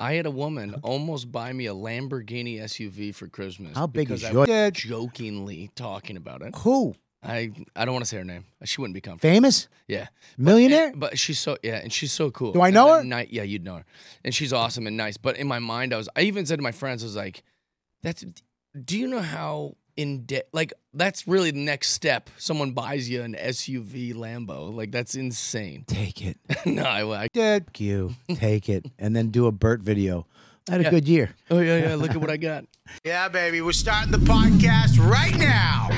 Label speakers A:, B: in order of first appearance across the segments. A: I had a woman almost buy me a Lamborghini SUV for Christmas.
B: How big
A: because
B: is
A: I
B: your
A: was
B: dick?
A: Jokingly talking about it.
B: Who?
A: I I don't want to say her name. She wouldn't be comfortable.
B: Famous?
A: yeah,
B: Millionaire?
A: And- but she's so yeah, and she's so cool.
B: Do I
A: And
B: know
A: then
B: her?
A: Ni- yeah, you'd know her, and she's awesome and nice. But in my mind, I was. I even said to my friends, I was like, "That's. Do you know how in debt? Like that's really the next step. Someone buys you an SUV Lambo. Like that's insane.
B: eh, Take it.
A: no, I, I.
B: Dick you. Take it. And then do a Burt video. I had a
A: Yeah.
B: good year.
A: Oh yeah, yeah. Look at what I got.
C: Yeah, baby, we're starting the podcast right now.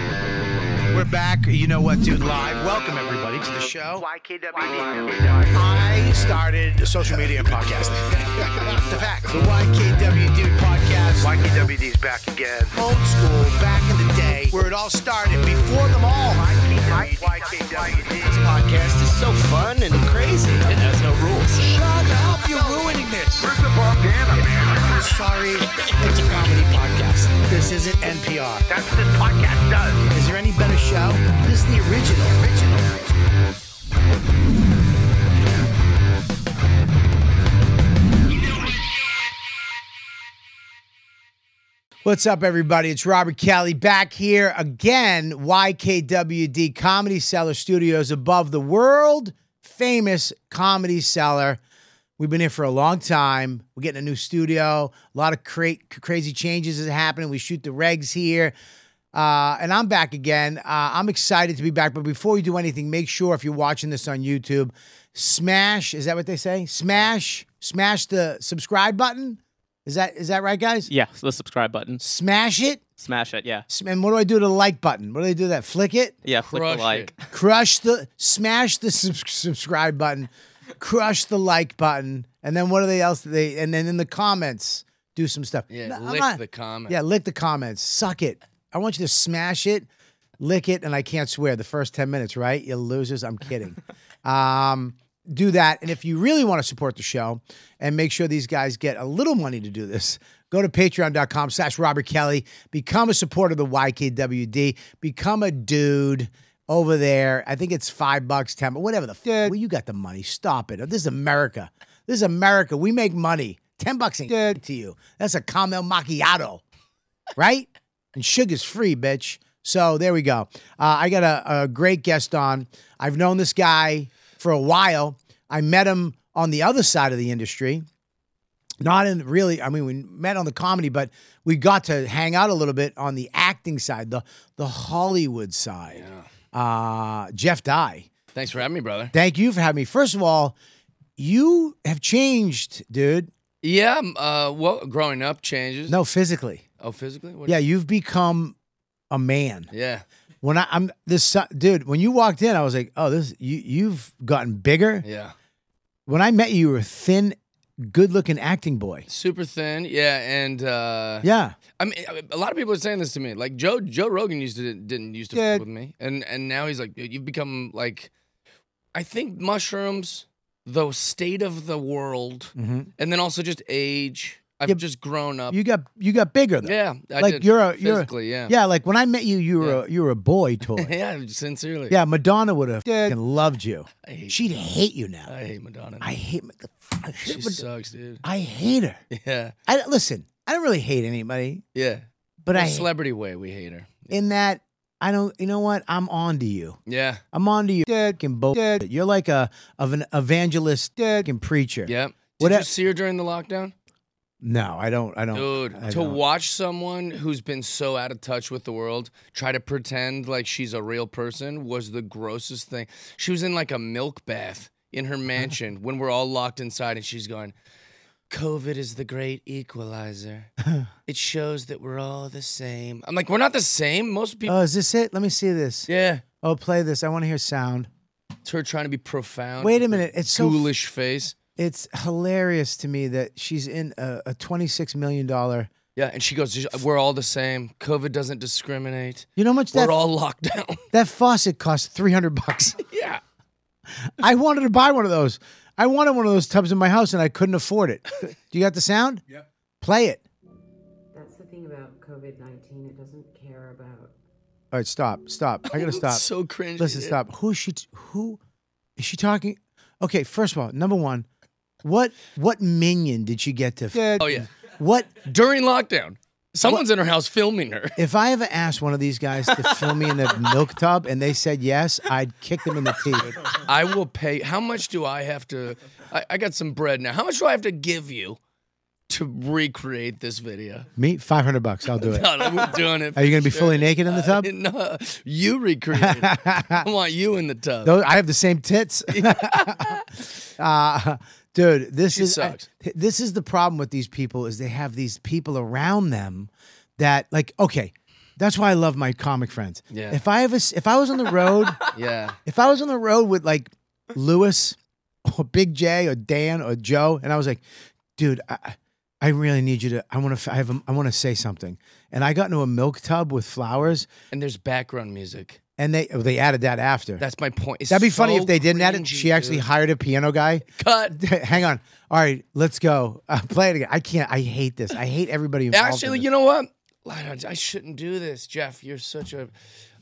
C: We're back. You know what, dude? Live. Welcome everybody to the show. YKWd. I started social media and podcasting. the fact, the YKWd podcast. YKWd's back again. Old school, back in the day, where it all started. Before them all. YKWd. This podcast is so fun and crazy. It has no rules. Shut up! You're ruining this. Where's the bandana, man? Sorry, it's a comedy podcast. This isn't NPR.
D: That's what this podcast does.
C: Is there any better show? This is the original. Original.
B: What's up, everybody? It's Robert Kelly back here again, YKWD Comedy Cellar Studios above the world famous Comedy Cellar. We've been here for a long time. We're getting a new studio. A lot of cra- crazy changes is happening. We shoot the regs here. Uh, and I'm back again. Uh, I'm excited to be back. But before you do anything, make sure if you're watching this on YouTube, smash, is that what they say? Smash, smash the subscribe button. Is that is that right, guys?
E: Yeah, so the subscribe button.
B: smash it.
E: Smash it, yeah.
B: S- And what do I do to the like button? What do I do to that? Flick it,
E: Yeah, click
A: Crush
E: the
A: it.
E: like.
B: crush the, smash the subs- subscribe button, crush the like button, and then what are they else? They and then in the comments do some stuff.
A: Yeah,
B: No, I'm
A: lick
B: not-
A: the comment.
B: Yeah, lick the comments. Suck it. I want you to smash it, lick it, and I can't swear the first 10 minutes, right? You losers. I'm kidding. um, do that. And if you really want to support the show and make sure these guys get a little money to do this, go to patreon.com slash Robert Kelly, become a supporter of the YKWD, become a dude over there. I think it's five bucks, ten, but whatever the f- well, you got the money. Stop it. This is America. This is America. We make money. Ten bucks ain't shit to you. That's a caramel macchiato right? And sugar's free, bitch. So there we go. Uh, I got a, a great guest on. I've known this guy for a while. I met him on the other side of the industry, not in really. I mean, we met on the comedy, but we got to hang out a little bit on the acting side, the the Hollywood side. Uh, Jeff Dye,
A: Thanks for having me, brother.
B: thank you for having me. First of all, you have changed, dude.
A: Yeah. um, Uh, well, growing up changes.
B: No, physically.
A: Oh, physically. What
B: Yeah, you've become a man.
A: Yeah.
B: when I, I'm this so- dude, when you walked in, I was like, oh, this you you've gotten bigger.
A: Yeah.
B: When I met you, you were a thin, good-looking acting boy.
A: Super thin. Yeah. And uh,
B: Yeah,
A: I mean, a lot of people are saying this to me. Like Joe Joe Rogan used to didn't used to
B: Yeah.
A: fuck with me, and and now he's like, "Dude, you've become like, I think mushrooms, the state of the world, and then also just age. I've
B: Yeah,
A: just grown up.
B: you got you got bigger though.
A: yeah. I
B: like
A: did.
B: you're a you're a,
A: physically. yeah.
B: yeah. Like when I met you, you were a, you were a boy toy.
A: Yeah. Sincerely.
B: yeah, Madonna would have fucking loved you.
A: I hate.
B: She'd hate you now.
A: I hate Madonna.
B: I hate. Ma- I
A: she
B: hate, Mad-
A: sucks, dude.
B: I hate her.
A: Yeah.
B: I listen. I don't really hate anybody,
A: Yeah.
B: but
A: In
B: I
A: a celebrity way, we hate her.
B: in that I don't. You know what? I'm on to you.
A: Yeah.
B: I'm on to you. Fucking bullshit. You're like a of an evangelist fucking preacher.
A: Yep. Did
B: What
A: you
B: e-
A: see her during the lockdown?
B: No, I don't. I don't.
A: Dude,
B: I
A: to
B: don't.
A: watch someone who's been so out of touch with the world try to pretend like she's a real person was the grossest thing. She was in like a milk bath in her mansion when we're all locked inside, and she's going, COVID is the great equalizer. it shows that we're all the same. I'm like, we're not the same. Most people.
B: Oh, is this it? Let me see this.
A: yeah.
B: Oh, play this. I want to hear sound.
A: It's her trying to be profound.
B: Wait a
A: with her
B: minute, it's so f-
A: ghoulish face.
B: It's hilarious to me that she's in a, a $26 million. You
A: Yeah, and she goes, uh, "We're all the same. COVID doesn't discriminate.
B: know how much that,
A: We're all locked down."
B: that faucet cost? 300 bucks.
A: yeah.
B: I wanted to buy one of those. I wanted one of those tubs in my house and I couldn't afford it. Do you got the sound? Yep. Play it.
F: That's the thing about COVID 19. It doesn't care about
B: All right, stop, stop. I gotta stop.
A: So cringy.
B: Listen, stop. Who is she? t- Who is she talking? Okay, first of all, number one, what what minion did she get to? F-
A: Oh yeah.
B: what
A: During lockdown, someone's in her house filming her.
B: if I ever asked one of these guys to film me in a milk tub and they said yes, I'd kick them in the teeth.
A: I will pay. How much do I have to? I, I got some bread now. How much do I have to give you to recreate this video?
B: Me, five hundred bucks, I'll do it.
A: God, we're doing it.
B: Are you gonna be fully naked in the tub?
A: No, you recreate. it. I want you in the tub.
B: Those, I have the same tits. uh, dude, this is
A: sucks.
B: I- this is the problem with these people is they have these people around them that like okay, that's why I love my comic friends.
A: Yeah.
B: If I ever s- if I was on the road,
A: Yeah.
B: if I was on the road with like Lewis or Big J or Dan or Joe and I was like, dude, I- I I really need you to. I want to. I have. a- I want to say something. And I got into a milk tub with flowers,
A: And there's background music.
B: and they oh, they added that after.
A: That's my point. It's
B: That'd be funny
A: so
B: if they didn't add it.
A: cringy,
B: She actually
A: dude.
B: hired a piano guy.
A: cut.
B: Hang on. All right, let's go. Uh, play it again. I can't. I hate this. I hate everybody involved.
A: Actually, you know what? Lionel, I shouldn't do this, Jeff. You're such a,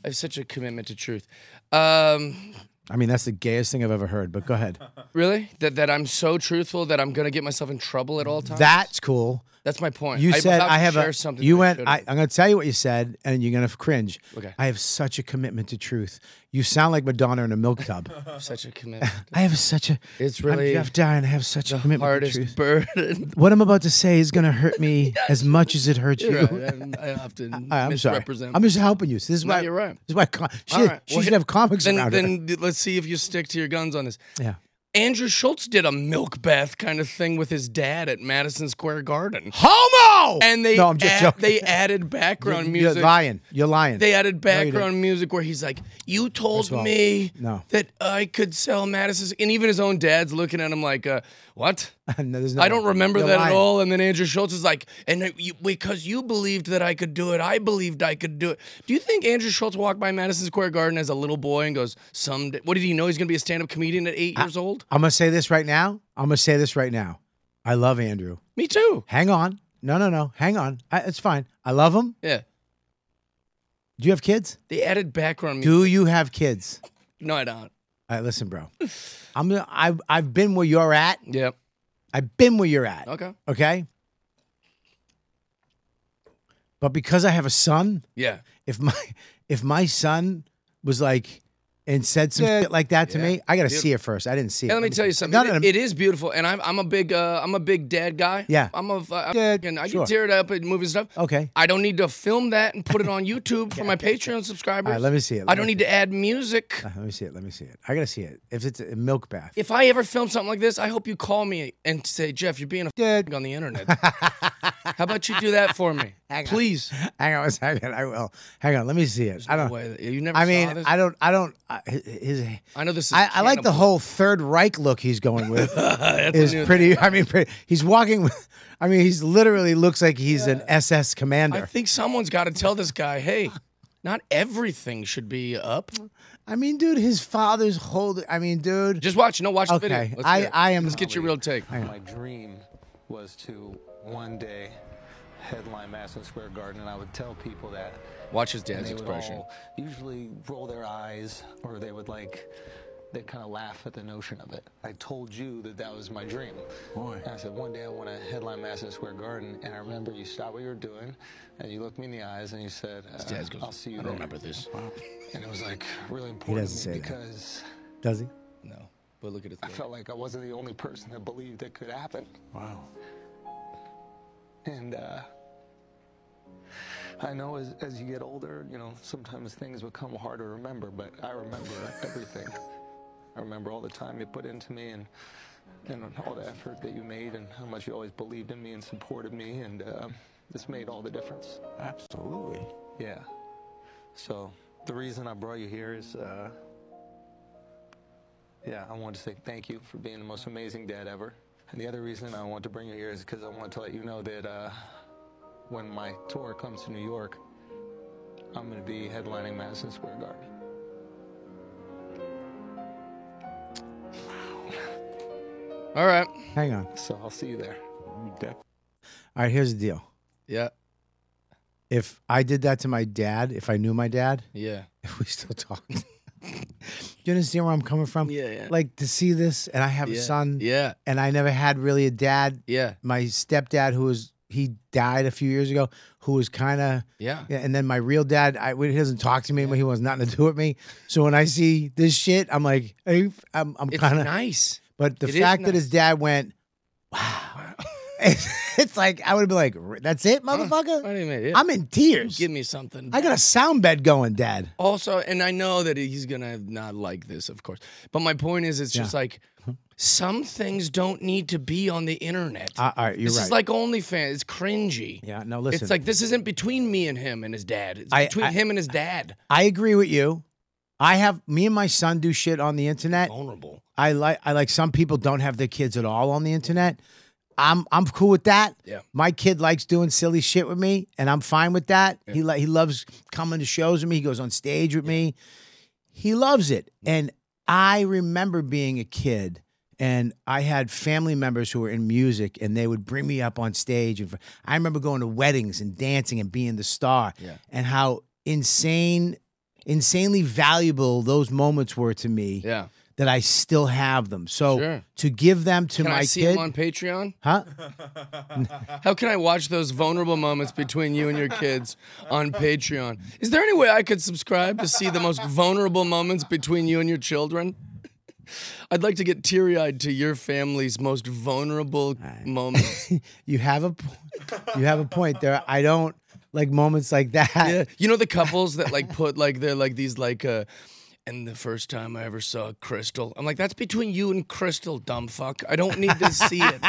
A: I have such a commitment to truth. Um,
B: I mean, that's the gayest thing I've ever heard. But go ahead.
A: really? That that I'm so truthful that I'm gonna get myself in trouble at all times.
B: That's cool.
A: that's my point.
B: You
A: I'm
B: said
A: about
B: I
A: to
B: have
A: share
B: a.
A: something.
B: you
A: that
B: went.
A: shouldn't.
B: I, I'm going to tell you what you said, and you're going to cringe.
A: Okay.
B: I have such a commitment to truth. You sound like Madonna in a milk tub.
A: have such a commitment.
B: I have such a.
A: It's
B: I'm
A: really
B: Jeff Dye, and I have such a commitment to truth.
A: Hardest burden.
B: What I'm about to say is going to hurt me as much as it hurts you.
A: You're right. I, I often
B: I, am sorry.
A: misrepresent.
B: I'm just helping you. So this is
A: No,
B: why
A: you're right.
B: This is why com- she,
A: All right.
B: she
A: Well,
B: should
A: he-
B: have comics
A: then,
B: around her.
A: then d- let's see if you stick to your guns on this.
B: Yeah.
A: Andrew Schultz did a milk bath kind of thing with his dad at Madison Square Garden.
B: Homo.
A: And they
B: No, I'm just
A: add-
B: joking.
A: they added background
B: You're
A: music.
B: lying. You're lying.
A: They added
B: No, you didn't.
A: background music where he's like, "You told
B: of all,
A: me
B: no.
A: that I could sell Madison's," and even his own dad's looking at him like, uh, "What?
B: No, there's no
A: I
B: way.
A: don't remember
B: You're
A: that at
B: lying.
A: all." And then Andrew Schultz is like, "And it- you, because you believed that I could do it, I believed I could do it." Do you think Andrew Schultz walked by Madison Square Garden as a little boy and goes, "Someday, what did he know? He's going to be a stand-up comedian at eight years old?"
B: I'm gonna say this right now. I'm gonna say this right now. I love Andrew.
A: Me too.
B: Hang on. No, no, no. Hang on. I, it's fine. I love him.
A: Yeah.
B: Do you have kids?
A: They added background music.
B: Do you have kids?
A: No, I don't.
B: All right, listen, bro. I'm. gonna- I've I've been where you're at.
A: Yeah.
B: I've been where you're at.
A: Okay.
B: Okay. But because I have a son,
A: Yeah.
B: if my if my son was like and said some shit like that to me, I gotta see it first. I didn't see it.
A: And let me tell you something.
B: No, no, no.
A: It- it is beautiful, and I'm, I'm a big uh, I'm a big dad guy.
B: Yeah.
A: I'm a I'm
B: Dad,
A: fucking- I
B: sure.
A: get teared up at movies and stuff.
B: okay.
A: I don't need to film that and put it on YouTube for my Patreon subscribers.
B: All right, let me see it. Let
A: I
B: me
A: don't need to add music.
B: Uh, Let me see it. Let me see it. I gotta see it. If it's a milk bath,
A: If I ever film something like this, I hope you call me and say, Jeff, you're being a dad on the internet. How about you do that for me, please?
B: hang on a second. I will. Hang on. Let me see it. I don't.
A: Wait, you never.
B: I
A: saw
B: mean,
A: this?
B: I don't. I don't. I, his. I,
A: I know this is.
B: I like the
A: cannibal.
B: whole Third Reich look he's going with.
A: That's a
B: is
A: new-
B: pretty. I mean, pretty, he's walking with. I mean, he's literally looks like he's an SS
A: I
B: commander.
A: think someone's got to tell this guy, hey, not everything should be up.
B: I mean, dude, his father's holding. I mean, dude.
A: Just watch. No, watch the
B: Okay,
A: video. Let's
B: I-
A: hear it.
B: I am-
A: Let's get your real take.
G: My dream was to one day headline Madison Square Garden, and I would tell people that.
A: Watch his
G: and
A: dad's
G: they would
A: expression.
G: all usually roll their eyes, or they would like, they kind of laugh at the notion of it. I told you that that was my dream. Boy. And I said one day I want to headline Madison Square Garden, and I remember you stopped what you were doing, and you looked me in the eyes, and you said, uh,
A: Dad's goes,
G: "I'll see you
A: I
G: there."
A: don't remember this.
G: And it was like really important
B: doesn't
G: to me
B: say that.
G: because
B: Does he?
A: No. But look at his
G: I felt like I wasn't the only person that believed it could happen.
H: Wow.
G: And uh, I know as, as you get older, you know, sometimes things become hard to remember, but I remember everything. I remember all the time you put into me and, and all the effort that you made and how much you always believed in me and supported me. And uh, this made all the difference.
H: Absolutely.
G: Yeah. So the reason I brought you here is, uh, yeah, I wanted to say thank you for being the most amazing dad ever. And the other reason I want to bring you here is because I want to let you know that uh, when my tour comes to New York, I'm going to be headlining Madison Square Garden.
A: All right.
B: Hang on.
G: So I'll see you there.
B: All right, here's the deal.
A: Yeah.
B: If I did that to my dad, if I knew my dad,
A: Yeah.
B: if we still talked. you understand where I'm coming from?
A: Yeah, yeah.
B: Like to see this, and I have
A: yeah.
B: a son,
A: Yeah.
B: and I never had really a dad.
A: Yeah.
B: My stepdad, who was he died a few years ago, who was kind of
A: Yeah.
B: Yeah, and then my real dad, I he doesn't talk to me anymore. He wants nothing to do with me. So when I see this shit, I'm like, hey, I'm, I'm
A: It's
B: kind of.
A: nice.
B: But the
A: it is
B: fact that
A: nice.
B: his dad went, wow, it's like I would have been like, "R- that's it,
A: Uh-huh.
B: motherfucker.
A: What do you mean? Yeah.
B: I'm in tears.
A: Give me something.
B: I got a sound bed going, Dad.
A: also, and I know that he's gonna not like this, of course. But my point is, it's just like some things don't need to be on the internet.
B: Uh, all right, you're
A: this
B: right.
A: is like OnlyFans. It's cringy.
B: yeah, no, listen.
A: It's like this isn't between me and him and his dad. It's
B: I-
A: between
B: I-
A: him and his dad.
B: I agree with you. I have me and my son do shit on the internet.
A: Vulnerable.
B: I like I like some people don't have their kids at all on the internet. I'm I'm cool with that.
A: Yeah.
B: My kid likes doing silly shit with me, and I'm fine with that. He li- he loves coming to shows with me. He goes on stage with me. He loves it.
A: Mm-hmm.
B: And I remember being a kid, and I had family members who were in music, and they would bring me up on stage. And fr- I remember going to weddings and dancing and being the star.
A: Yeah.
B: And how insane, insanely valuable those moments were to me
A: Yeah.
B: that I still have them. So
A: Sure.
B: to give them to
A: Can
B: my
A: I see
B: kid,
A: him on Patreon?
B: huh?
A: How can I watch those vulnerable moments between you and your kids on Patreon? Is there any way I could subscribe to see the most vulnerable moments between you and your children? I'd like to get teary eyed to your family's most vulnerable moments.
B: You have a, po- you have a point there. I don't like moments like that.
A: Yeah. You know the couples that like put like they're like these like uh and the first time I ever saw Crystal, I'm like, that's between you and Crystal, dumb fuck. I don't need to see it.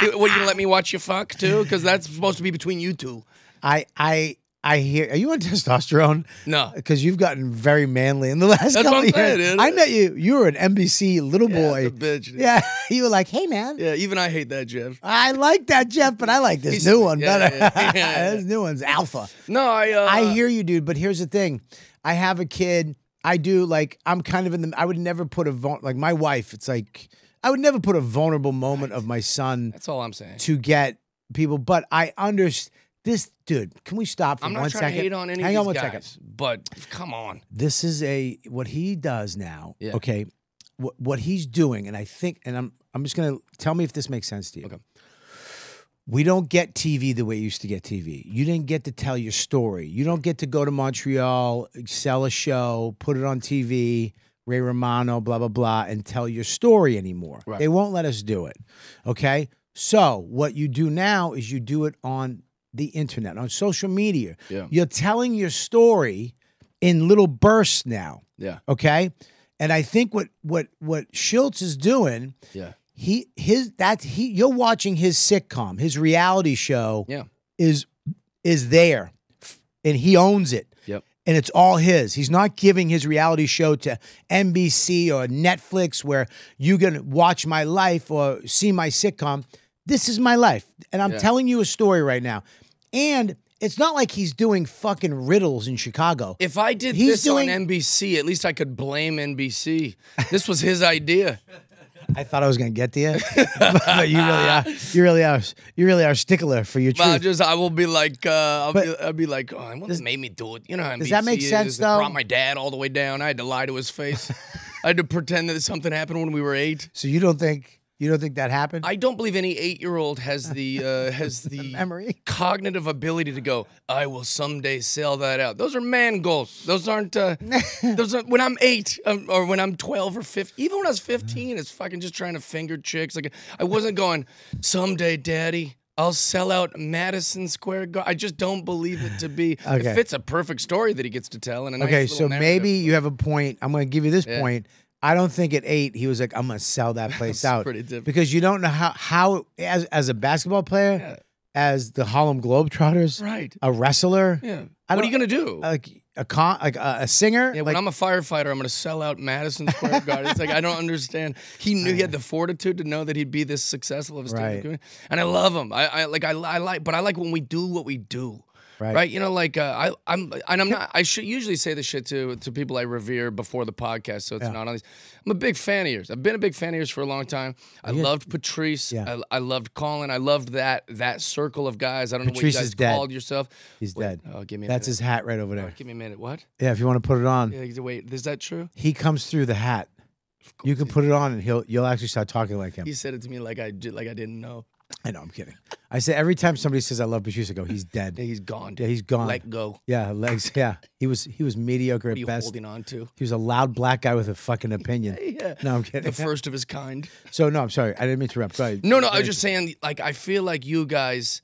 A: You- what, you gonna let me watch you fuck too? Because that's supposed to be between you two.
B: I, I, I hear. Are you on testosterone?
A: No.
B: because you've gotten very manly in the last
A: That's
B: couple
A: what I'm
B: of years.
A: saying, dude.
B: I met you. You were an NBC little
A: The
B: boy.
A: bitch.
B: Yeah, you were like, hey man,
A: Yeah, even I hate that, Jeff.
B: I like that Jeff, but I like this
A: He's-
B: new one
A: yeah,
B: better.
A: yeah, yeah, yeah, yeah.
B: this new one's alpha.
A: No, I. Uh,
B: I hear you, dude. But here's the thing: I have a kid. I do like I'm kind of in the. I would never put a vul- like my wife. It's like I would never put a vulnerable moment of my son
A: That's all I'm saying.
B: to get people. But I understand this, dude. Can we stop for
A: I'm not
B: one
A: trying
B: second?
A: to hate on any
B: Hang
A: of
B: on
A: these
B: one second.
A: guys, but come on.
B: This is a what he does now.
A: Yeah.
B: Okay, what what he's doing, and I think, and I'm I'm just gonna tell me if this makes sense to you.
A: Okay.
B: We don't get TV the way you used to get TV. You didn't get to tell your story. You don't get to go to Montreal, sell a show, put it on TV, Ray Romano, blah, blah, blah, and tell your story anymore.
A: Right.
B: They won't let us do it. Okay. So, what you do now is you do it on the internet, on social media.
A: Yeah.
B: You're telling your story in little bursts now.
A: Yeah,
B: Okay. And I think what what what Schultz is doing
A: yeah,
B: he his that's he you're watching his sitcom his reality show
A: yeah,
B: is is there f- and he owns it
A: Yep.
B: and it's all his he's not giving his reality show to nbc or netflix where you can watch my life or see my sitcom this is my life and i'm
A: Yeah.
B: telling you a story right now and it's not like he's doing fucking riddles in chicago
A: If I did
B: He's
A: this
B: doing-
A: on NBC, at least I could blame NBC. This was his idea.
B: i thought i was gonna get to you but, but you really are you really are you really are a stickler for your
A: But I
B: truth
A: just, I will be like, uh, I'll,
B: But-
A: be, I'll be like, oh, well, this made me do it. You know, how NBC
B: Does that make
A: is.
B: sense,
A: They
B: though?
A: Brought my dad all the way down. I had to lie to his face. I had to pretend that something happened when we were eight.
B: So you don't think you don't think that happened?
A: I don't believe any eight-year-old has the uh, has the
B: memory.
A: cognitive ability to go. I will someday sell that out. Those are man goals. Those aren't. Uh, those are when I'm eight um, or when I'm twelve or fifteen. Even when I was fifteen, it's fucking just trying to finger chicks. Like I wasn't going someday, daddy. I'll sell out Madison Square Garden. I just don't believe it to be.
B: Okay.
A: It fits a perfect story that he gets to tell. And a nice
B: okay,
A: little
B: so
A: narrative.
B: maybe you have a point. I'm going to give you this point. I don't think at eight he was like, "I'm going to sell that place out,"
A: pretty different.
B: because you don't know how how as as a basketball player, as the Harlem Globetrotters,
A: Right.
B: a wrestler,
A: Yeah.
B: I
A: What are you
B: don't-
A: gonna do?
B: Like a con, like a, a singer.
A: yeah,
B: like,
A: when I'm a firefighter, I'm gonna sell out Madison Square Garden. it's like I don't understand. He knew he had the fortitude to know that he'd be this successful of a stand-up
B: Right.
A: comedian, and I love him. I, I like I, I like, but I like when we do what we do.
B: Right.
A: You know, like uh, I, I'm, and I'm not. I should usually say this shit to to people I revere before the podcast, so it's not on these. I'm a big fan of yours. I've been a big fan of yours for a long time. I loved Patrice.
B: Yeah.
A: I, I loved Colin. I loved that that circle of guys. I don't know
B: Patrice
A: what you
B: is
A: guys
B: dead.
A: called yourself.
B: he's
A: Wait,
B: dead.
A: Oh, give me. A
B: That's
A: minute.
B: his hat right over there.
A: Give me a minute. What?
B: Yeah, if you want to put it on,
A: Yeah, he's- wait, is that true?
B: he comes through the hat. You can put it on, and he'll you'll actually start talking like him.
A: He said it to me like I did, like I didn't know.
B: I know, I'm kidding. I say every time somebody says I love Patrice, I go, he's dead.
A: Yeah, he's gone.
B: Yeah, he's gone.
A: Let go.
B: Yeah, legs. Yeah, he was he was mediocre
A: What are
B: at
A: you
B: best.
A: holding on to?
B: He was a loud black guy with a fucking opinion.
A: Yeah.
B: No, I'm kidding.
A: The first of his kind.
B: so no, I'm sorry, I didn't mean to interrupt. Sorry.
A: No, no, I was just saying, like, I feel like you guys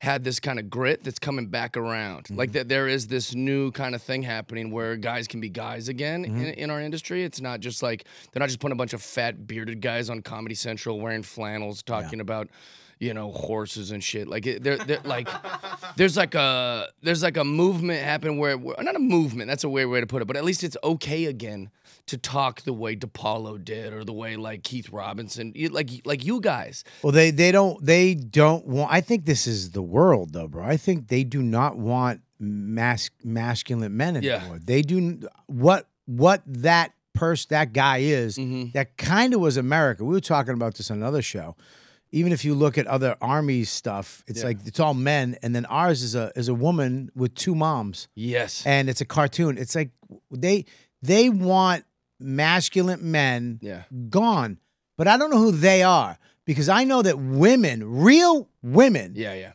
A: had this kind of grit that's coming back around.
B: Mm-hmm.
A: Like that there is this new kind of thing happening where guys can be guys again
B: Mm-hmm.
A: in, in our industry. It's not just like they're not just putting a bunch of fat bearded guys on Comedy Central wearing flannels talking about you know horses and shit like it, there there- like there's like a there's like a movement happening where where- not a movement that's a weird way to put it but at least it's okay again to talk the way DePaulo did or the way like Keith Robinson you- like like you guys
B: Well, they they don't they don't want. I think this is the world though, bro. I think they do not want mas- masculine men
A: Yeah.
B: anymore. They do what what that person that guy is. That kind of was America. We were talking about this on another show. Even if you look at other army stuff, it's like it's all men, and then ours is a is a woman with two moms.
A: yes
B: and it's a cartoon. It's like they they want masculine men
A: Yeah.
B: gone, but I don't know who they are because I know that women, real women,
A: yeah yeah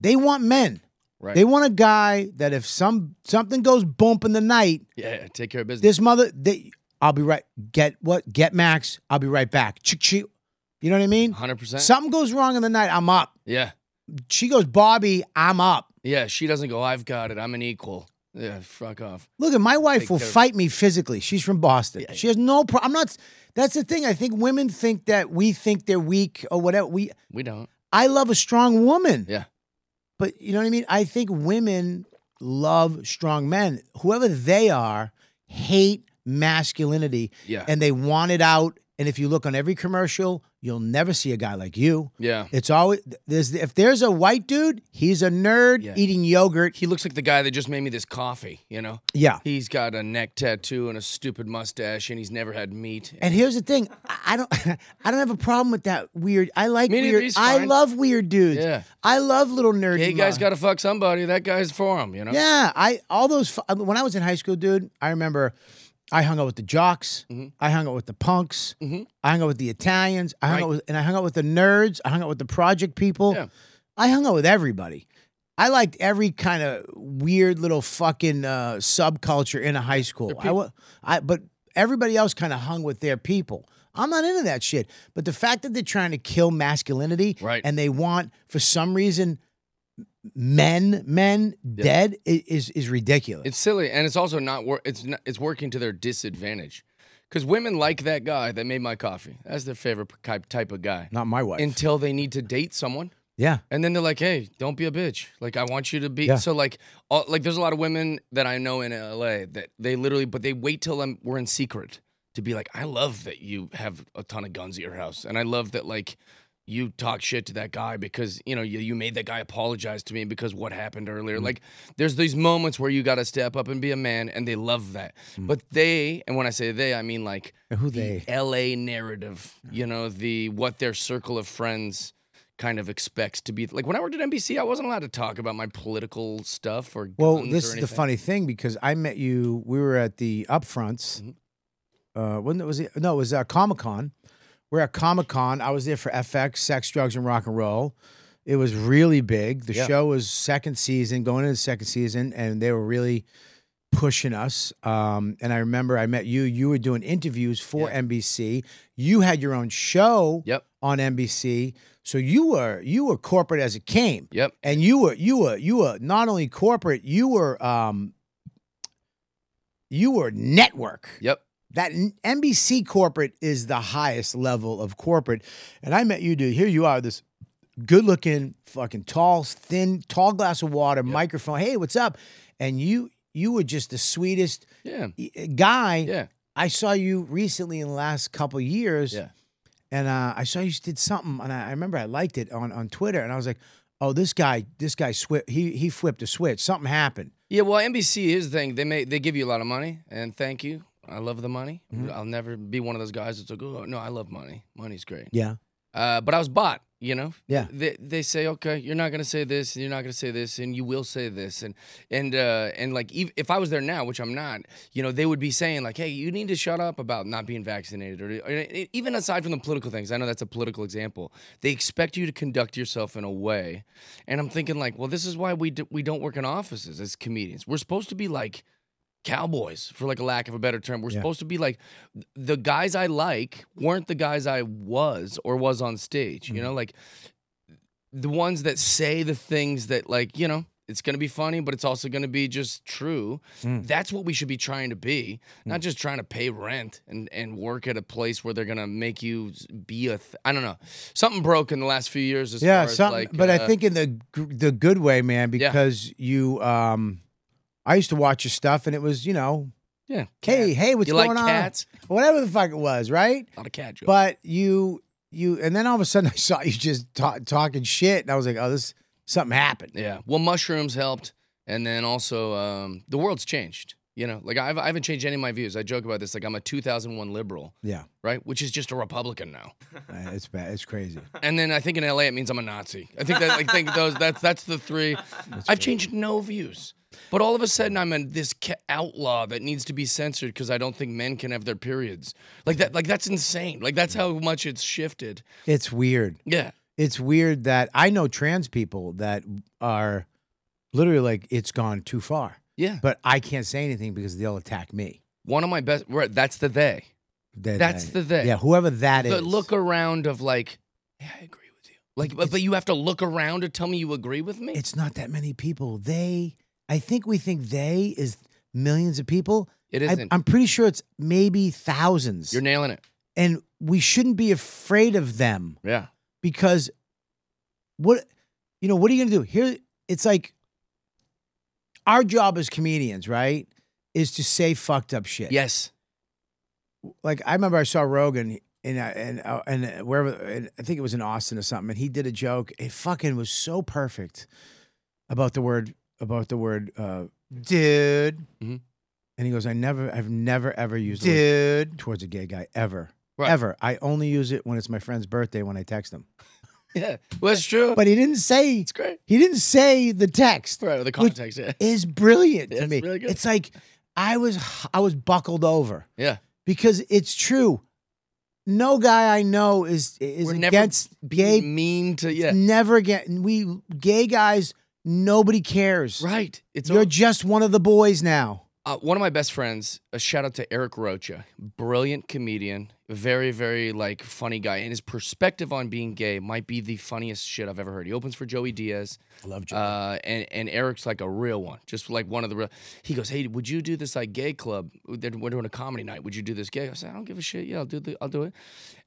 B: they want men.
A: right
B: They want a guy that if some something goes bump in the night,
A: yeah, yeah take care of business
B: this mother, they, I'll be right. Get what? Get Max. I'll be right back. Chick chick. You know what I mean?
A: 100%
B: Something goes wrong in the night. I'm up.
A: yeah
B: She goes, Bobby. I'm up.
A: yeah she doesn't go I've got it I'm an equal yeah fuck off
B: Look, at my wife
A: Take
B: will
A: care of-
B: fight me physically. She's from Boston. She has no problem. I'm not. That's the thing. I think women think that we think they're weak or whatever. We.
A: we don't
B: I love a strong woman.
A: Yeah.
B: But you know what I mean. I think women love strong men. Whoever they are, hate masculinity.
A: Yeah.
B: And they want it out. And if you look on every commercial, you'll never see a guy like you.
A: yeah
B: It's always there's if there's a white dude, he's a nerd
A: Yeah.
B: eating yogurt.
A: he looks like the guy that just made me this coffee you know
B: Yeah.
A: He's got a neck tattoo and a stupid mustache, and he's never had meat.
B: And here's the thing, I I don't, I don't have a problem with that weird. I like
A: Me neither,
B: weird.
A: he's
B: I
A: fine.
B: love weird dudes.
A: Yeah.
B: I love little nerdy.
A: Hey, guys,
B: mo-
A: got to fuck somebody. That guy's for him, you know.
B: Yeah, I all those. fu- uh, When I was in high school, dude, I remember I hung out with the jocks.
A: Mm-hmm.
B: I hung out with the punks. I hung out with the Italians. I hung
A: Right.
B: out with, and I hung out with the nerds. I hung out with the project people.
A: Yeah.
B: I hung out with everybody. I liked every kind of weird little fucking uh, subculture in a high school. I, wa- I but everybody else kind of hung with their people. I'm not into that shit. But the fact that they're trying to kill masculinity,
A: Right.
B: and they want for some reason men men dead i- is is ridiculous.
A: It's silly, and it's also not. Wor- it's not, it's working to their disadvantage, because women like that guy that made my coffee. That's their favorite type type of guy.
B: not my wife.
A: Until they need to date someone.
B: yeah,
A: And then they're like, "Hey, don't be a bitch. Like, I want you to be."
B: Yeah.
A: So, like, all, like, there's a lot of women that I know in LA that they literally, but they wait till I'm, we're in secret to be like, "I love that you have a ton of guns at your house, and I love that like you talk shit to that guy because you know you, you made that guy apologize to me because what happened earlier."
B: Mm.
A: Like, there's these moments where you got to step up and be a man, and they love that. But they, and when I say they, I mean like
B: Mm. who
A: the
B: they?
A: LA narrative, you know, the what their circle of friends kind of expects to be like when I worked at NBC, I wasn't allowed to talk about my political stuff or
B: Well,
A: guns or
B: this is the
A: anything.
B: funny thing because I met you. We were at the upfronts.
A: Mm-hmm.
B: Uh, when was it? No, it was uh, Comic Con. We're at Comic Con. I was there for FX, Sex, Drugs, and Rock and Roll. It was really big. The
A: Yeah.
B: show was second season, going into the second season, and they were really pushing us. Um, and I remember I met you. You were doing interviews for NBC. You had your own show
A: Yep.
B: on NBC. So you were you were corporate as it came.
A: Yep.
B: And you were you were you were not only corporate, you were um you were network.
A: Yep.
B: That n- NBC corporate is the highest level of corporate. And I met you dude. Here you are this good looking, fucking tall, thin, tall glass of water, microphone. Hey, what's up? And you you were just the sweetest
A: Yeah.
B: y- eh, guy.
A: Yeah.
B: I saw you recently in the last couple of years.
A: Yeah.
B: And uh, I saw you did something, and I, I remember I liked it on, on Twitter, and I was like, "Oh, this guy, this guy, swi- he he flipped a switch. Something happened."
A: Yeah, well, NBC is the thing. They may they give you a lot of money, and thank you. I love the money.
B: Mm-hmm.
A: I'll never be one of those guys that's like, oh no, I love money. Money's great.
B: Yeah.
A: Uh, but I was bought. You know.
B: Yeah.
A: They they say, okay, you're not gonna say this, and you're not gonna say this, and you will say this, and and uh, and like ev- if I was there now, which I'm not, you know, they would be saying like, hey, you need to shut up about not being vaccinated, or, or e- even aside from the political things. I know that's a political example. They expect you to conduct yourself in a way, and I'm thinking like, well, this is why we d- we don't work in offices as comedians. We're supposed to be like cowboys for like a lack of a better term we're supposed to be like th- the guys i like weren't the guys i was or was on stage you
B: Mm-hmm.
A: know like the ones that say the things that like you know it's going to be funny but it's also going to be just true
B: Mm.
A: that's what we should be trying to be not just trying to pay rent and and work at a place where they're going to make you s- be a th- i don't know something broke in the last few years as
B: yeah,
A: far as
B: something,
A: like
B: but I
A: uh,
B: think in the gr- the good way, man,
A: Yeah.
B: because you, um, I used to watch your stuff, and it was you know,
A: yeah
B: hey, hey, what's
A: you
B: going
A: like
B: on,
A: cats
B: whatever the fuck it was, right?
A: a lot of cat jokes.
B: But you, you, and then all of a sudden, I saw you just ta- talking shit, and I was like, oh, this something happened.
A: Yeah. Well, mushrooms helped, and then also um, the world's changed. You know, like I've, I haven't changed any of my views. I joke about this. Like I'm a 2001 liberal,
B: Yeah,
A: right? Which is just a Republican now.
B: Uh, it's bad. It's crazy.
A: And then I think in LA it means I'm a Nazi. I think that like think those that's that's the three. I've changed no views, but all of a sudden I'm in this ca- outlaw that needs to be censored because I don't think men can have their periods. Like that. Like that's insane. Like that's how much it's shifted.
B: It's weird.
A: Yeah.
B: It's weird that I know trans people that are literally like, it's gone too far,
A: Yeah.
B: but I can't say anything because they'll attack me.
A: One of my best. Right, that's the they.
B: They-
A: That's
B: they-
A: the thing.
B: Yeah, whoever that is.
A: the look around of like, yeah, I agree with you. Like, but, but you have to look around to tell me you agree with me.
B: it's not that many people. They, I think we think they is millions of people.
A: It
B: I,
A: isn't.
B: I'm pretty sure it's maybe 1000s
A: You're nailing it.
B: and we shouldn't be afraid of them
A: Yeah.
B: because what, you know, what are you going to do? Here, it's like our job as comedians, right? Is to say fucked up shit.
A: Yes.
B: like I remember I saw Rogan in uh, and uh, and wherever and I think it was in Austin or something, and he did a joke. It fucking was so perfect about the word about the word uh, dude.
A: Mhm.
B: And he goes, I never, I've never ever used dude towards a gay guy ever.
A: Right.
B: Ever. I only use it when it's my friend's birthday when I text him.
A: Yeah. Well, it's true.
B: But he didn't say
A: it's great.
B: he didn't say the text
A: Right. The context. Yeah.
B: is brilliant
A: Yeah,
B: to
A: it's
B: me.
A: really good.
B: It's like I was I was buckled over
A: Yeah.
B: because it's true. No guy I know is is
A: We're never
B: against
A: Be
B: gay.
A: mean to. Yeah.
B: Never get we gay guys. Nobody cares.
A: Right. It's
B: You're
A: all-
B: just one of the boys now.
A: uh, one of my best friends. A shout out to Eric Rocha, brilliant comedian, very very like funny guy, and his perspective on being gay might be the funniest shit I've ever heard. He opens for Joey Diaz.
B: Love
A: Uh, and and Eric's like a real one, just like one of the real. He goes, "Hey, would you do this like gay club? They're- We're doing a comedy night. Would you do this gay?" I said, "I don't give a shit. Yeah, I'll do the, I'll do it."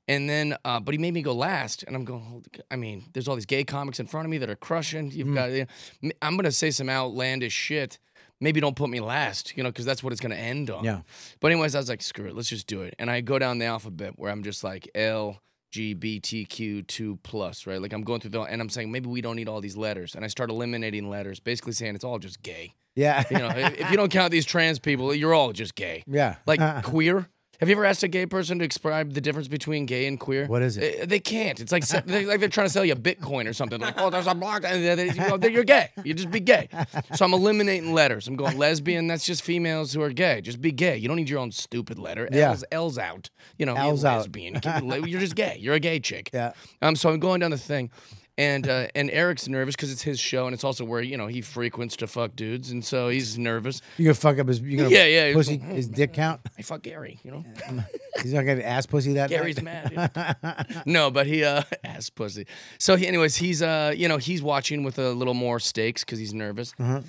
A: And then, uh, but he made me go last, and I'm going. Hold, I mean, there's all these gay comics in front of me that are crushing. You've got. You know, I'm gonna say some outlandish shit. Maybe don't put me last, you know, because that's what it's gonna end on.
B: Yeah.
A: But anyways, I was like, screw it, let's just do it. And I go down the alphabet where I'm just like L G B T Q two plus, right? Like I'm going through the and I'm saying maybe we don't need all these letters. And I start eliminating letters, basically saying it's all just gay.
B: Yeah,
A: You know, if if you don't count these trans people, you're all just gay.
B: yeah.
A: Like
B: Uh,
A: queer. Have you ever asked a gay person to describe the difference between gay and queer?
B: What is it?
A: Uh, They, can't. It's like se- they, like they're trying to sell you Bitcoin or something. Like, oh, there's a block. And they- they- you know, you're gay. You just be gay. So I'm eliminating letters. I'm going lesbian. That's just females who are gay. Just be gay. You don't need your own stupid letter.
B: Yeah.
A: L's, L's out. You know,
B: L's
A: you're
B: out.
A: lesbian. Keep it le- You're just gay. You're a gay chick.
B: yeah.
A: Um, so I'm going down the thing, and uh, and Eric's nervous because it's his show, and it's also where you know he frequents to fuck dudes, and so he's nervous.
B: You gonna fuck up his? You gonna
A: Yeah, yeah.
B: Pussy, his dick count.
A: I fuck Gary, you know.
B: He's not gonna ass pussy that.
A: Gary's
B: night?
A: mad. yeah. no, but he uh ass pussy. So he, anyways, he's uh you know he's watching with a little more stakes because he's nervous.
B: Uh-huh.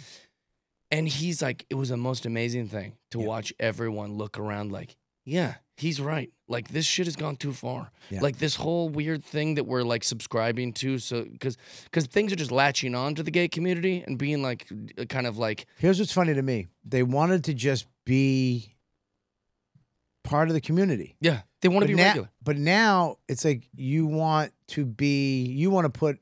A: And he's like, it was the most amazing thing to watch everyone look around like, yeah, he's right. Like this shit has gone too far. Like this whole weird thing that we're like subscribing to. So because because things are just latching on to the gay community and being like uh, kind of like
B: Here's what's funny to me. They wanted to just be part of the community.
A: yeah they want to be
B: now,
A: regular.
B: But now it's like you want to be you want to put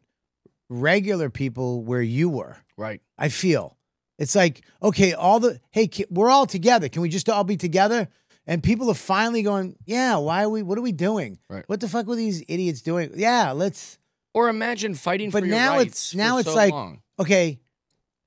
B: regular people where you were.
A: Right.
B: I feel. It's like, okay, all the hey, ki- we're all together. Can we just all be together? And people are finally going, yeah, why are we what are we doing?
A: Right.
B: What the fuck were these idiots doing? Yeah, let's
A: Or imagine fighting
B: but
A: for
B: now
A: your rights.
B: it's
A: for
B: now it's
A: so
B: like
A: long.
B: okay,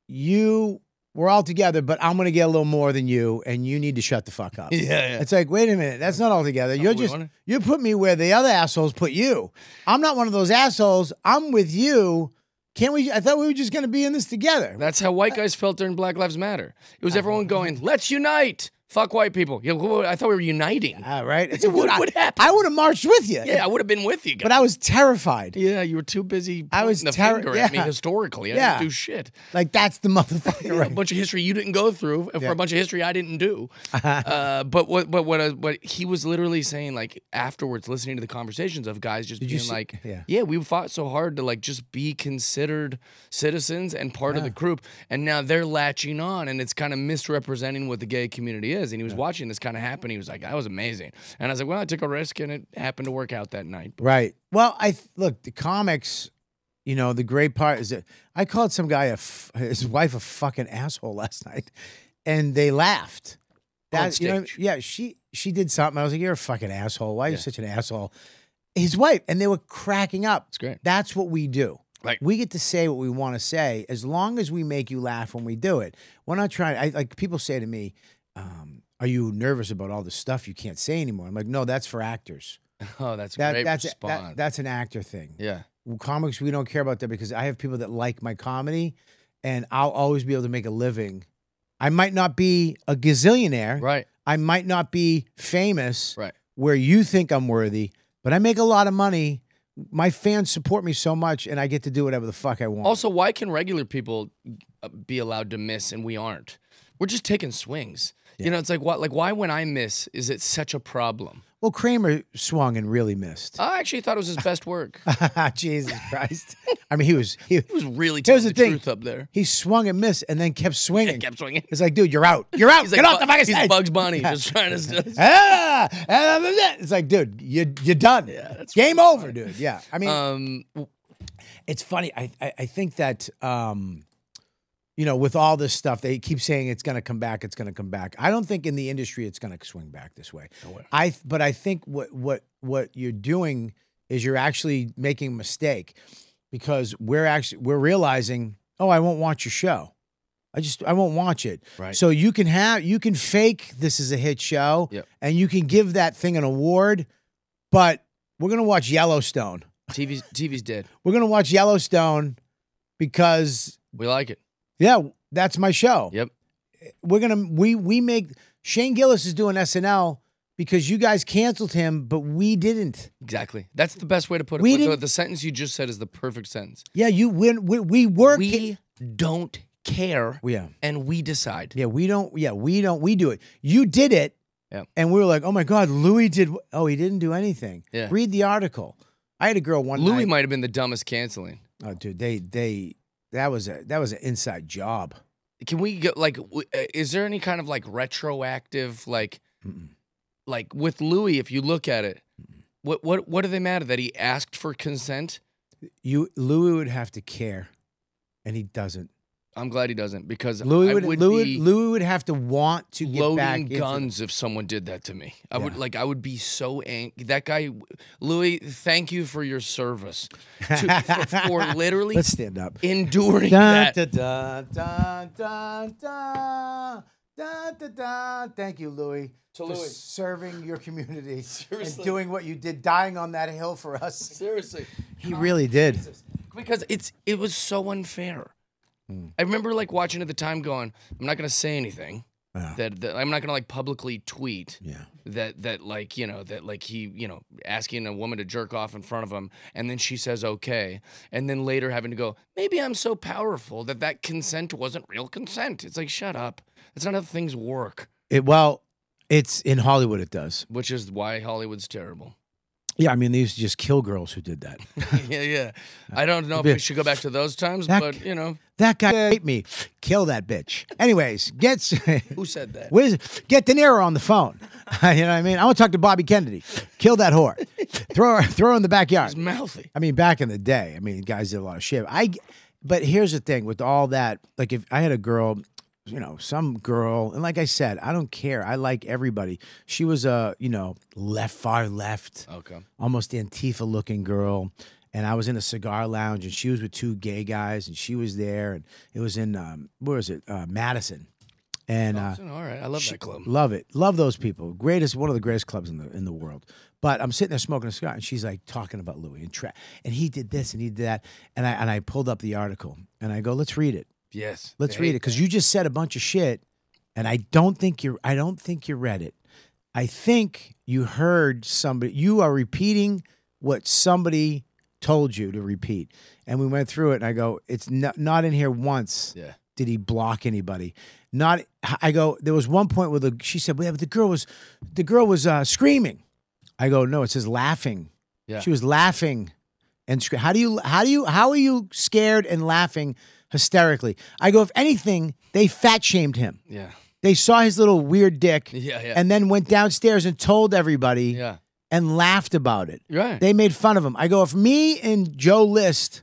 B: you we're all together, but I'm gonna get a little more than you, and you need to shut the fuck up.
A: Yeah, yeah.
B: It's like, wait a minute, that's not all together. You're
A: we
B: just
A: wanna-
B: you put me where the other assholes put you. I'm not one of those assholes. I'm with you. Can't we? I thought we were just gonna be in this together.
A: That's how white guys felt during Black Lives Matter. It was everyone going, "Let's unite, fuck white people." Yeah, wh- I thought we were uniting.
B: All right. It's
A: What
B: I-
A: would happen?
B: I would have marched with you.
A: yeah, I would have been with you guys.
B: But I was terrified.
A: yeah, you were too busy.
B: I was
A: pointing the
B: terri-
A: finger at me
B: yeah.
A: historically. I
B: Yeah.
A: didn't do shit.
B: Like that's the motherfucker.
A: A
B: Right.
A: bunch of history you didn't go through, and for a bunch of history I didn't do. uh, but what? But what? uh, What he was literally saying, like afterwards, listening to the conversations of guys just
B: Did you
A: being
B: see-
A: like,
B: yeah.
A: we fought so hard to like just be considered citizens and part of the group, and now they're latching on, and it's kind of misrepresenting what the gay community is." And he was watching this kind of happen. He was like, "That was amazing," and I was like, "Well, I took a risk, and it happened to work out that night."
B: Right. Well, I th- look the comics. You know, the great part is that I called some guy a f- his wife a fucking asshole last night, and they laughed.
A: On
B: That you know,
A: stage.
B: yeah, she she did something. I was like, "You're a fucking asshole. Why are you such an asshole?" His wife, and they were cracking up. It's
A: great.
B: That's what we do.
A: Right.
B: We get to say what we want to say as long as we make you laugh when we do it. We're not trying. I like people say to me, um, "Are you nervous about all the stuff you can't say anymore?" I'm like, "No, that's for actors."
A: Oh, that's a
B: That,
A: great
B: that's that-
A: response.
B: that's an actor thing.
A: yeah.
B: Comics, we don't care about that because I have people that like my comedy, and I'll always be able to make a living. I might not be a gazillionaire.
A: Right.
B: I might not be famous.
A: Right.
B: Where you think I'm worthy, but I make a lot of money. My fans support me so much, and I get to do whatever the fuck I want.
A: Also, why can regular people uh, be allowed to miss and we aren't? We're just taking swings. You know, it's like what, like why when I miss is it such a problem?
B: well, Kramer swung and really missed.
A: I actually thought it was his best work. He
B: Jesus Christ! I mean, he was he,
A: was really telling
B: Here's the
A: the,
B: thing.
A: truth up there.
B: he swung and missed, and then kept swinging.
A: kept swinging.
B: It's like, dude, you're out. You're out.
A: He's
B: Get
A: like
B: off the
A: Bu-
B: fucking
A: he's
B: stage.
A: Bugs Bunny, just trying to.
B: ah, ah, blah, blah. it's like, dude, you you're done. Game over, dude. Yeah. I mean,
A: um,
B: it's funny. I, I I think that um, you know, with all this stuff, they keep saying it's going to come back. It's going to come back. I don't think in the industry it's going to swing back this way. I th- but I think what what what you're doing is you're actually making a mistake because we're actually we're realizing, oh, I won't watch your show. I just I won't watch it.
A: Right.
B: So you can have you can fake this is a hit show,
A: Yep.
B: and you can give that thing an award, but we're gonna watch Yellowstone
A: TV's TV's dead.
B: we're gonna watch Yellowstone because
A: We like it.
B: yeah, that's my show.
A: Yep.
B: We're gonna we we make Shane Gillis is doing SNL because you guys canceled him, but we didn't.
A: Exactly. That's the best way to put it.
B: We
A: What the-
B: didn't-
A: the sentence you just said is the perfect sentence.
B: Yeah, you win. We, we were.
A: We don't care,
B: yeah.
A: and we decide.
B: Yeah, we don't. Yeah, we don't. We do it. You did it,
A: Yeah.
B: and we were like, "Oh my God, Louis did." wh- Oh, he didn't do anything.
A: Yeah.
B: Read the article. I had a girl one
A: Louis
B: night-
A: might have been the dumbest canceling.
B: Oh, dude, they they that was a that was an inside job.
A: can we go like w- uh, is there any kind of like retroactive like like with louis if you look at it what what what are they mad at that he asked for consent
B: You Louis would have to care, and he doesn't.
A: i'm glad he doesn't because
B: Louis
A: i
B: would,
A: would,
B: Louis,
A: be
B: Louis would have to want to get back
A: loading
B: into-
A: guns if someone did that to me i would
B: Yeah.
A: like i would be so angry that guy louis thank you for your service to, for, for literally
B: Let's stand up.
A: enduring
B: Dun,
A: that
B: dun, dun, dun, dun, dun, dun, dun, dun. Thank you, Louis, for
A: Louis.
B: serving your community and doing what you did, dying on that hill for us.
A: seriously
B: He really did.
A: because it's it was so unfair. I remember like watching at the time, going, "I'm not gonna say anything. That, that I'm not gonna like publicly tweet.
B: Yeah.
A: That that like you know that like he you know asking a woman to jerk off in front of him, and then she says okay, and then later having to go, maybe I'm so powerful that that consent wasn't real consent. It's like shut up. That's not how things work.
B: It, well, It's in Hollywood. It does.
A: which is why Hollywood's terrible.
B: Yeah, I mean they used to just kill girls who did that.
A: yeah, yeah. I don't know if we should go back to those times,
B: That-
A: but you know,
B: That guy raped me. Kill that bitch. Anyways, get
A: who said that?
B: What is it? Get De Niro on the phone. you know what I mean? I want to talk to Bobby Kennedy. Kill that whore. throw her, throw her in the backyard.
A: It's mouthy.
B: I mean, back in the day, I mean, guys did a lot of shit. I, but here's the thing with all that. Like, if I had a girl, you know, some girl, and like I said, I don't care. I like everybody. She was a, you know, left, far left,
A: Okay.
B: almost Antifa looking girl. And I was in a cigar lounge, and she was with two gay guys, and she was there, and it was in um, where is it, uh, Madison, and uh,
A: Oh, All right, I love that club.
B: Love it. Love those people. Greatest, one of the greatest clubs in the in the world. But I'm sitting there smoking a cigar, and she's like talking about Louis and Tra- and he did this and he did that, and I and I pulled up the article and I go, let's read it.
A: Yes.
B: Let's
A: They
B: read it
A: hate
B: because
A: that.
B: you just said a bunch of shit, and I don't think you I don't think you read it. I think you heard somebody. You are repeating what somebody told you to repeat, and we went through it, and I go, it's not not in here once
A: Yeah.
B: did he block anybody? Not I go. There was one point where the she said, "Well, yeah, but the girl was, the girl was uh, screaming." I go, "No, it says laughing.
A: Yeah.
B: She was laughing, and scre- how do you how do you how are you scared and laughing hysterically?" I go, "If anything, they fat shamed him.
A: Yeah.
B: They saw his little weird dick,
A: Yeah. Yeah.
B: and then went downstairs and told everybody,
A: yeah.
B: and laughed about it."
A: You're right.
B: They made fun of him. I go, if me and Joe List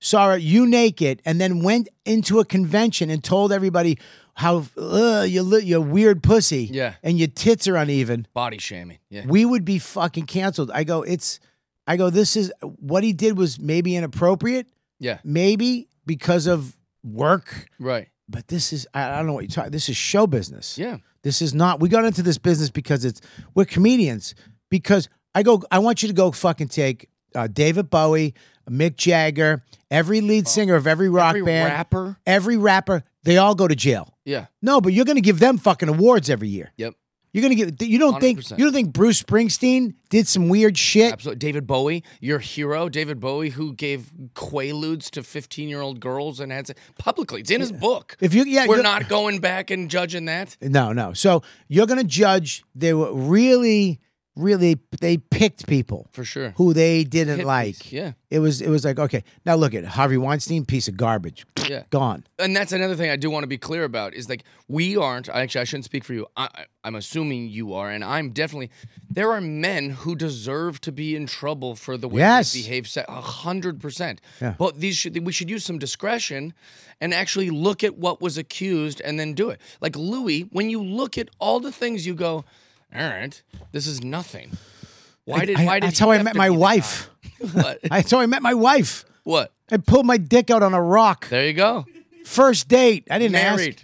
B: saw you naked and then went into a convention and told everybody how Ugh, you li- you weird pussy
A: Yeah.
B: and your tits are uneven,
A: Body shaming. Yeah.
B: we would be fucking canceled. I go, it's, I go, this is what he did was maybe inappropriate,
A: Yeah.
B: maybe because of work,
A: Right.
B: but this is, I, I don't know what you're talking. This is show business.
A: Yeah.
B: This is not. We got into this business because it's we're comedians. Because I go, I want you to go fucking take uh, David Bowie, Mick Jagger, every lead singer of every rock
A: Oh. Every
B: band,
A: rapper.
B: every rapper. They all go to jail.
A: Yeah.
B: No, but you're gonna give them fucking awards every year.
A: Yep.
B: You're gonna give. You don't think
A: 100%.
B: you don't think Bruce Springsteen did some weird shit?
A: Absolutely. David Bowie, your hero, David Bowie, who gave quaaludes to 15 year old girls and had se- publicly. It's in his book.
B: If you, yeah,
A: We're
B: you're-
A: not going back and judging that.
B: No, no. So you're gonna judge. They were really, really. They picked people
A: For sure.
B: who they didn't
A: Hippies,
B: like.
A: yeah.
B: It was it was like, okay, now look at Harvey Weinstein, piece of garbage.
A: Yeah.
B: Gone.
A: and that's another thing I do want to be clear about is like we aren't. Actually, I shouldn't speak for you. I, I- I'm assuming you are, and I'm definitely. There are men who deserve to be in trouble for the way
B: Yes.
A: they behave. se- A hundred percent.
B: Yeah.
A: But these should we should use some discretion, and actually look at what was accused and then do it. Like Louis, when you look at all the things, you go, all right, this is nothing. Why did
B: I-
A: why did
B: that's
A: he
B: how I
A: have
B: met
A: to
B: my
A: be the
B: wife.
A: guy? what?
B: That's how I met my wife.
A: What?
B: I pulled my dick out on a rock.
A: There you go.
B: First date. I didn't
A: Married.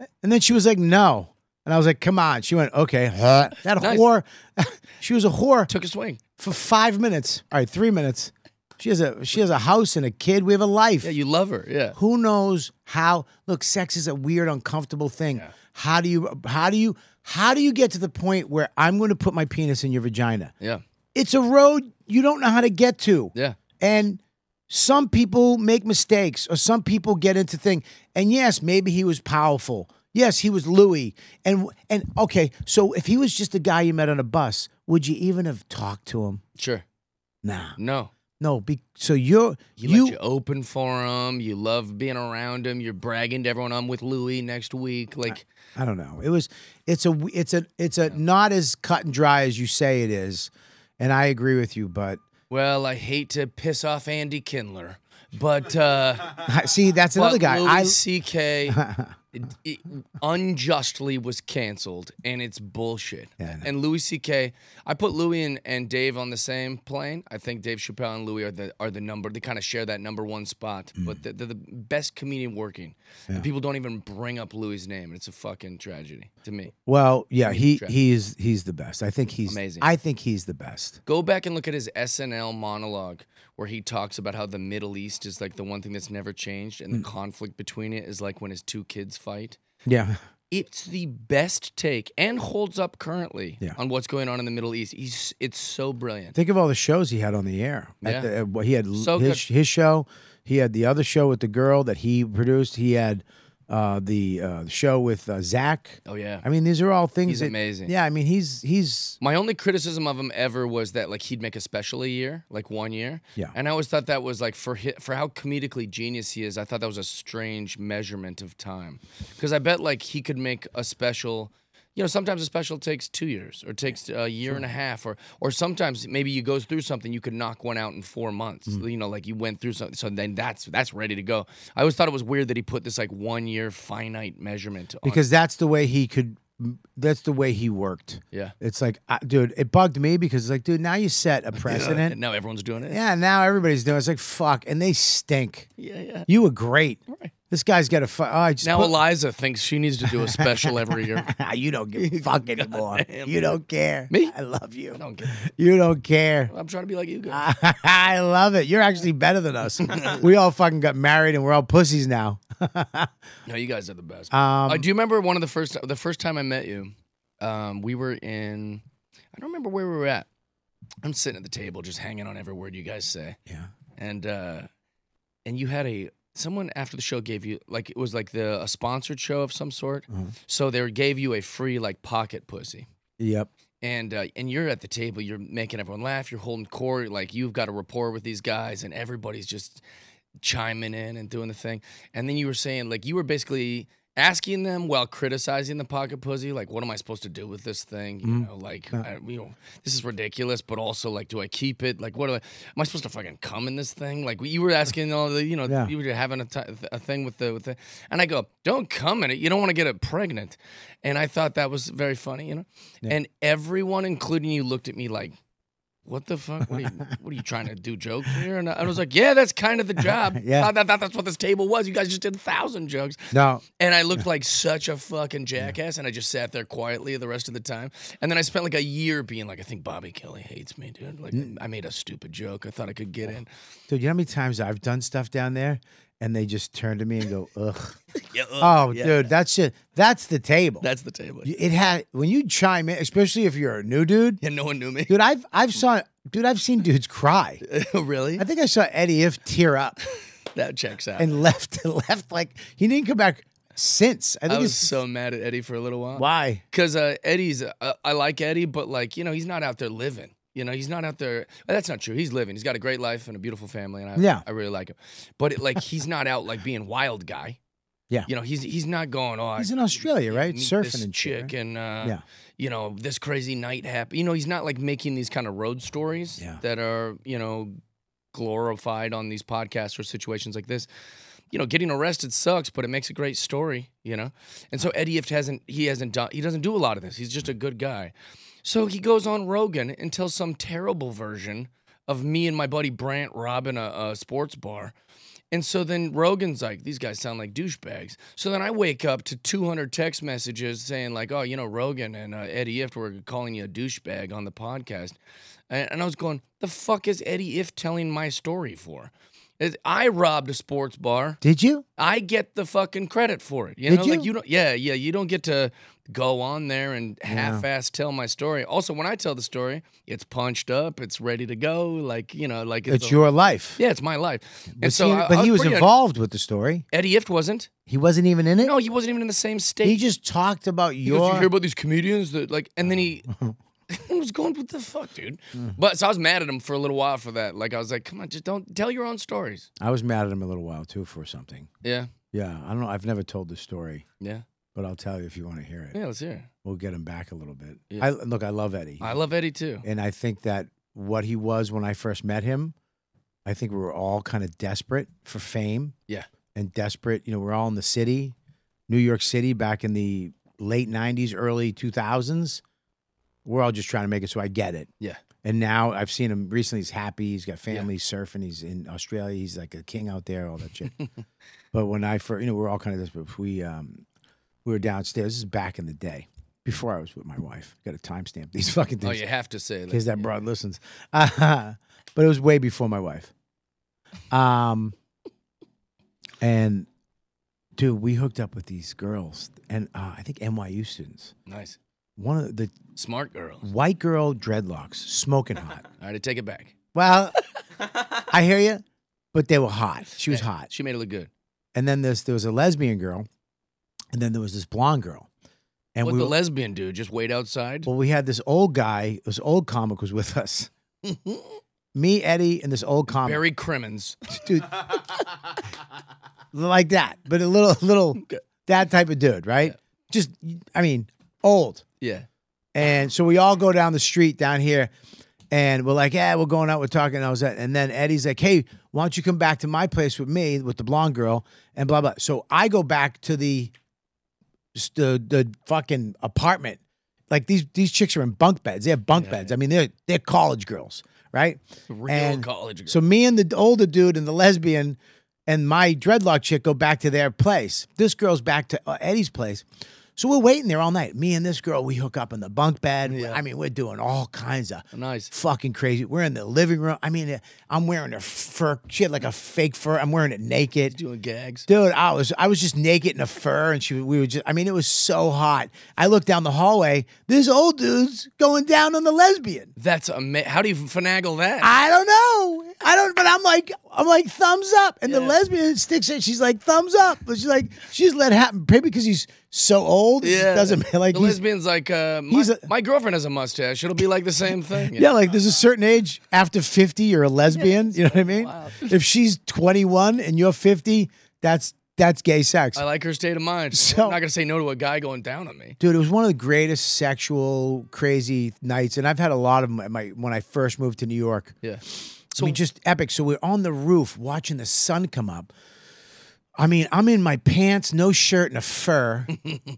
B: ask. And then she was like, no. And I was like, come on. She went, okay. Huh. That
A: Nice.
B: whore. she was a whore
A: Took a swing.
B: for five minutes. All right, three minutes. She has a she has a house and a kid. We have a life.
A: Yeah, you love her. Yeah.
B: Who knows how? Look, sex is a weird, uncomfortable thing. How do you? How do you? How do you get to the point where I'm going to put my penis in your vagina?
A: Yeah.
B: It's a road you don't know how to get to.
A: Yeah.
B: And some people make mistakes, or some people get into thing. And yes, maybe he was powerful. Yes, he was Louis. And and okay, so if he was just a guy you met on a bus, would you even have talked to him?
A: Sure.
B: Nah,
A: No.
B: no. Be, so you're
A: You, let you open for him. You love being around him. You're bragging to everyone. I'm with Louis next week. Like,
B: I don't know. It was it's a it's a it's a not as cut and dry as you say it is, and I agree with you. But
A: well, I hate to piss off Andy Kindler, but uh,
B: see, that's another
A: but
B: guy.
A: Louis
B: I
A: C.K. it- it unjustly was canceled, and it's bullshit.
B: Yeah, I know.
A: and Louis C.K. I put Louis and, and Dave on the same plane. I think Dave Chappelle and Louis are the are the number. They kind of share that number one spot,
B: Mm.
A: but they're, they're the best comedian working. And people don't even bring up Louis's name, and it's a fucking tragedy to me.
B: well, yeah, he
A: Travis.
B: he is he's the best. I think he's
A: Amazing.
B: I think he's the best.
A: Go back and look at his SNL monologue where he talks about how the Middle East is like the one thing that's never changed
B: Mm.
A: and the conflict between it is like when his two kids fight.
B: Yeah,
A: It's the best take and holds up currently
B: Yeah.
A: on what's going on in the Middle East. He's it's so brilliant.
B: think of all the shows he had on the air.
A: Yeah.
B: At the, at, what- he had
A: So
B: his his show. He had the other show with the girl that he produced. He had uh, the uh, show with uh, Zach.
A: Oh, yeah.
B: I mean, these are all things.
A: He's
B: that-
A: amazing.
B: Yeah, I mean, he's he's
A: My only criticism of him ever was that like he'd make a special a year, like one year.
B: Yeah.
A: And I always thought that was like for hi for how comedically genius he is. I thought that was a strange measurement of time, because I bet like he could make a special. You know, sometimes a special takes two years or takes a year and a half, or or sometimes maybe you go through something you could knock one out in four months.
B: Mm-hmm.
A: You know, like you went through something, so then that's that's ready to go. I always thought it was weird that he put this like one year finite measurement. on-
B: because that's the way he could. That's the way he worked.
A: Yeah.
B: It's like, I, dude, it bugged me because it's like, dude, now you set a precedent.
A: and now everyone's doing it.
B: Yeah, now everybody's doing. it. It's like fuck, and they stink.
A: yeah, yeah.
B: You were great.
A: Right.
B: This guy's got a fu- oh, I just
A: Now
B: put- Ah,
A: Eliza thinks she needs to do a special every year.
B: you don't give a fuck anymore.
A: Goddamn.
B: You don't care.
A: Me?
B: I love you.
A: I don't care.
B: You don't care.
A: I'm trying to be like you guys.
B: I love it. You're actually better than us. we all fucking got married and we're all pussies now.
A: No, you guys are the best.
B: Um,
A: Uh, do you remember one of the first the first time I met you? Um, we were in. I don't remember where we were at. I'm sitting at the table, just hanging on every word you guys say.
B: Yeah.
A: And uh, and you had a someone after the show gave you like it was like the a sponsored show of some sort. So they gave you a free like pocket pussy.
B: Yep.
A: and uh, and you're at the table, you're making everyone laugh, you're holding court, like you've got a rapport with these guys, and everybody's just chiming in and doing the thing. And then you were saying like you were basically asking them while criticizing the pocket pussy, like what am I supposed to do with this thing? You know, like I, you know, this is ridiculous, but also like, do I keep it? Like, what do I, am I supposed to fucking come in this thing? Like you were asking all the, you know,
B: Yeah.
A: you were having a, ti- a thing with the, with the, and I go, don't come in it. You don't want to get it pregnant. And I thought that was very funny, you know. And everyone, including you, looked at me like, "What the fuck? What are you, what are you trying to do? Joke here?" And I, I was like, "Yeah, that's kind of the job.
B: Yeah.
A: I thought, thought that's what this table was. You guys just did a thousand jokes."
B: No.
A: And I looked like such a fucking jackass, and I just sat there quietly the rest of the time. And then I spent like a year being like, "I think Bobby Kelly hates me, dude. Like, I made a stupid joke. I thought I could get
B: Oh.
A: in.
B: Dude, you know how many times I've done stuff down there and they just turn to me and go, ugh.
A: Yeah, ugh,
B: Oh, dude, that's it. That's the table.
A: that's the table. Yeah.
B: it had when you chime in, especially if you're a new dude.
A: no one knew me.
B: Dude, I've I've saw dude, I've seen dudes cry.
A: really?
B: I think I saw Eddie If tear up
A: that checks out.
B: and left left like he didn't come back since. I
A: I
B: think
A: was
B: it's
A: so mad at Eddie for a little while.
B: why.
A: Because uh, Eddie's, uh, I like Eddie, but like you know, he's not out there living. You know, he's not out there. That's not true. He's living. He's got a great life and a beautiful family, and I,
B: Yeah.
A: I really like him. But it, like, he's not out like being wild guy.
B: Yeah.
A: You know, he's he's not going. Oh, I
B: He's in Australia, right?
A: meet
B: Surfing
A: this
B: and shit,
A: chick,
B: right?
A: and uh,
B: Yeah.
A: you know, this crazy night happened. You know, he's not like making these kind of road stories
B: Yeah.
A: that are you know glorified on these podcasts or situations like this. You know, getting arrested sucks, but it makes a great story. You know, and so Eddie Ift hasn't he hasn't done he doesn't do a lot of this. He's just a good guy. So he goes on Rogan and tells some terrible version of me and my buddy Brant robbing a, a sports bar. And so then Rogan's like, these guys sound like douchebags. So then I wake up to 200 text messages saying, like, oh, you know, Rogan and uh, Eddie Ift were calling you a douchebag on the podcast. And, and I was going, the fuck is Eddie Ift telling my story for? Is- I robbed a sports bar.
B: Did you?
A: I get the fucking credit for it. You
B: Did
A: know, like
B: you?
A: you don't yeah, yeah, you don't get to go on there and half ass tell my story. Also, when I tell the story, it's punched up, it's ready to go, like, you know, like
B: It's
A: a-
B: your life.
A: Yeah, it's my life.
B: Was he- but he was
A: pretty un-
B: involved with the story.
A: Eddie Ift wasn't.
B: He wasn't even in it.
A: No, he wasn't even in the same state.
B: he just talked about
A: He goes,
B: your.
A: you hear about these comedians that like, and then he. I was going, what the fuck, dude?
B: Mm.
A: But so I was mad at him for a little while for that. Like I was like, come on, just don't tell your own stories.
B: I was mad at him a little while too for something.
A: Yeah,
B: Yeah, I don't know. I've never told the story,
A: yeah,
B: but I'll tell you if you want to hear it.
A: yeah. Let's hear.
B: We'll get him back a little bit.
A: Yeah.
B: I look. I love Eddie,
A: it. I love Eddie too.
B: and I think that what he was when I first met him, I think we were all kind of desperate for fame.
A: Yeah.
B: and desperate. You know, we're all in the city, New York City, back in the late '90s, early 2000s. We're all just trying to make it, so I get it.
A: Yeah.
B: And now I've seen him recently. He's happy. He's got family he's surfing. He's in Australia. He's like a king out there. All that shit. but when I first, you know, we're all kind of desperate. We um, we were downstairs. This is back in the day, before I was with my wife. Got a timestamp these fucking
A: Oh,
B: things
A: you have to say
B: in case
A: that.
B: that broad listens. Uh, but it was way before my wife. Um, and dude, we hooked up with these girls, and uh, I think NYU students.
A: Nice,
B: One of the
A: smart girl.
B: white girl dreadlocks, smoking hot.
A: All right, I take it back.
B: Well, I hear you, but they were hot. She was
A: Hey,
B: hot.
A: She made it look good.
B: And then this, there was a lesbian girl And then there was this blonde girl. And
A: What
B: we
A: the
B: were-
A: lesbian dude? Just wait outside.
B: well, we had this old guy, this old comic was with us. Me, Eddie, and this old comic.
A: Barry Crimmins.
B: dude. like that, but a little, little that type of dude, right? Just, I mean, old.
A: Yeah.
B: And so we all go down the street down here, and we're like, "Yeah, we're going out, we're talking." And I was at, and then Eddie's like, "Hey, why don't you come back to my place with me with the blonde girl?" And blah blah. So I go back to the s- the the fucking apartment. Like these these chicks are in bunk beds. They have bunk beds. I mean, they're they're college girls, right?
A: Real
B: And
A: college girl.
B: So me and the older dude and the lesbian and my dreadlock chick go back to their place. This girl's back to uh, Eddie's place. So we're waiting there all night. Me and this girl, we hook up in the bunk bed. I mean, we're doing all kinds of
A: Oh, Nice.
B: fucking crazy. We're in the living room. I mean, uh, I'm wearing a fur. She had like a fake fur. I'm wearing it naked.
A: Doing gags.
B: Dude, I was I was just naked in a fur, and she we were just. I mean, it was so hot. I looked down the hallway. This old dude's going down on the lesbian.
A: That's amazing. How do you finagle that?
B: I don't know. I don't. But I'm like, I'm like, thumbs up. And the lesbian sticks in. She's like, thumbs up. But she's like, she's let happen. Maybe because he's so old. it doesn't like
A: the
B: he's-
A: lesbian's like uh, my,
B: he's a-
A: my girlfriend has a mustache. It'll be like the same thing.
B: Yeah, like there's a certain age after 50, you're a lesbian. you know what I mean? If she's 21 and you're 50, that's that's gay sex.
A: I like her state of mind.
B: So-
A: I'm not gonna say no to a guy going down on me.
B: Dude, it was one of the greatest sexual crazy nights, and I've had a lot of them at my when I first moved to New York.
A: Yeah.
B: So I mean, just epic. So we're on the roof watching the sun come up. I mean, I'm in my pants, no shirt, and a fur,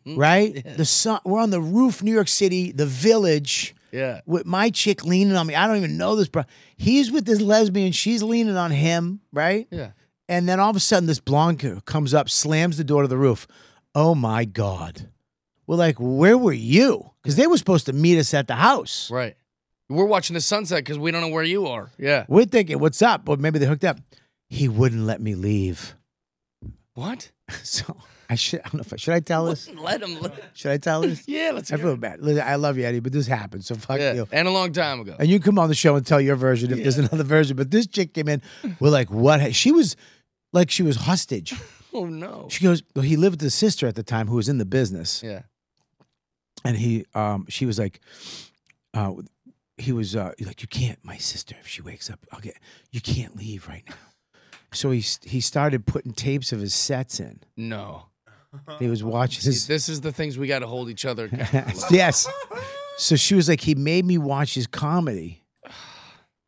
B: right? The sun. We're on the roof, New York City, the Village.
A: Yeah.
B: With my chick leaning on me, I don't even know this, bro. He's with this lesbian, she's leaning on him, right?
A: Yeah.
B: And then all of a sudden, this blonde girl comes up, slams the door to the roof. Oh my God. We're like, where were you? Because they were supposed to meet us at the house.
A: Right. We're watching the sunset because we don't know where you are. Yeah.
B: We're thinking, what's up? Well, maybe they hooked up. He wouldn't let me leave.
A: What?
B: So I should, I don't know if I should I tell this?
A: Let him.
B: Should I tell this?
A: Yeah. Let's.
B: I
A: Hear
B: feel
A: it.
B: bad. Listen, I love you, Eddie, but this happened. So fuck
A: Yeah.
B: you.
A: And a long time ago.
B: And you come on the show and tell your version if there's another version. But this chick came in. We're like, what? ha- She was like, she was hostage.
A: Oh no.
B: She goes, well, he lived with his sister at the time who was in the business.
A: Yeah.
B: and he um she was like uh he was uh like you can't my sister if she wakes up i'll get you can't leave right now so he s- he started putting tapes of his sets in
A: No.
B: he was watching his
A: This is the things we got to hold each other. accountable for.
B: yes so she was like he made me watch his comedy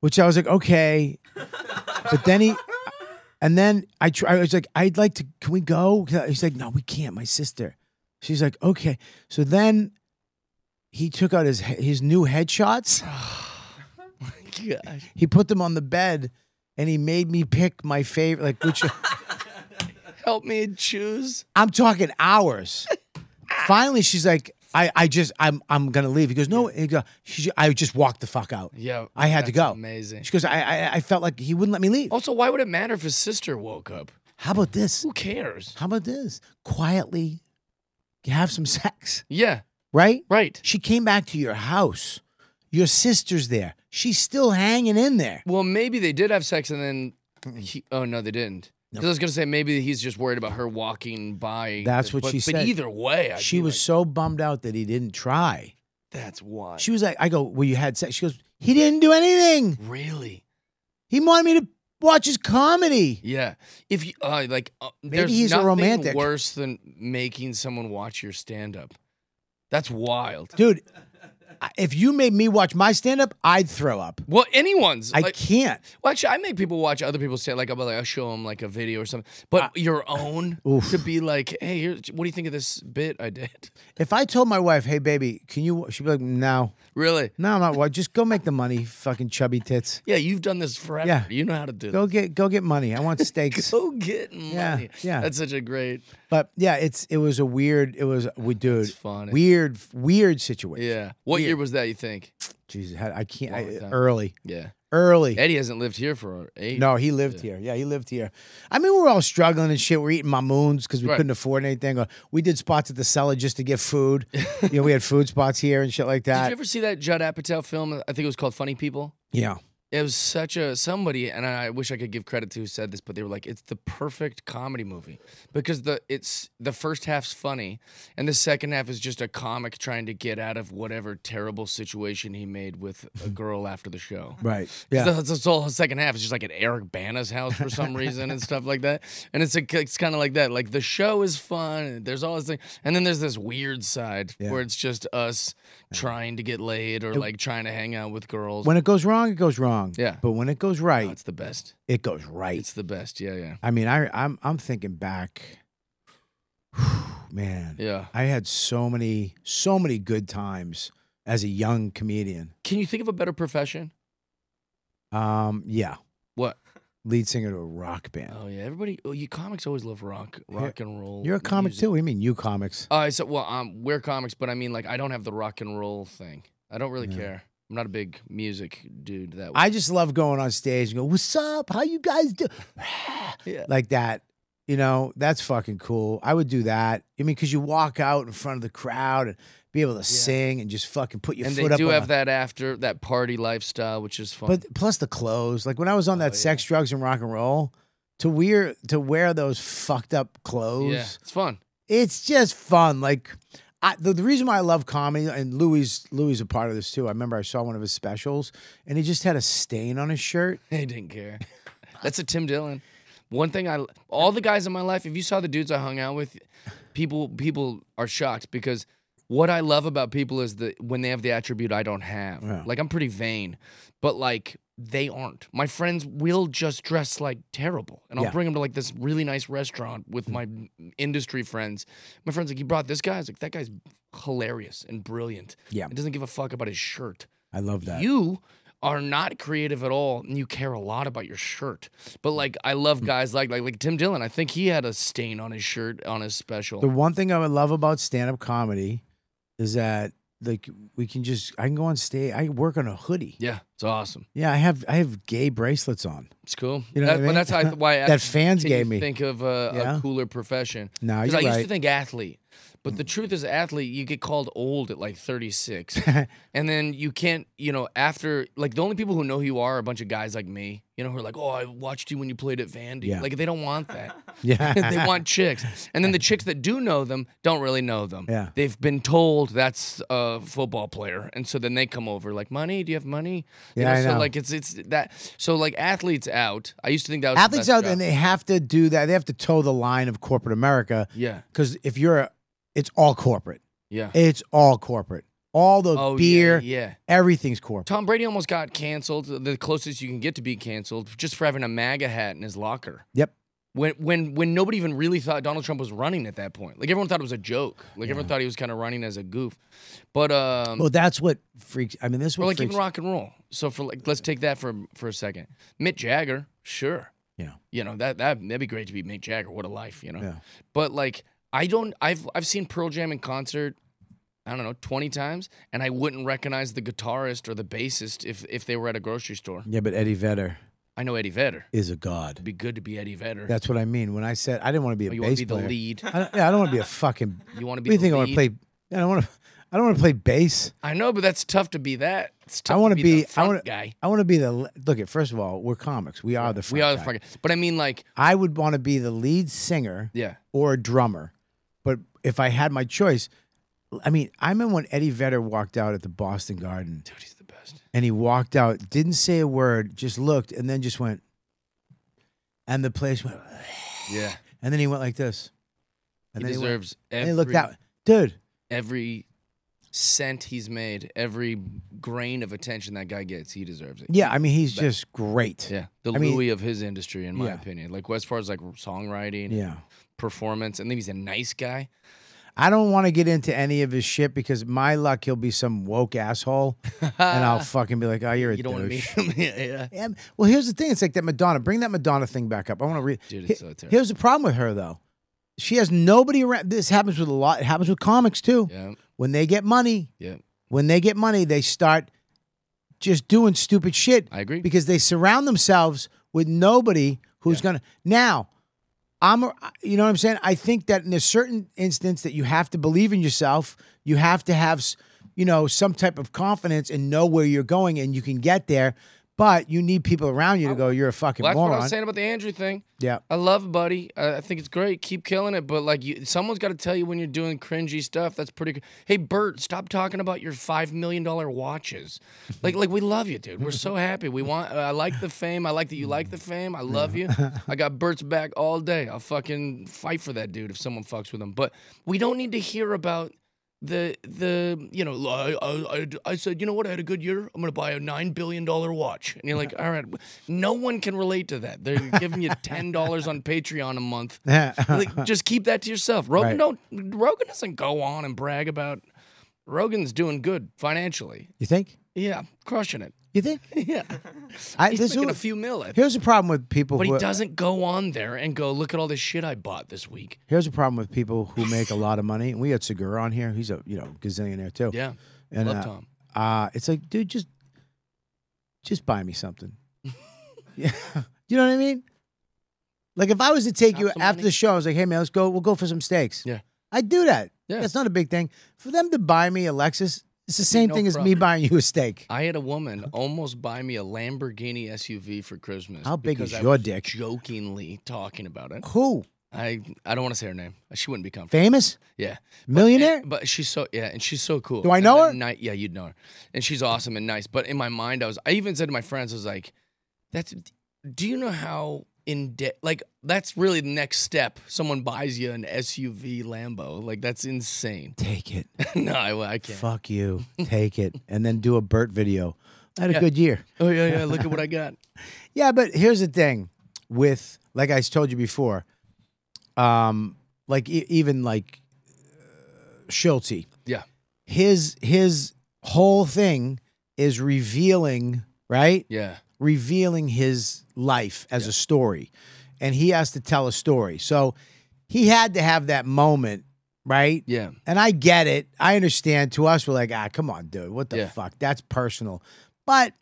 B: which i was like okay but then he and then i tr- i was like i'd like to can we go he's like no we can't my sister she's like okay so then he took out his he- his new headshots
A: Oh, Gosh.
B: He put them on the bed and he made me pick my favorite, like which
A: Help me choose.
B: I'm talking hours. Finally, she's like, I, I just, I'm, I'm gonna leave. He goes, no, he go- she- I just walked the fuck out.
A: Yeah,
B: I had to
A: that's
B: go.
A: amazing. Oh.
B: She goes, I, I, I felt like he wouldn't let me leave.
A: Also, why would it matter if his sister woke up?
B: How about this?
A: Who cares?
B: How about this? Quietly, have some sex,
A: Yeah.
B: right?
A: Right.
B: She came back to your house. Your sister's there. She's still hanging in there.
A: Well, maybe they did have sex and
B: Mm-hmm.
A: then he, oh no, they didn't. 'Cause I was gonna say maybe he's just worried about her walking by.
B: That's what
A: but,
B: she
A: but
B: said.
A: either way, I'd
B: She
A: be
B: was so bummed out that he didn't try.
A: like, that's why.
B: She was like, I go, well, you had sex. She goes, he didn't do anything.
A: really?
B: He wanted me to watch his comedy.
A: Yeah. If you uh, like, uh,
B: Maybe
A: there's
B: he's a
A: nothing
B: romantic.
A: Worse than making someone watch your stand up. That's wild.
B: Dude, I- if you made me watch my stand up, I'd throw up.
A: Well, anyone's.
B: I
A: like,
B: can't.
A: Well, actually, I make people watch other people's stand. Like, I'll be like, I'll show them like a video or something. But your own to be like, hey, here's, what do you think of this bit I did?
B: If I told my wife, hey, baby, can you, she'd be like, no,
A: Really?
B: no, I'm not. wa- Just go make the money, fucking chubby tits.
A: Yeah, you've done this forever.
B: Yeah.
A: You know how to do.
B: Go get, go get money. I want steaks.
A: this. Go get money.
B: Yeah, yeah.
A: That's such a great.
B: but yeah, it's, it was a weird, it was, we, dude,
A: funny.
B: weird, weird situation.
A: Yeah. What year was that? You think?
B: Jesus, how- I can't, I,
A: time.
B: early,
A: Yeah.
B: early.
A: Eddie hasn't lived here for eight.
B: No, he lived here. Yeah, he lived here. I mean, we were all struggling and shit. We're eating mamoons because we
A: Right.
B: couldn't afford anything. Or We did spots at the cellar just to get food. you know, we had food spots here and shit like
A: Did
B: that.
A: you ever see that Judd Apatow film? I think it was called Funny People.
B: yeah.
A: It was such a somebody, and I wish I could give credit to who said this, but they were like, "It's the perfect comedy movie because the it's the first half's funny, and the second half is just a comic trying to get out of whatever terrible situation he made with a girl after the show."
B: Right.
A: Yeah.
B: Yeah.
A: That's the whole second half. It's just like at Eric Bana's house for some reason and stuff like that. And it's a, it's kind of like that. Like the show is fun. And there's all this thing, and then there's this weird side
B: Yeah.
A: where it's just us trying to get laid or like trying to hang out with girls.
B: When it goes wrong, it goes wrong.
A: Yeah.
B: But when it goes
A: Oh,
B: right,
A: it's the best.
B: it goes right.
A: It's the best. Yeah, yeah,
B: I mean, I I'm I'm thinking back. Man.
A: yeah.
B: I had so many so many good times as a young comedian.
A: Can you think of a better profession?
B: Um, yeah,
A: What?
B: lead singer to a rock band.
A: Oh yeah, everybody. Oh, you comics always love rock, rock and roll.
B: You're a comic
A: music.
B: too. What do you mean you comics?
A: Uh, so well, um, we're comics, but I mean, like, I don't have the rock and roll thing. I don't really
B: Yeah.
A: care. I'm not a big music dude. That way.
B: I just love going on stage and go, "What's up? How you guys do?"
A: Yeah.
B: Like that. You know, that's fucking cool. I would do that. I mean, because you walk out in front of the crowd and be able to sing and just fucking put your
A: and
B: foot
A: they
B: up.
A: do
B: on
A: have
B: a-
A: that after that party lifestyle, which is fun.
B: But plus the clothes. Like when I was on that
A: Oh,
B: sex, drugs, and rock and roll, to wear to wear those fucked up clothes.
A: yeah, it's fun.
B: it's just fun. Like I, the, the reason why I love comedy, and Louis Louis is a part of this too. I remember I saw one of his specials, and he just had a stain on his shirt.
A: They didn't care. That's a Tim Dillon. One thing I all the guys in my life, if you saw the dudes I hung out with, people people are shocked because what I love about people is that when they have the attribute I don't have.
B: Yeah.
A: Like I'm pretty vain, but like they aren't. My friends will just dress like terrible, and I'll
B: Yeah.
A: bring them to like this really nice restaurant with my industry friends. My friends like, you brought this guy. I was like, that guy's hilarious and brilliant.
B: Yeah.
A: and doesn't give a fuck about his shirt.
B: I love that.
A: You are not creative at all, and you care a lot about your shirt. But like, I
B: Mm.
A: love guys like like like Tim Dillon. I think he had a stain on his shirt on his special.
B: the one thing I would love about stand up comedy is that like we can just I can go on stage. I can work on a hoodie. Yeah,
A: yeah, it's awesome.
B: I have I have gay bracelets on.
A: It's cool.
B: You know
A: that,
B: what I mean?
A: But that's how I, why I
B: That
A: asked,
B: fans
A: can you
B: gave me.
A: Think of a,
B: Yeah.
A: a cooler profession.
B: No,
A: Because
B: you're
A: I used
B: right. Mm.
A: to think athlete, but the truth is, athlete, you get called old at like 36. and then you can't, you know, after, like, the only people who know who you are are a bunch of guys like me, you know, who are like, oh, I watched you when you played at Vandy.
B: Yeah.
A: Like, they don't want that.
B: Yeah.
A: they want chicks. And then the chicks that do know them don't really know them.
B: Yeah.
A: They've been told that's a football player. And so then they come over, like, money? Do you have money? You
B: Yeah, I
A: So,
B: know.
A: like, it's, it's that. So, like, athletes out. I used to think that was the
B: Athletes
A: best
B: out,
A: job.
B: and they have to do that. They have to toe the line of corporate America
A: Yeah.
B: because if you're, a, it's all corporate.
A: Yeah.
B: It's all corporate. All the
A: Oh, yeah,
B: beer,
A: yeah.
B: everything's corporate.
A: Tom Brady almost got canceled, the closest you can get to be canceled, just for having a MAGA hat in his locker.
B: Yep.
A: When when when nobody even really thought Donald Trump was running at that point. Like everyone thought it was a joke. Like everyone thought he was kind of running as a goof. But um
B: Well, that's what freaks. I mean, this
A: or
B: was
A: like
B: freaks.
A: even rock and roll. So for like let's take that for for a second. Mick Jagger, sure.
B: Yeah.
A: You know, that that that'd be great to be Mick Jagger. What a life, you know.
B: Yeah.
A: But like I don't I've I've seen Pearl Jam in concert I don't know, 20 times and I wouldn't recognize the guitarist or the bassist if if they were at a grocery store.
B: Yeah, but Eddie Vedder
A: I know Eddie Vedder.
B: is a god.
A: It'd be good to be Eddie Vedder.
B: That's what I mean when I said I didn't want to be a
A: Oh, you want
B: bass
A: to be the
B: player.
A: lead.
B: I don't, yeah, I don't want to be a fucking.
A: You want to
B: What
A: be
B: do you
A: the
B: think I
A: lead.
B: want to play? I don't want to. I don't want to play bass.
A: I know, but that's tough to be that. It's tough
B: I want
A: to
B: to
A: be,
B: be.
A: the
B: I
A: front
B: want
A: guy.
B: I want to be the. le- Look at first of all, we're comics. We are the. Front
A: We are the
B: guy.
A: front guy. But I mean like
B: I would want to be the lead singer
A: yeah.
B: or a drummer, but if I had my choice, I mean, I remember when Eddie Vedder walked out at the Boston Garden.
A: Dude, he's the best.
B: and he walked out, didn't say a word, just looked, and then just went. And the place went,
A: Yeah.
B: and then he went like this. And
A: he
B: then
A: deserves
B: He, went,
A: every
B: and he looked out, dude.
A: every cent he's made, every grain of attention that guy gets, he deserves it.
B: Yeah, I mean, he's just great.
A: Yeah, the
B: I mean-
A: Louis of his industry, in my
B: Yeah.
A: opinion. Like as far as like songwriting,
B: Yeah.
A: performance, and then he's a nice guy.
B: I don't want to get into any of his shit because my luck, he'll be some woke asshole, and I'll fucking be like, "Oh, you're a
A: You don't want to meet him.
B: douche."
A: yeah, yeah.
B: Yeah, well, here's the thing. It's like that Madonna. Bring that Madonna thing back up. I want to read.
A: Dude, it's so terrible.
B: Here's the problem with her though. She has nobody around. This happens with a lot. It happens with comics too.
A: Yeah,
B: When they get money,
A: yeah.
B: when they get money, they start just doing stupid shit.
A: I agree.
B: Because they surround themselves with nobody who's gonna. Now, I'm, a- you know what I'm saying. I think that in a certain instance that you have to believe in yourself. You have to have, s- you know, some type of confidence and know where you're going, and you can get there. But you need people around you to go, you're a fucking
A: Well, that's
B: moron.
A: what I was saying about the Andrew thing.
B: Yeah.
A: I love Buddy. I, I think it's great. Keep killing it. But like, you, someone's got to tell you when you're doing cringy stuff. That's pretty. good. Hey, Bert, stop talking about your five million dollar watches. Like, like we love you, dude. We're so happy. We want. uh, I like the fame. I like that you like the fame. I love you. I got Bert's back all day. I'll fucking fight for that dude if someone fucks with him. But we don't need to hear about the the you know I, I, I- I said you know what I had a good year I'm gonna buy a nine billion dollar watch and you're like all right no one can relate to that they're giving you ten dollars on Patreon a month like just keep that to yourself Rogan
B: Right.
A: don't Rogan doesn't go on and brag about Rogan's doing good financially
B: you think?
A: yeah crushing it
B: You think?
A: yeah
B: I,
A: he's
B: this
A: making a
B: is-
A: few mil at
B: here's the problem with people
A: but
B: who
A: he doesn't go on there and go look at all this shit I bought this week
B: Here's a problem with people who make a lot of money. And we had Segura on here. He's a you know gazillionaire too.
A: yeah
B: and
A: love
B: uh,
A: Tom
B: uh, it's like, dude, just just buy me something. yeah, you know what I mean. Like if I was to take you
A: some
B: after the show, I was like, hey man, let's go. We'll go for some steaks.
A: Yeah.
B: I'd do that.
A: Yeah.
B: that's not a big thing for them to buy me a Lexus. It's the same
A: no
B: thing as me
A: problem.
B: buying you a steak.
A: I had a woman almost buy me a Lamborghini SUV for Christmas.
B: How big
A: because
B: is
A: I
B: your
A: was
B: dick?
A: Jokingly talking about it.
B: Who
A: I I don't want to say her name. She wouldn't be comfortable.
B: famous
A: yeah,
B: millionaire?
A: And- but she's so yeah, and she's so cool.
B: Do I
A: And
B: know
A: the
B: her?
A: Night, yeah, you'd know her, and she's awesome and nice. But in my mind, I was I even said to my friends, I was like, "That's do you know how in debt like that's really the next step? Someone buys you an SUV Lambo, like that's insane.
B: Take it.
A: no, I, I can't.
B: Fuck you. Take it, and then do a Burt video. I had a good year.
A: Oh yeah, yeah. Look at what I got.
B: Yeah, but here's the thing with like I told you before, um, like e- even like uh, Schulte,
A: Yeah,
B: his his whole thing is revealing, right?
A: yeah,
B: Revealing his life as a story, and he has to tell a story. So he had to have that moment, right?
A: yeah.
B: And I get it. I understand. To us, we're like, ah, come on, dude. What the
A: Yeah.
B: fuck? That's personal. But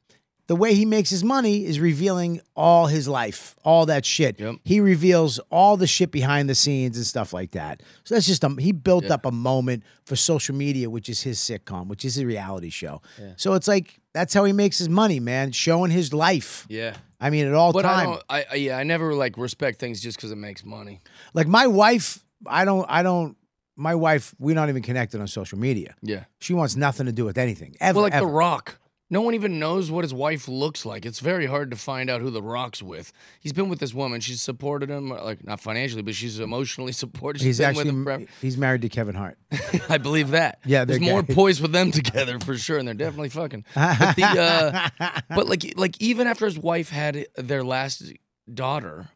B: the way he makes his money is revealing all his life, all that shit.
A: Yep.
B: He reveals all the shit behind the scenes and stuff like that. So that's just, um, he built
A: Yeah.
B: up a moment for social media, which is his sitcom, which is his reality show. So it's like, that's how he makes his money, man, showing his life.
A: Yeah.
B: I mean, at all
A: But I
B: time.
A: don't. I, I yeah. I never like respect things just because it makes money.
B: like my wife, I don't, I don't, my wife, we're not even connected on social media.
A: Yeah.
B: She wants nothing to do with anything ever.
A: Well, like
B: ever.
A: The Rock. No one even knows what his wife looks like. It's very hard to find out who The Rock's with. He's been with this woman. She's supported him, like not financially, but she's emotionally supported. She's
B: he's
A: been
B: actually
A: with him forever.
B: he's married to Kevin Hart.
A: I believe that.
B: Yeah,
A: there's
B: they're
A: more
B: gay.
A: poise with them together for sure, and they're definitely fucking. But the, uh, but like, like even after his wife had their last daughter,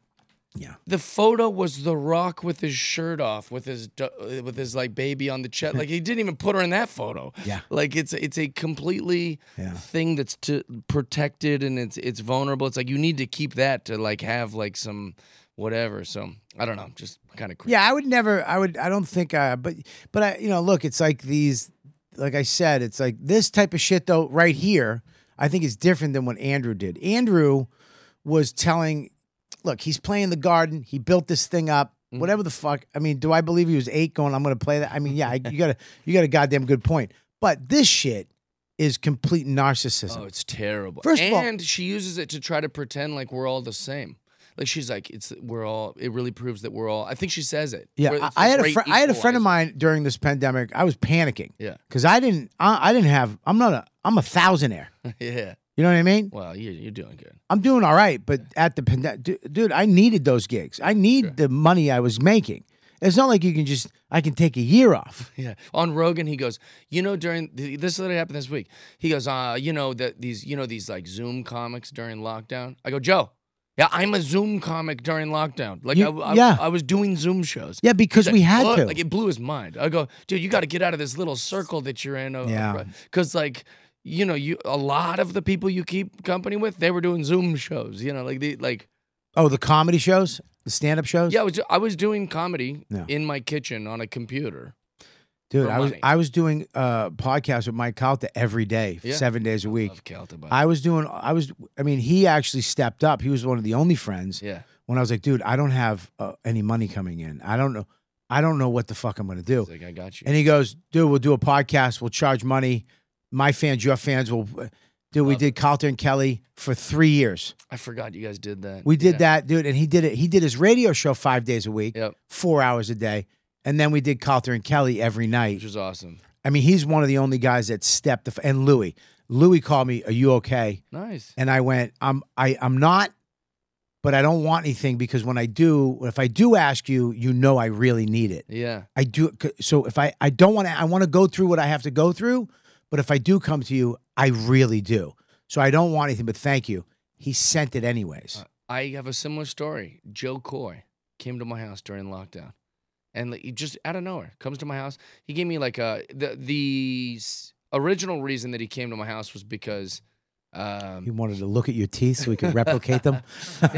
B: Yeah.
A: the photo was The Rock with his shirt off, with his do- uh, with his like baby on the chest. Like he didn't even put her in that photo.
B: Yeah.
A: like it's it's a completely
B: Yeah.
A: thing that's to protected and it's it's vulnerable. It's like you need to keep that to like have like some whatever. So I don't know, just kind of crazy.
B: Yeah, I would never. I would. I don't think. Uh, but but I. You know, look, it's like these. Like I said, it's like this type of shit though. Right here, I think is different than what Andrew did. Andrew was telling, look, he's playing the garden. He built this thing up.
A: Mm-hmm.
B: Whatever the fuck. I mean, do I believe he was eight going? I'm going to play that. I mean, yeah, I, you got a you got a goddamn good point. But this shit is complete narcissism.
A: Oh, it's terrible.
B: First of
A: and
B: all-
A: she uses it to try to pretend like we're all the same. Like she's like, it's we're all. It really proves that we're all. I think she says it.
B: Yeah,
A: We're-
B: I,
A: it's
B: I had a
A: great
B: fr- I had a friend of
A: equalizer.
B: mine during this pandemic. I was panicking.
A: Yeah.
B: because I didn't I, I didn't have I'm not a I'm a thousandaire.
A: yeah.
B: You know what I mean?
A: Well, you, you're doing good.
B: I'm doing all right, but at the pandemic, dude, I needed those gigs. I need the money I was making. It's not like you can just I can take a year off.
A: Yeah. On Rogan, he goes, you know, during th- this literally happened this week. He goes, uh, you know that these, you know, these like Zoom comics during lockdown. I go, Joe. Yeah, I'm a Zoom comic during lockdown. Like,
B: You-
A: I, I-
B: yeah.
A: I was doing Zoom shows.
B: Yeah, because
A: He's
B: we
A: like,
B: had
A: "What?"
B: to.
A: Like it blew his mind. I go, dude, you got to get out of this little circle that you're in.
B: Yeah.
A: Because like, you know, you a lot of the people you keep company with, they were doing Zoom shows. You know, like the like.
B: oh, the comedy shows, the stand up shows.
A: Yeah, I was, I was doing comedy
B: Yeah.
A: in my kitchen on a computer.
B: dude,
A: for
B: I was
A: money.
B: I was doing uh podcasts with Mike Calta every day,
A: Yeah.
B: seven days a week.
A: Love Calta, but-
B: I was doing I was I mean he actually stepped up. He was one of the only friends.
A: yeah.
B: when I was like, dude, I don't have uh, any money coming in. I don't know. I don't know what the fuck I'm gonna do.
A: He's like, I got you.
B: And he goes, dude, we'll do a podcast. We'll charge money. My fans, your fans will. uh, Dude, we did Colter and Kelly for three years.
A: I forgot you guys did that.
B: We did
A: Yeah.
B: that, dude, and he did it. He did his radio show five days a week,
A: Yep.
B: four hours a day, and then we did Colter and Kelly every night.
A: which was awesome.
B: I mean, he's one of the only guys that stepped. The, f- and Louis, Louis called me, "Are you okay?"
A: Nice.
B: And I went, "I'm, I, I'm not, but I don't want anything because when I do, if I do ask you, you know, I really need it.
A: Yeah.
B: I do. c- So if I, I don't want to, I want to go through what I have to go through, but if I do come to you, I really do. So I don't want anything, but thank you. He sent it anyways.
A: I have a similar story. Joe Coy came to my house during lockdown, and like, he just out of nowhere comes to my house. He gave me like a the the s- original reason that he came to my house was because. Um,
B: he wanted to look at your teeth so he could replicate them.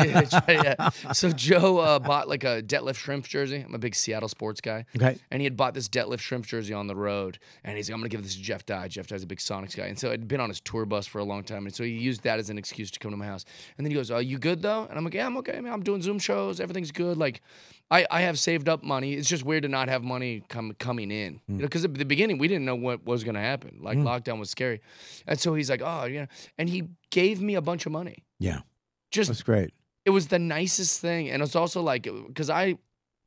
A: yeah. So Joe uh, bought like a Detlef Shrimp jersey. I'm a big Seattle sports guy.
B: Okay.
A: And he had bought this Detlef Shrimp jersey on the road. And he's like, I'm going to give this to Jeff Dye. Jeff Dye's a big Sonics guy. And so I'd been on his tour bus for a long time. And so he used that as an excuse to come to my house. And then he goes, Are you good though? And I'm like, Yeah, I'm okay, man. I'm doing Zoom shows. Everything's good. Like, I, I have saved up money. It's just weird to not have money come coming in.
B: Hmm.
A: You know, because at the beginning, we didn't know what was going to happen. Like, lockdown was scary. And so he's like, Oh, yeah. And he gave me a bunch of money.
B: Yeah.
A: Just
B: That's great.
A: it was the nicest thing and it's also like because i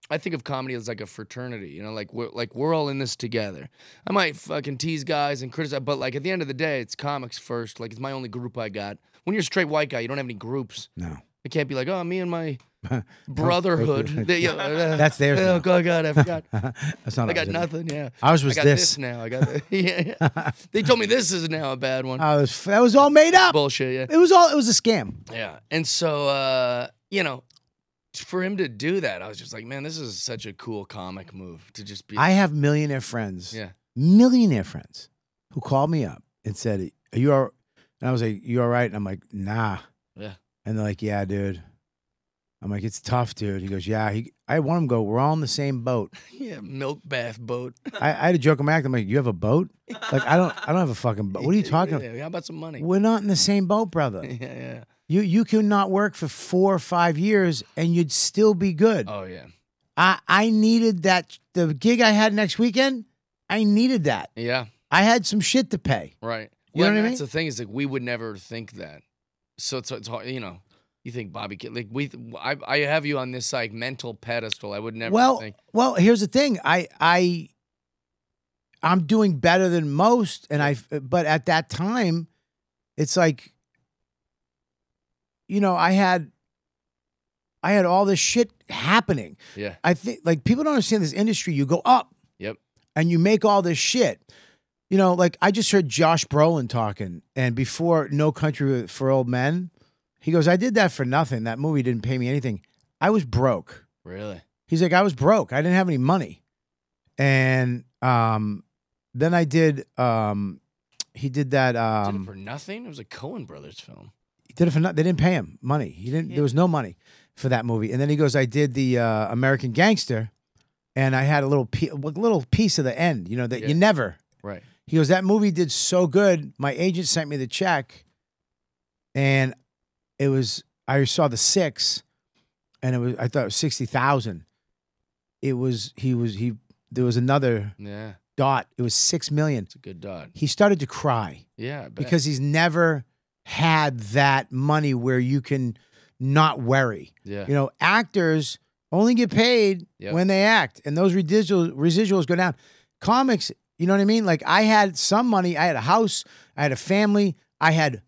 A: i think of comedy as like a fraternity you know like we're like we're all in this together i might fucking tease guys and criticize but like at the end of the day it's comics first like it's my only group i got when you're a straight white guy you don't have any groups
B: No.
A: it can't be like oh me and my brotherhood They- yeah, uh,
B: That's theirs
A: oh
B: now.
A: god, god i forgot
B: That's not
A: i got
B: ours.
A: nothing yeah
B: Ours was
A: I got
B: this.
A: this. now i got yeah, yeah. they told me this is now a bad one
B: I was, that was all made up.
A: bullshit yeah
B: It was all, it was a scam.
A: Yeah. And so, uh, you know, for him to do that, I was just like, man, this is such a cool comic move to just be.
B: I have millionaire friends.
A: yeah.
B: millionaire friends who called me up and said, "Are you all?" right?" And I was like, "You all right?" And I'm like, "Nah."
A: Yeah.
B: And they're like, "Yeah, dude." I'm like, "It's tough, dude." He goes, "Yeah." He, I want him to go. We're all in the same boat.
A: Yeah. Milk bath boat.
B: I, I had to joke him back. I'm like, "You have a boat? Like, I don't. I don't have a fucking boat. What are you talking about?
A: Yeah, How about some money?
B: We're not in the same boat, brother.
A: Yeah. Yeah.
B: You you could not work for four or five years and you'd still be good.
A: Oh, yeah.
B: I I needed that. The gig I had next weekend, I needed that.
A: Yeah.
B: I had some shit to pay.
A: Right. yeah.
B: You know what I
A: and
B: mean?
A: That's the thing is like, we would never think that. So it's, it's hard, you know, you think Bobby, Kit- like, we, I, I have you on this like mental pedestal. I would never
B: well,
A: think.
B: well, here's the thing. I I I'm doing better than most, and I. But at that time, it's like, you know, I had, I had all this shit happening.
A: Yeah.
B: I think like people don't understand this industry. You go up,
A: Yep.
B: and you make all this shit. You know, like I just heard Josh Brolin talking, and before No Country for Old Men, he goes, "I did that for nothing. That movie didn't pay me anything. I was broke."
A: Really?
B: He's like, I was broke. I didn't have any money. And um, then I did. Um, he did that.
A: Did it
B: Um,
A: for nothing? It was a Cohen Brothers film.
B: he did it for not. They didn't pay him money. He didn't. There was no money for that movie. And then he goes, I did the uh, American Gangster, and I had a little pe- a little piece of the end. You know that
A: Yeah.
B: you never.
A: Right.
B: He goes, that movie did so good. My agent sent me the check, and it was I saw the six, and it was I thought it was sixty thousand. It was he was he. There was another
A: Yeah.
B: dot. It was six million.
A: It's a good dot.
B: He started to cry
A: Yeah. I bet.
B: because he's never had that money where you can not worry.
A: Yeah.
B: You know, actors only get paid
A: Yep.
B: when they act, and those residuals residuals go down. Comics, you know what I mean? Like I had some money, I had a house, I had a family, I had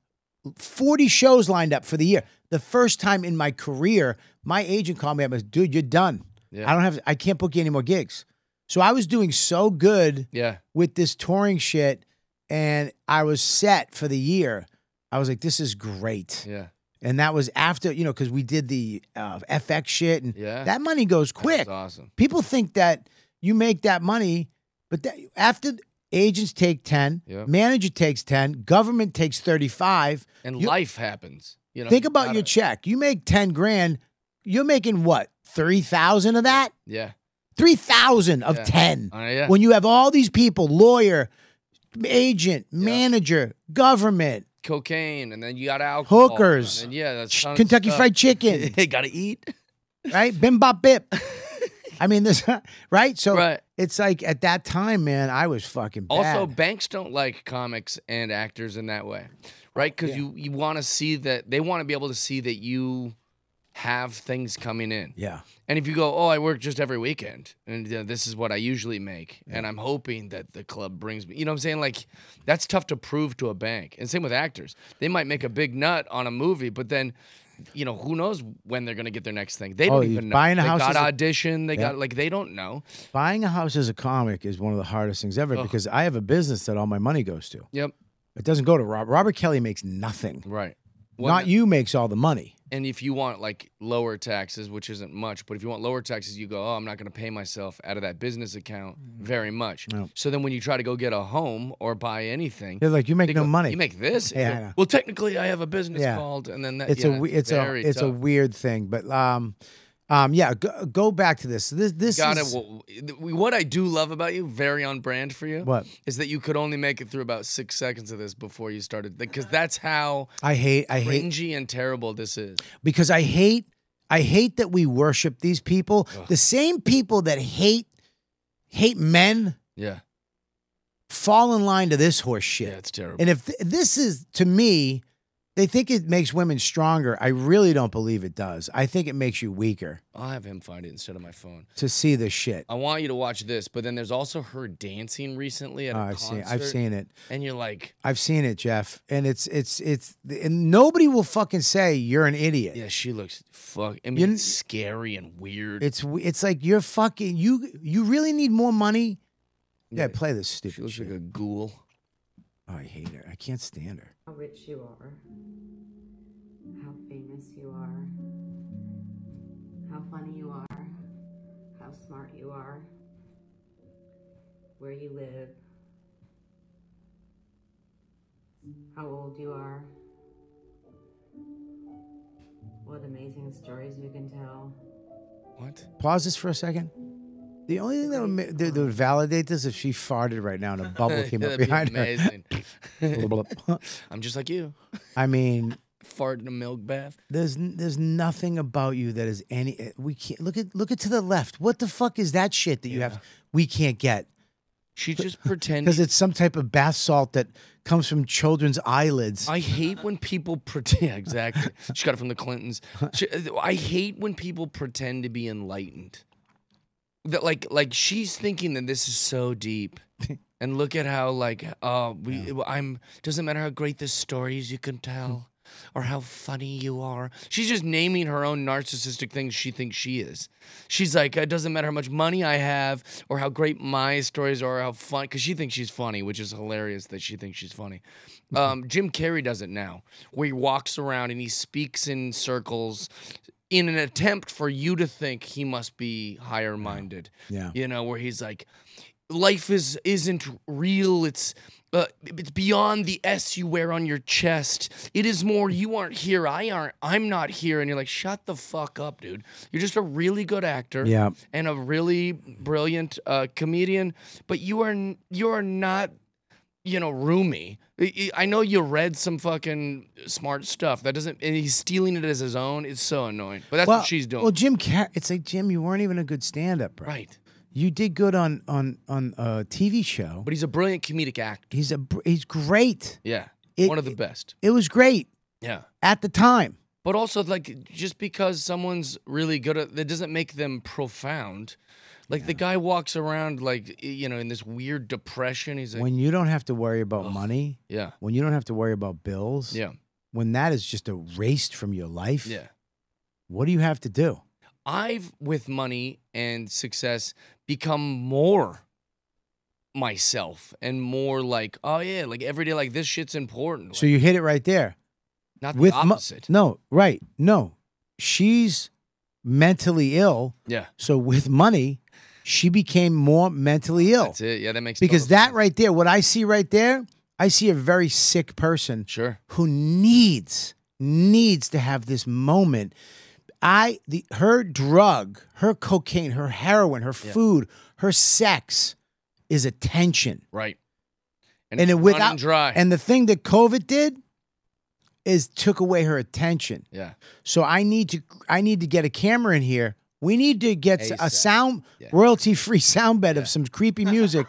B: forty shows lined up for the year. The first time in my career, my agent called me up and said, "Dude, you're done.
A: Yeah.
B: I don't have, I can't book you any more gigs." So I was doing so good
A: yeah.
B: with this touring shit and I was set for the year. I was like, this is great.
A: Yeah.
B: And that was after, you know, because we did the uh, FX shit and
A: Yeah.
B: that money goes
A: That was
B: quick.
A: awesome.
B: People think that you make that money, but that, after agents take 10,
A: Yeah.
B: manager takes 10, government takes 35.
A: And
B: You-
A: life happens. You know.
B: Think about
A: not
B: your
A: a-
B: check. You make 10 grand, you're making what? 3,000 of that?
A: Yeah.
B: 3,000 of
A: Yeah.
B: 10
A: Uh, yeah.
B: when you have all these people lawyer agent manager government
A: cocaine, and then you got alcohol, and
B: Hookers.
A: then, yeah, that's
B: sh-
A: tons of
B: kentucky
A: stuff.
B: fried chicken
A: They gotta eat.
B: right bim bop bip I mean, this right? So
A: Right.
B: it's like at that time, man, I was fucking bad.
A: Also, banks don't like comics and actors in that way, right? Because you, you want to see that they want to be able to see that you have things coming in.
B: yeah,
A: And if you go, oh, I work just every weekend, and uh, this is what I usually make, and I'm hoping that the club brings me, you know what I'm saying? Like, that's tough to prove to a bank. And same with actors. They might make a big nut on a movie, but then, you know, who knows when they're going to get their next thing? They
B: Oh,
A: don't
B: you-
A: even know.
B: buying a
A: they
B: house
A: got
B: is a-
A: audition. They got, like, they don't know.
B: buying a house as a comic is one of the hardest things ever because I have a business that all my money goes to.
A: Yep.
B: It doesn't go to Rob. Robert Kelly makes nothing.
A: Right.
B: Not you makes all the money.
A: and if you want like lower taxes, which isn't much, but if you want lower taxes, you go, oh, I'm not going to pay myself out of that business account
B: Mm-hmm.
A: very much. So then when you try to go get a home or buy anything,
B: They're like, you make
A: they
B: no
A: go,
B: money.
A: You make this?
B: Yeah,
A: You
B: I
A: go,
B: know.
A: Well, technically, I have a business
B: Yeah.
A: called, and then that,
B: it's
A: yeah,
B: a we- it's a
A: very
B: it's a
A: tough.
B: weird thing, but um, um, yeah. Go, go back to this. This this
A: Gotta,
B: is,
A: well, th- what I do love about you, very on brand for you,
B: What?
A: is that you could only make it through about six seconds of this before you started, because that's how
B: I hate I hate
A: cringy and terrible this is.
B: because I hate I hate that we worship these people. The same people that hate hate men
A: Yeah,
B: fall in line to this horse shit.
A: yeah, it's terrible.
B: and if th- this is to me, they think it makes women stronger. I really don't believe it does. I think it makes you weaker
A: I'll have him find it instead of my phone.
B: to see this shit.
A: I want you to watch this, but then there's also her dancing recently at
B: Oh,
A: a
B: I've seen
A: concert.
B: I've seen it.
A: And you're like,
B: I've seen it, Jeff. And it's it's it's and nobody will fucking say you're an idiot.
A: yeah, she looks fuck. I
B: You
A: mean,
B: kn-
A: it's scary and weird.
B: It's w- it's like you're fucking you you really need more money. Yeah, play this
A: she
B: stupid
A: looks
B: shit.
A: like a ghoul.
B: oh, I hate her. I can't stand her.
F: how rich you are, how famous you are, how funny you are, how smart you are, where you live, how old you are, what amazing stories you can tell.
A: What?
B: Pause this for a second. The only thing that would, ma- that that would validate this is if she farted right now and a bubble came up
A: uh-huh. That'd be
B: behind her.
A: amazing. I'm just like you,
B: I mean,
A: fart in a milk bath.
B: there's n- there's nothing about you that is any. eh, We can't look at look at to the left. What the fuck is that shit that you have? We can't get
A: She just
B: because
A: pretended.
B: it's some type of bath salt that comes from children's eyelids.
A: I hate when people pretend. yeah, exactly. She got it from the Clintons. She, I hate when people pretend to be enlightened. That like like she's thinking that this is so deep. And look at how like uh we I'm doesn't matter how great the stories you can tell or how funny you are. She's just naming her own narcissistic things she thinks she is. She's like it doesn't matter how much money I have or how great my stories are or how fun cuz she thinks she's funny, which is hilarious that she thinks she's funny. Um Jim Carrey does it now where he walks around and he speaks in circles in an attempt for you to think he must be higher minded.
B: Yeah.
A: You know, where he's like, life is isn't real. It's uh, it's beyond the S you wear on your chest. It is more you aren't here. I aren't. I'm not here. And you're like, shut the fuck up, dude. You're just a really good actor.
B: Yeah.
A: And a really brilliant uh, comedian, but you are n- you are not you know, roomy. I- I- I know you read some fucking smart stuff. That doesn't, and he's stealing it as his own. It's so annoying. But that's
B: well,
A: what she's doing.
B: Well, Jim, Car- it's like Jim, you weren't even a good stand-up, bro.
A: right.
B: You did good on on on a TV show.
A: But he's a brilliant comedic actor.
B: He's a br- he's great.
A: Yeah.
B: It-
A: One of the best.
B: It was great
A: Yeah.
B: at the time.
A: But also, like, just because someone's really good at that doesn't make them profound. Like, the guy walks around, like, you know, in this weird depression. He's like,
B: When you don't have to worry about money,
A: yeah,
B: when you don't have to worry about bills,
A: yeah,
B: when that is just erased from your life,
A: yeah.
B: what do you have to do?
A: I've, with money and success, become more myself and more like, oh yeah, like every day, like this shit's important.
B: So
A: Like,
B: you hit it right there.
A: not
B: With
A: the
B: mo-
A: opposite.
B: no, right. No. She's mentally ill,
A: yeah,
B: so with money, she became more mentally ill.
A: that's it. Yeah, that makes
B: Because
A: total
B: that
A: sense.
B: right there, what I see right there, I see a very sick person
A: Sure.
B: who needs needs to have this moment i the her drug her cocaine her heroin her food her sex is attention
A: Right.
B: and
A: it's
B: it
A: running
B: without
A: dry.
B: and the thing that covid did is took away her attention
A: yeah.
B: so i need to i need to get a camera in here We need to get s- a
A: ASAP.
B: sound royalty free sound bed of some creepy music,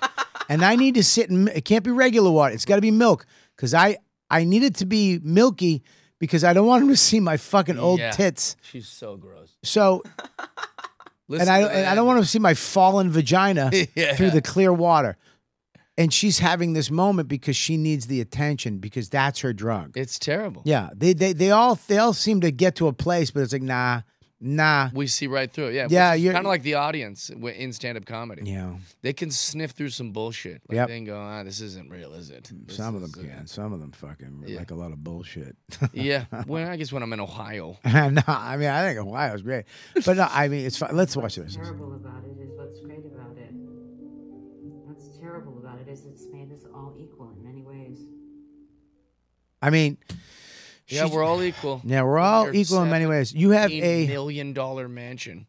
B: and I need to sit in. It can't be regular water. It's got to be milk because I I need it to be milky because I don't want him to see my fucking old
A: Yeah.
B: tits.
A: She's so gross.
B: So
A: Listen
B: and I and I don't want to see my fallen vagina
A: Yeah.
B: through the clear water. And she's having this moment because she needs the attention because that's her drug.
A: It's terrible.
B: Yeah, they they they all they all seem to get to a place, but it's like nah, nah.
A: We see right through it. Yeah.
B: Yeah, you're-
A: Kind of like the audience w- in stand up comedy.
B: Yeah,
A: They can sniff through some bullshit. Like
B: Yep. Mm,
A: They can go, ah, this isn't real, is it? This
B: some of
A: is-
B: them can. Some of them fucking like a lot of bullshit.
A: Yeah. Well, I guess when I'm in Ohio.
B: no, I mean I think Ohio's great, but no, I mean it's fine. Let's watch this.
F: terrible about it is what's great about it. What's terrible about it is it's made us all equal in many ways.
B: I mean,
A: Yeah,
B: she's-
A: we're all equal.
B: yeah we're all
A: You're
B: equal in many
A: seven-
B: ways. You have
A: a
B: a
A: million dollar mansion.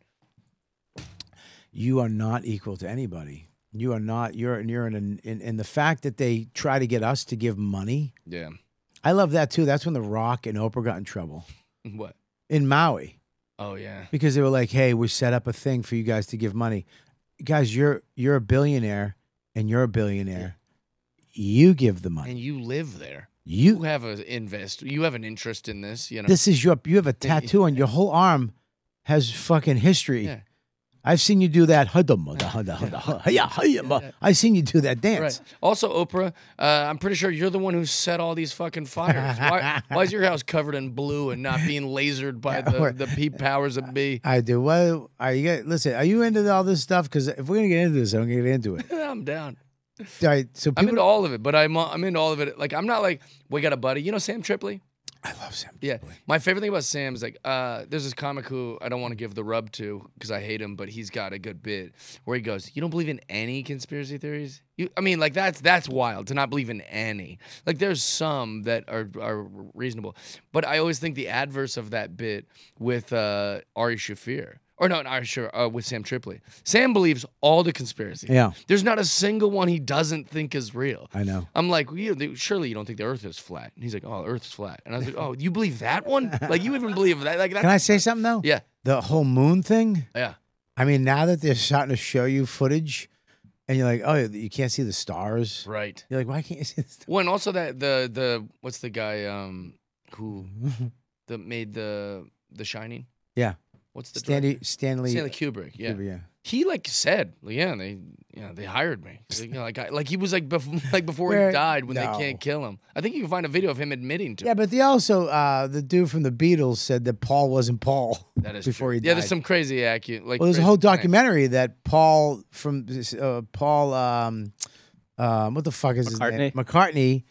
B: you are not equal to anybody. You are not. You're you're in an, in, in the fact that they try to get us to give money.
A: Yeah.
B: I love that too. That's when The Rock and Oprah got in trouble
A: What?
B: in Maui.
A: Oh, yeah.
B: because they were like, "Hey, we set up a thing for you guys to give money. Guys, you're you're a billionaire and you're a billionaire. You give the money.
A: And you live there. You
B: You
A: have a invest. You have an interest in this. You know.
B: this is your you have a tattoo on your whole arm has fucking history.
A: Yeah.
B: I've seen you do that. Hudda mudda, hudda, hudda, hudda, hiya, hiya, ma. I've seen you do that dance.
A: Right. Also, Oprah, uh, I'm pretty sure you're the one who set all these fucking fires. Why, why is your house covered in blue and not being lasered by the,
B: Or-
A: the peep powers that be?
B: I do. What are you? Guys, listen, are you into all this stuff? Because if we're gonna get into this, I'm gonna get into it.
A: I'm down.
B: All right. So
A: I'm
B: people,
A: into all of it, but I'm uh, I'm into all of it. Like I'm not like we got a buddy. You know Sam Tripley?
B: I love Sam.
A: Yeah.
B: Tripoli.
A: My favorite thing about Sam is like uh, there's this comic who I don't want to give the rub to because I hate him, but he's got a good bit where he goes, "You don't believe in any conspiracy theories? You, I mean, like that's that's wild to not believe in any. Like there's some that are are reasonable, but I always think the adverse of that bit with uh, Ari Shafir. Or no, not Ari Shafir, uh, with Sam Tripley. Sam believes all the conspiracies.
B: Yeah.
A: There's not a single one he doesn't think is real.
B: I know.
A: I'm like, well, you, they- surely you don't think the Earth is flat? And he's like, oh, the Earth's flat. And I was like, oh, you believe that one? Like you even believe that? Like that?
B: Can I say something though?
A: Yeah,
B: The whole moon thing.
A: yeah.
B: I mean, now that they're starting to show you footage, and you're like, oh, you can't see the stars.
A: Right.
B: You're like, why can't you see the stars?
A: Well, and also that the the what's the guy um who that made the the Shining?
B: Yeah,
A: What's the
B: Stanley,
A: director?
B: Stanley,
A: Stanley Kubrick? Yeah.
B: Kubrick, yeah.
A: He like said, like, yeah, they yeah they hired me. Like, you know, like, I, like he was like bef- like before
B: Where-
A: he died when
B: No.
A: they can't kill him. I think you can find a video of him admitting to it.
B: Yeah, but they also uh, the dude from the Beatles said that Paul wasn't Paul
A: that is
B: before
A: true.
B: he died.
A: Yeah, there's some crazy accu like
B: Well, there's a
A: crazy
B: whole
A: thing.
B: documentary that Paul from uh, Paul um, um, what the fuck is his name? McCartney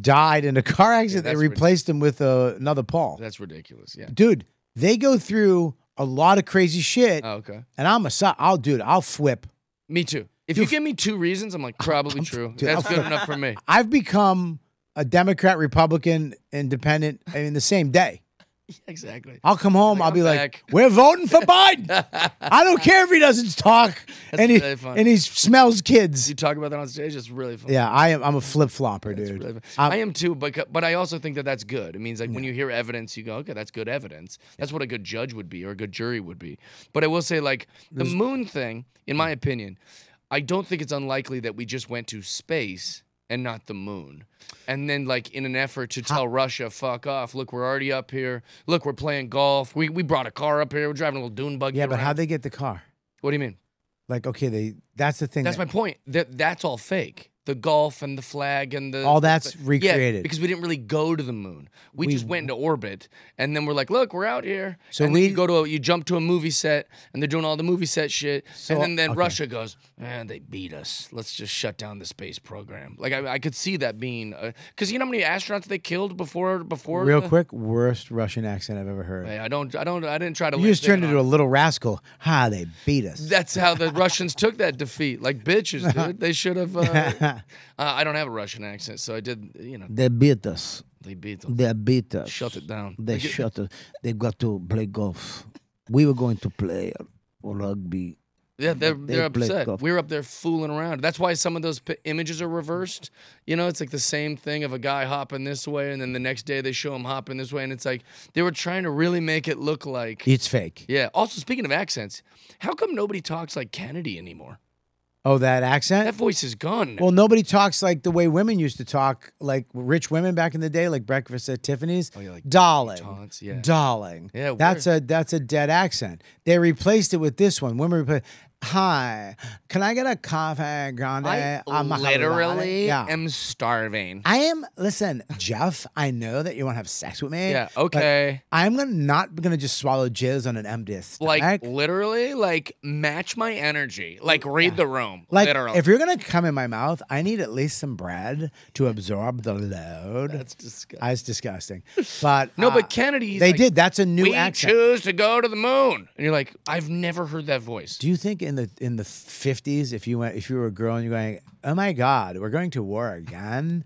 B: died in a car accident. they
A: that's
B: replaced him with uh, another Paul.
A: That's ridiculous. Yeah.
B: Dude, they go through a lot of crazy shit,
A: Oh, okay.
B: and I'm a so- I'll dude, I'll flip.
A: Me too. If you give me two reasons, I'm like probably true.
B: dude,
A: That's
B: I'm-
A: good enough for me.
B: I've become a Democrat, Republican, Independent in the same day.
A: Exactly.
B: I'll come home.
A: Like,
B: I'll
A: I'm
B: be
A: back.
B: like, "We're voting for Biden. I don't care if he doesn't talk and he
A: really funny.
B: and he smells kids."
A: You talk about that on stage. It's really fun.
B: Yeah, I am. I'm a flip flopper, dude. Um,
A: Really fun.
B: I'm-
A: I am too, but but I also think that that's good. It means like when you hear evidence, you go, okay, that's good evidence. That's what a good judge would be or a good jury would be. But I will say, like the moon thing, in my opinion, I don't think it's unlikely that we just went to space and not the moon. And then, like in an effort to tell Russia, "Fuck off! Look, we're already up here. Look, we're playing golf. We we brought a car up here. We're driving a little dune buggy."
B: yeah, but
A: around."
B: how they get the car?
A: What do you mean?
B: Like, okay, they. That's the thing.
A: That's my
B: that-
A: point. That that's all fake. The golf and the flag and the
B: All that's
A: the- Yeah,
B: recreated.
A: because we didn't really go to the moon. We, just went into orbit, and then we're like, "Look, we're out here."
B: So
A: and then
B: we-
A: you go to a, you jump to a movie set, and they're doing all the movie set shit,
B: So-
A: and then, then
B: okay.
A: Russia goes, "Man, they beat us. Let's just shut down the space program." Like I, I could see that being because you know how many astronauts they killed before before
B: real
A: the-
B: quick worst Russian accent I've ever heard.
A: Hey, I don't I don't I didn't try to.
B: you just turned into a little rascal. Ha! They beat us.
A: That's how the Russians took that defeat, like bitches, dude. They should have. Uh, uh, I don't have a Russian accent, so I did. You know,
H: They beat us.
A: they beat them.
H: They beat us.
A: Shut it down.
H: They
A: Like,
H: shut us. They got to play golf. We were going to play rugby.
A: Yeah, they're,
H: They
A: they're
H: play
A: upset.
H: golf.
A: We were up there fooling around. That's why some of those p- images are reversed. You know, it's like the same thing of a guy hopping this way, and then the next day they show him hopping this way, and it's like they were trying to really make it look like.
B: It's fake.
A: Yeah. Also, speaking of accents, how come nobody talks like Kennedy anymore?
B: Oh, that accent.
A: That voice is gone. now.
B: Well, nobody talks like the way women used to talk, like rich women back in the day, like breakfast at Tiffany's. Oh,
A: yeah, like
B: darling,
A: taunts, yeah.
B: darling.
A: Yeah,
B: that's a that's a dead accent. They replaced it with this one. Women replaced. Hi, can I get a coffee grande?
A: I
B: uh, a Mahalo?"
A: literally
B: yeah.
A: am starving.
B: I am. Listen, Jeff. I know that you want to have sex with me.
A: Yeah.
B: but
A: Okay.
B: I'm gonna not gonna just swallow jizz on an empty
A: Like
B: stomach.
A: literally, like match my energy. Like read the room.
B: Like,
A: literally.
B: if you're gonna come in my mouth, I need at least some bread to absorb the load. That's disgusting. That's disgusting. But
A: no,
B: uh,
A: but Kennedy's.
B: they
A: like,
B: did. That's a new
A: we
B: accent.
A: choose to go to the moon, and you're like, I've never heard that voice.
B: Do you think in the in the fifties, if you went, if you were a girl and you're going, oh my god, we're going to war again,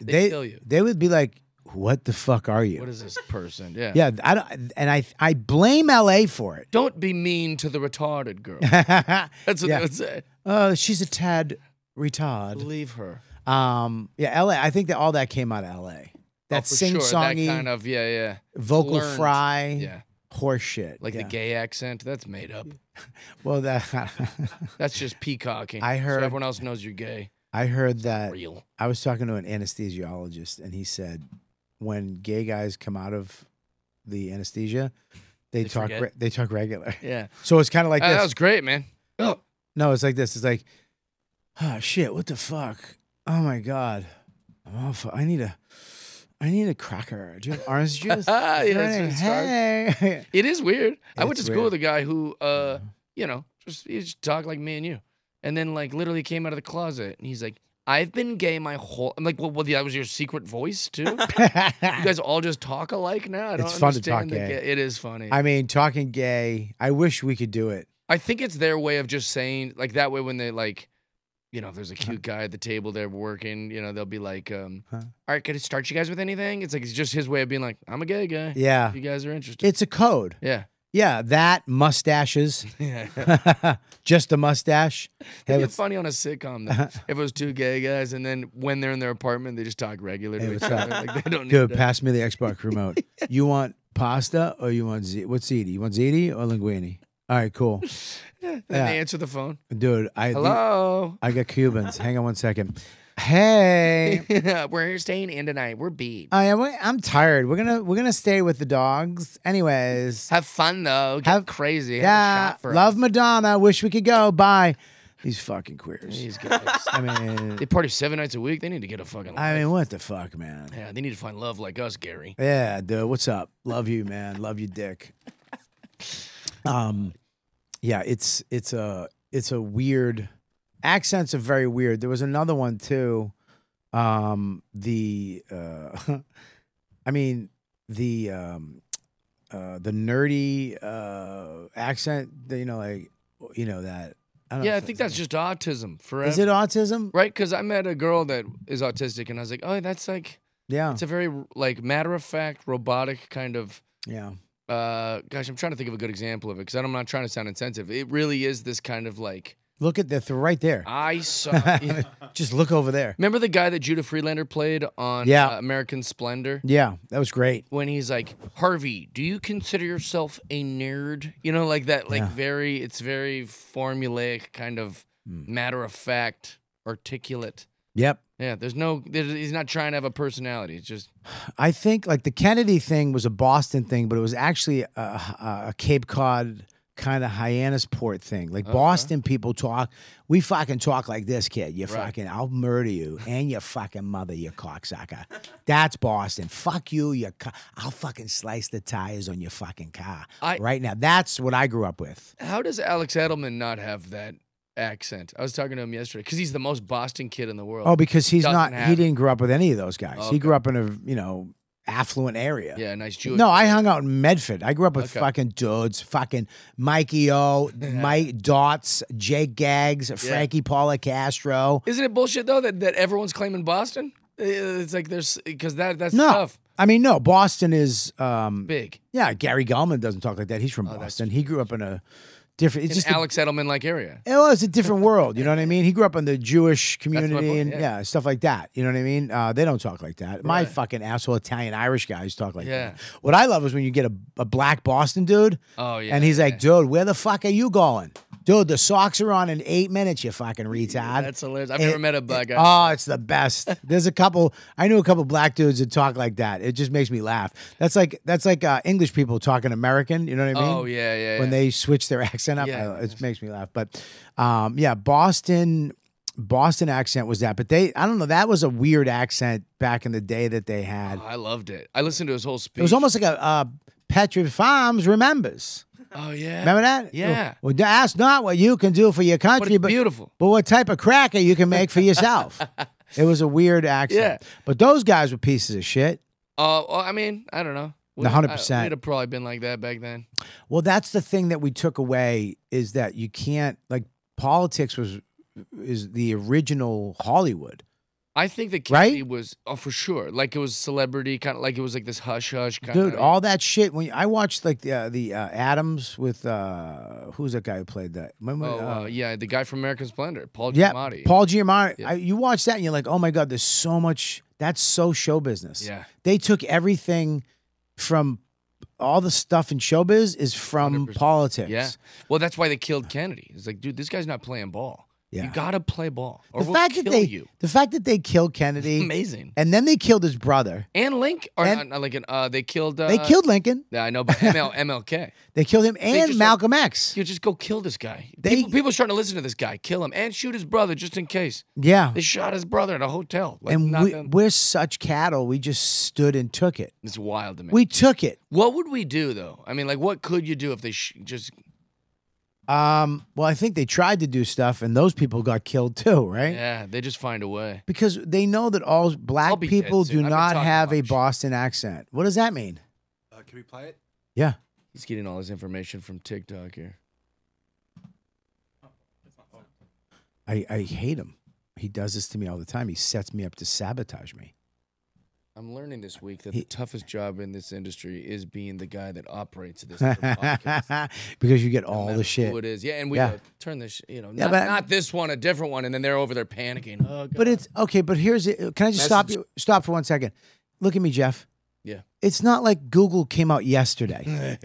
B: they
A: kill you.
B: they would be like, what the fuck are you?
A: What is this person? Yeah.
B: yeah, I don't, and I I blame L.A. for it.
A: Don't be mean to the retarded girl. That's what
B: Yeah.
A: they would say.
B: Uh, she's a tad retard.
A: Leave her.
B: Um, yeah, L.A. I think that all that came out of L.A. That
A: Oh, for
B: sing
A: sure,
B: songy.
A: That kind of yeah, yeah.
B: vocal
A: Learned.
B: fry,
A: Yeah.
B: horse shit.
A: Like
B: yeah.
A: the gay accent, that's made up.
B: Well, that
A: That's just peacocking.
B: I heard-
A: so everyone else knows you're gay.
B: I heard that.
A: Real.
B: I was talking to an anesthesiologist, and he said when gay guys come out of the anesthesia, they,
A: They
B: talk
A: forget?
B: re- they talk regular.
A: Yeah.
B: So it's kind of like
A: Ah,
B: this.
A: that was great, man. Oh,
B: no, it's like this. It's like, oh shit, what the fuck? Oh my god, I'm all fu- I need a. I need a cracker. Do you have orange juice?
A: Yeah,
B: Is there
A: that's
B: any-
A: what it's
B: hey.
A: it is weird. I went to
B: It's
A: school
B: weird.
A: with a guy who, uh, you know, just he just talked like me and you, and then like literally came out of the closet and he's like, "I've been gay my whole." I'm like, "Well, well that was your secret voice too. you guys all just talk alike now." I don't
B: It's fun to talk
A: understand the
B: gay.
A: gay- It is funny.
B: I mean, talking gay. I wish we could do it.
A: I think it's their way of just saying like that way when they like, you know, if there's a cute guy at the table they're working, you know, they'll be like, um, "All right, could I start you guys with anything?" It's like it's just his way of being like, "I'm a gay guy.
B: Yeah.
A: If you guys are interested."
B: It's a code.
A: yeah.
B: Yeah, that mustaches. Just a mustache. Hey,
A: It'd be
B: what's,
A: funny on a sitcom though, if it was two gay guys and then when they're in their apartment they just talk regular
B: Hey,
A: to each
B: what's
A: other.
B: up?
A: Like they don't need
B: dude,
A: that.
B: pass me the Xbox remote. You want pasta or you want Z? What's ziti? You want ziti or linguini? All right, cool,
A: And
B: yeah.
A: they answer the phone.
B: dude. I
A: Hello.
B: I got Cubans. Hang on one second. Hey,
A: We're staying in tonight. We're beat.
B: I am. I'm tired. We're gonna we're gonna stay with the dogs. Anyways,
A: Have fun though. Get
B: Have-
A: crazy. Have a
B: yeah,
A: shot for
B: love
A: us.
B: Madonna. Wish we could go. Bye. These fucking queers.
A: These guys.
B: I mean,
A: They party seven nights a week. They need to get a fucking.
B: I
A: life.
B: mean, what the fuck, man.
A: yeah, they need to find love like us, Gary.
B: Yeah, dude. What's up? Love you, man. Love you, Dick. Um, yeah, it's it's a it's a weird accents are very weird. There was another one too. Um, the uh, I mean the um, uh, the nerdy uh accent. that, You know, like you know that. I don't
A: Yeah,
B: know
A: I
B: if
A: think that's just autism forever.
B: Is it autism?
A: right? Because I met a girl that is autistic, and I was like, oh, that's like
B: Yeah,
A: it's a very like matter of fact, robotic kind of.
B: yeah.
A: Uh, gosh, I'm trying to think of a good example of it because I'm not trying to sound insensitive. It really is this kind of like
B: Look at that. They're right there.
A: I saw.
B: Just look over there.
A: Remember the guy that Judah Freelander played on
B: Yeah.
A: uh, American Splendor?
B: Yeah, that was great.
A: when he's like, Harvey, do you consider yourself a nerd? You know, like that, like very, it's very formulaic, kind of
B: Hmm.
A: matter of fact, articulate.
B: Yep.
A: Yeah, there's no, there's, he's not trying to have a personality. It's just,
B: I think like the Kennedy thing was a Boston thing, but it was actually a, a, a Cape Cod kind of Hyannisport thing. Like Boston people talk, we fucking talk like this kid. You fucking, I'll murder you and your fucking mother, you cocksucker. That's Boston. Fuck you, you. Co- I'll fucking slice the tires on your fucking car
A: I-
B: right now. That's what I grew up with.
A: how does Alex Edelman not have that accent? I was talking to him yesterday because he's the most Boston kid in the world.
B: Oh, because he's
A: Doesn't
B: not.
A: have
B: He
A: it.
B: didn't grow up with any of those guys. He
A: Okay.
B: grew up in a you know affluent area.
A: yeah, nice Jewish.
B: No,
A: kid.
B: I hung out in Medford. I grew up with
A: Okay.
B: fucking dudes, fucking Mikey O, Mike Dots, Jake Gags, Frankie Paula Castro.
A: Isn't it bullshit though that, that everyone's claiming Boston? Uh, It's like there's because that that's
B: No,
A: tough.
B: I mean no. Boston is, um,
A: Big.
B: yeah. Gary Gallman doesn't talk like that. He's from Boston. He grew up in a different. It's
A: Oh, in
B: just a-
A: Alex Edelman like area.
B: it was a different world. You know what I mean? He grew up in the Jewish community
A: point,
B: and
A: yeah.
B: yeah. stuff like that. You know what I mean? Uh, they don't talk like that. My
A: Right.
B: fucking asshole Italian Irish guys talk like
A: Yeah.
B: that. What I love is when you get a, a black Boston dude
A: Oh yeah.
B: and he's
A: yeah.
B: like, dude, where the fuck are you going? Dude, the socks are on in eight minutes, you fucking retard.
A: That's hilarious. I've never
B: It-
A: met a black guy.
B: Oh, it's the best. There's a couple. I knew a couple black dudes that talk like that. It just makes me laugh. That's like that's like uh, English people talking American. You know what I mean?
A: Oh, yeah, yeah,
B: When
A: yeah.
B: they switch their accent up,
A: Yeah.
B: I- it makes me laugh. But um, yeah, Boston, Boston accent was that. But they, I don't know. That was a weird accent back in the day that they had.
A: Oh, I loved it. I listened to his whole speech.
B: It was almost like a uh, Patrick Farms remembers.
A: Oh yeah.
B: Remember that?
A: Yeah.
B: Well, that's not what you can do for your country,
A: it's
B: but
A: beautiful.
B: But what type of cracker you can make for yourself? it was a weird accent.
A: Yeah.
B: But those guys were pieces of shit.
A: Oh, well, I mean, I don't know. We-
B: No, 100%.
A: I- We'd have probably been like that back then.
B: Well, that's the thing that we took away is that you can't like politics was is the original Hollywood.
A: I think the
B: Right?
A: Kennedy was oh for sure. Like it was celebrity kind of like it was like this hush hush kind
B: Dude,
A: of
B: all that shit. When I watched like the uh, the uh, Adams with uh who's that guy who played that? Remember,
A: Oh
B: uh,
A: uh, yeah, the guy from American Splendor, Paul
B: yeah,
A: Giamatti.
B: Paul Giamatti.
A: Yeah.
B: I, you watch that and you're like, oh my god, there's so much. That's so show business.
A: Yeah.
B: they took everything from all the stuff in showbiz is from
A: 100%.
B: politics.
A: Yeah. Well, that's why they killed Kennedy. It's like, dude, this guy's not playing ball.
B: Yeah.
A: You gotta play ball. Or
B: The
A: we'll
B: fact
A: kill
B: that they
A: you.
B: the fact that they killed Kennedy
A: Amazing.
B: and then they killed his brother.
A: And Link or
B: and-
A: not, not Lincoln, uh they killed uh,
B: They killed Lincoln.
A: Yeah, I know, but ML, MLK.
B: They killed him and
A: just, like-
B: Malcolm X.
A: You just go kill this guy.
B: They-
A: people, people starting to listen to this guy. Kill him and shoot his brother just in case.
B: Yeah.
A: They shot his brother in a hotel. Like,
B: And we,
A: nothing.
B: we're such cattle. We just stood and took it.
A: it's wild to me.
B: We took it.
A: what would we do though? I mean, like, what could you do if they sh- just?
B: Um, well, I think they tried to do stuff, and those people got killed too, right?
A: Yeah, they just find a way.
B: Because they know that all
A: I'll
B: black
A: be dead
B: people
A: soon.
B: do
A: I've been
B: not
A: talking
B: have a
A: much.
B: Boston accent. What does that mean?
H: Uh, can we play it?
B: Yeah.
A: He's getting all his information from TikTok here.
B: I, I hate him. He does this to me all the time. He sets me up to sabotage me.
A: I'm learning this week that
B: He-
A: the toughest job in this industry is being the guy that operates this little podcast. No
B: because you get all
A: matter
B: the
A: Who it
B: shit.
A: is? Yeah, and we
B: Yeah.
A: go, turn this. sh- You know,
B: Yeah,
A: not,
B: but-
A: not this one, a different one, and then they're over there panicking. Oh, God.
B: But it's okay, but here's it. Can I just stop you stop for one second? Look at me, Jeff.
A: Yeah.
B: It's not like Google came out
A: Mm.
B: yesterday.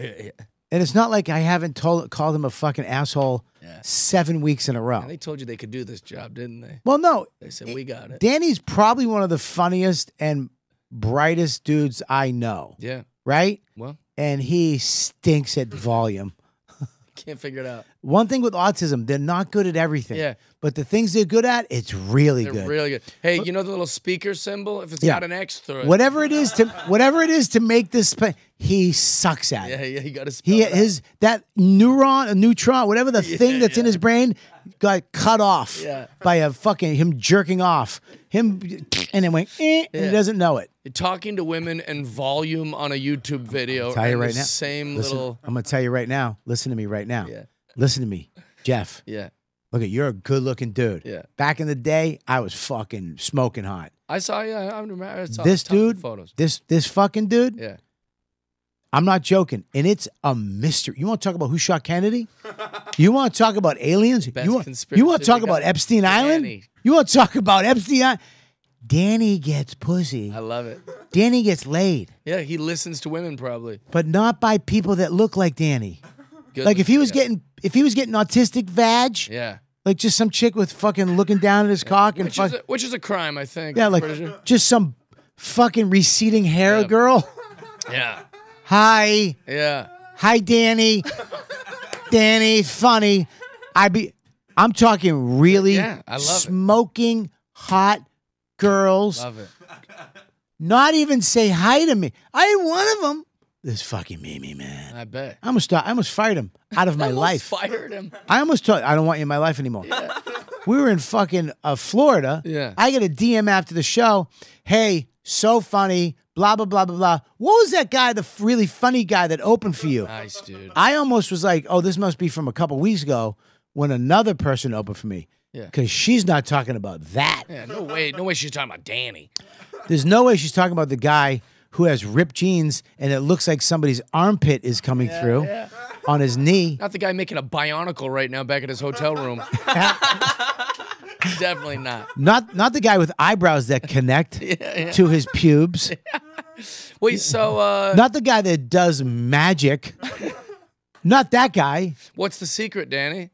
B: and it's not like I haven't told called him a fucking asshole
A: Yeah.
B: seven weeks in a row.
A: And they told you they could do this job, didn't they?
B: well, no.
A: They said we got it.
B: Danny's probably one of the funniest and brightest dudes I know.
A: Yeah.
B: Right?
A: Well,
B: And he stinks at volume.
A: can't figure it out.
B: One thing with autism, they're not good at everything.
A: Yeah.
B: But the things they're good at, it's really
A: They're
B: good.
A: really good. Hey, you know the little speaker symbol? If it's
B: Yeah.
A: got an X through it.
B: whatever it is to whatever it is to make this play, he sucks at
A: Yeah,
B: it.
A: yeah, you got to spell
B: He
A: it out.
B: his that neuron, a neutron, whatever the thing that's in his brain got cut off
A: Yeah.
B: by a fucking him jerking off. Him and it went eh, and he doesn't know it.
A: You're talking to women and volume on a YouTube video.
B: Tell you
A: Oh, and
B: right
A: the
B: now.
A: Same
B: Listen,
A: little.
B: I'm gonna tell you right now. Listen to me right now.
A: Yeah.
B: Listen to me. Jeff,
A: Yeah.
B: look at you're a good looking dude.
A: Yeah.
B: Back in the day, I was fucking smoking hot.
A: I saw. Yeah, I remember. I saw
B: this
A: tons of
B: dude,
A: Photos.
B: this this fucking dude,
A: Yeah.
B: I'm not joking. And it's a mystery. You want to talk about who shot Kennedy? You want to talk about aliens?
A: Best
B: you, want,
A: conspiracy
B: you want to talk
A: they
B: about
A: got.
B: Epstein Island?
A: Danny.
B: You want to talk about Epstein Island? Danny gets pussy.
A: I love it.
B: Danny gets laid,
A: Yeah, he listens to women probably.
B: but not by people that look like Danny.
A: Good
B: Like if he was
A: yeah.
B: getting if he was getting autistic vag,
A: Yeah.
B: like just some chick with fucking looking down at his cock and
A: Which is,
B: fuck,
A: a, which is a crime, I think.
B: yeah,
A: I'm
B: like
A: pretty sure.
B: just some fucking receding hair
A: Yeah.
B: girl.
A: yeah,
B: Hi.
A: yeah.
B: Hi, Danny. Danny, funny. I be. I'm talking really
A: Yeah, I love it.
B: smoking hot girls.
A: Love it.
B: Not even say hi to me. I ain't one of them. This fucking Mimi man.
A: I bet.
B: I almost thought, I almost fired him out of my life.
A: Fired him.
B: I almost thought I don't want you in my life anymore. We were in fucking uh, Florida.
A: Yeah.
B: I get a DM after the show. Hey, so funny. Blah blah blah blah blah. What was that guy? The f- really funny guy that opened for you.
A: Nice dude.
B: I almost was like, oh, this must be from a couple weeks ago when another person opened for me.
A: Yeah.
B: Because she's not talking about that.
A: Yeah, no way. No way. She's talking about Danny.
B: There's no way she's talking about the guy who has ripped jeans and it looks like somebody's armpit is coming through. on his knee.
A: Not the guy making a bionicle right now back at his hotel room. Definitely not.
B: Not not the guy with eyebrows that connect to his pubes.
A: Wait, so uh,
B: Not the guy that does magic. Not that guy.
A: what's the secret, Danny?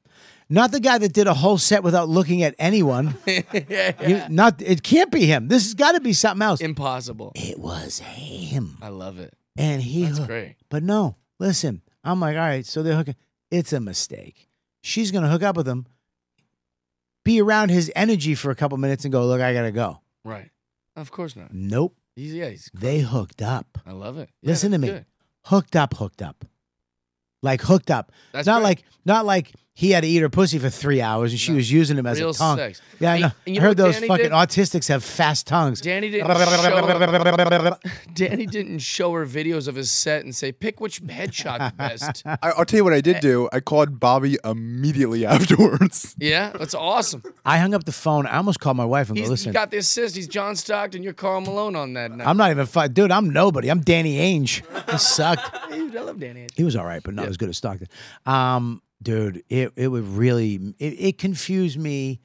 B: Not the guy that did a whole set without looking at anyone. You- not it can't be him. This has got to be something else.
A: Impossible.
B: It was him,
A: I love it.
B: and he.
A: That's
B: hooked-
A: great.
B: But no, listen. I'm like, all right. So they're hooking. It's a mistake. She's gonna hook up with him, be around his energy for a couple minutes, and go. Look, I gotta go.
A: Right. Of course not.
B: Nope.
A: He's, yeah, he's,
B: They hooked up.
A: I love it. Yeah,
B: Listen to
A: that's
B: me.
A: good.
B: Hooked up. Hooked up. Like hooked up.
A: That's
B: not
A: great.
B: like not like he had to eat her pussy for three hours and she was using him as
A: Real
B: a tongue.
A: sex.
B: Yeah, I
A: And-
B: know.
A: and you know
B: I heard
A: what
B: those
A: Danny
B: fucking
A: did?
B: autistics have fast tongues.
A: Danny didn't show- Danny didn't show her videos of his set and say, pick which headshot's best. Eh.
H: I, I'll tell you what I did do. I called Bobby immediately afterwards.
A: Yeah, that's awesome.
B: I hung up the phone. I almost called my wife and go,
A: He's,
B: listen,
A: he got the assist. He's John Stockton. You're Carl Malone on that night.
B: I'm not even fi- dude, I'm nobody. I'm Danny Ainge. He sucked.
A: Dude, I love Danny.
B: he was all right, but not as good as Stockton. Um, dude, it it would really it, it confused me.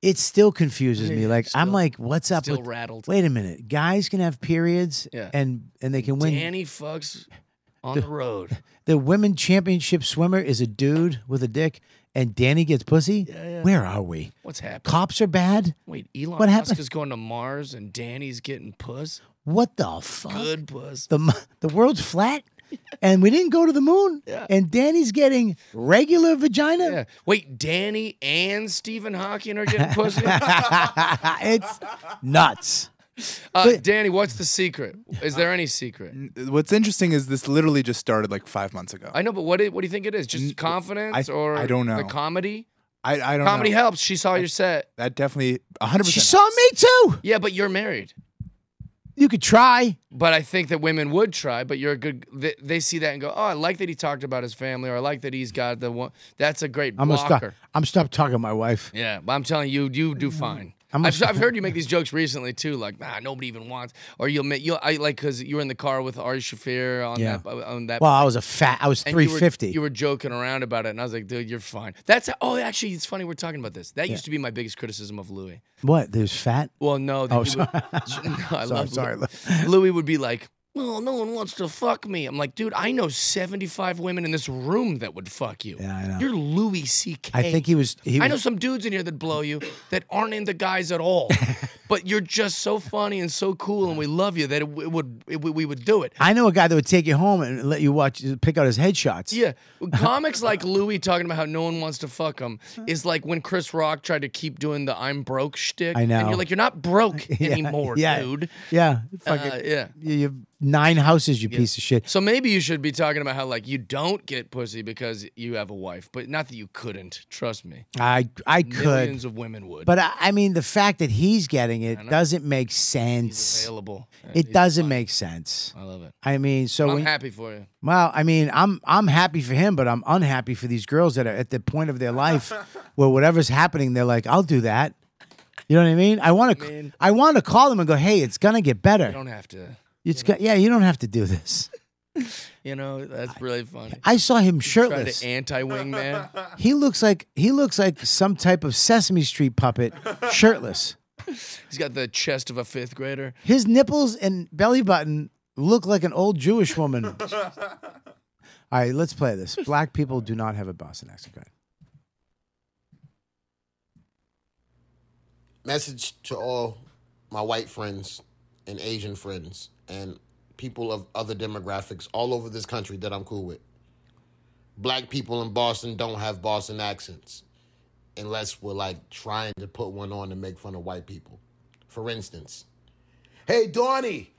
B: It still confuses me. Like I'm like, what's up?
A: still
B: with-
A: rattled.
B: Wait a minute, guys can have periods,
A: Yeah.
B: and and they can win.
A: Danny fucks on the road.
B: The women championship swimmer is a dude with a dick, and Danny gets pussy. Where are we?
A: What's happening?
B: Cops are bad.
A: Wait, Elon
B: What
A: Musk
B: happened?
A: is going to Mars and Danny's getting puss.
B: What the fuck?
A: Good puss.
B: the mo- the world's flat and we didn't go to the moon and Danny's getting regular
A: Yeah.
B: vagina.
A: Wait, Danny and Stephen Hawking are getting pussy.
B: it's nuts.
A: Uh, Danny, what's the secret? Is there any secret?
H: What's interesting is this literally just started like five months ago.
A: I know, but what do, what do you think it is? Just confidence
H: I-
A: or
H: I don't
A: the
H: know.
A: comedy?
H: I, I don't
A: Comedy
H: know.
A: helps. She saw your set.
H: That definitely 100%.
B: She saw me too.
A: Yeah, but you're married.
B: You could try.
A: But I think that women would try. But you're a good. They, they see that and go, "Oh, I like that he talked about his family, or I like that he's got the one." That's a great
B: I'm gonna stop.
A: blocker.
B: I'm stop talking to my wife.
A: Yeah, but I'm telling you, you do fine.
B: I'm a-
A: I've, I've heard you make these jokes recently too, like nah, nobody even wants, or you'll make you. I like because you were in the car with Ari Shafir on
B: Yeah.
A: that on that.
B: Well, I was a fat. I was
A: and you were-
B: 350.
A: You were, joking around about it, and I was like, dude, you're fine. That's oh, actually, it's funny we're talking about this. That used to be my biggest criticism of Louis.
B: what? There's fat.
A: Well, no, that
B: Oh,
A: he
B: sorry.
A: Would, no, I
B: Sorry,
A: love
B: sorry.
A: Louis. Louis would be like. Well, no one wants to fuck me. I'm like, dude, I know 75 women in this room that would fuck you.
B: Yeah, I know.
A: You're Louis C.K.
B: I think he was. He
A: I
B: was
A: know some dudes in here that blow you that aren't into guys at all, but you're just so funny and so cool, and we love you that it, w- it would it, w- we would do it.
B: I know a guy that would take you home and let you watch, pick out his headshots.
A: Yeah, comics like Louis talking about how no one wants to fuck him is like when Chris Rock tried to keep doing the "I'm broke" shtick.
B: I
A: And
B: know.
A: you're like, you're not broke anymore,
B: Uh, yeah,
A: dude.
B: Yeah,
A: Uh,
B: fucking,
A: yeah.
B: you, you have nine houses, you piece of shit.
A: So maybe you should be talking about how like you don't get pussy because you have a wife, but not that you couldn't. Trust me,
B: I I could,
A: millions of women would.
B: But I, I mean, the fact that he's getting it doesn't make
A: He's
B: sense.
A: available.
B: It doesn't make sense.
A: I love it.
B: I mean, so
A: I'm
B: when,
A: happy for you.
B: well, I mean, I'm I'm happy for him, but I'm unhappy for these girls that are at the point of their life where whatever's happening, they're like, "I'll do that." You know what I mean? I want to
A: mean-
B: I want to call them and go, "Hey, it's gonna get
A: You
B: better.
A: don't have to.
B: It's go- yeah, you don't have to do this."
A: You know, that's really funny.
B: I saw him
A: Try
B: shirtless.
A: to anti wingman.
B: He looks like he looks like some type of Sesame Street puppet, shirtless.
A: He's got the chest of a fifth grader.
B: His nipples and belly button look like an old Jewish woman. All right, let's play this. Black people do not have a Boston accent. Go ahead.
I: message to all my white friends and Asian friends and people of other demographics all over this country that I'm cool with. Black people in Boston don't have Boston accents unless we're like trying to put one on to make fun of white people. For instance, hey Donnie,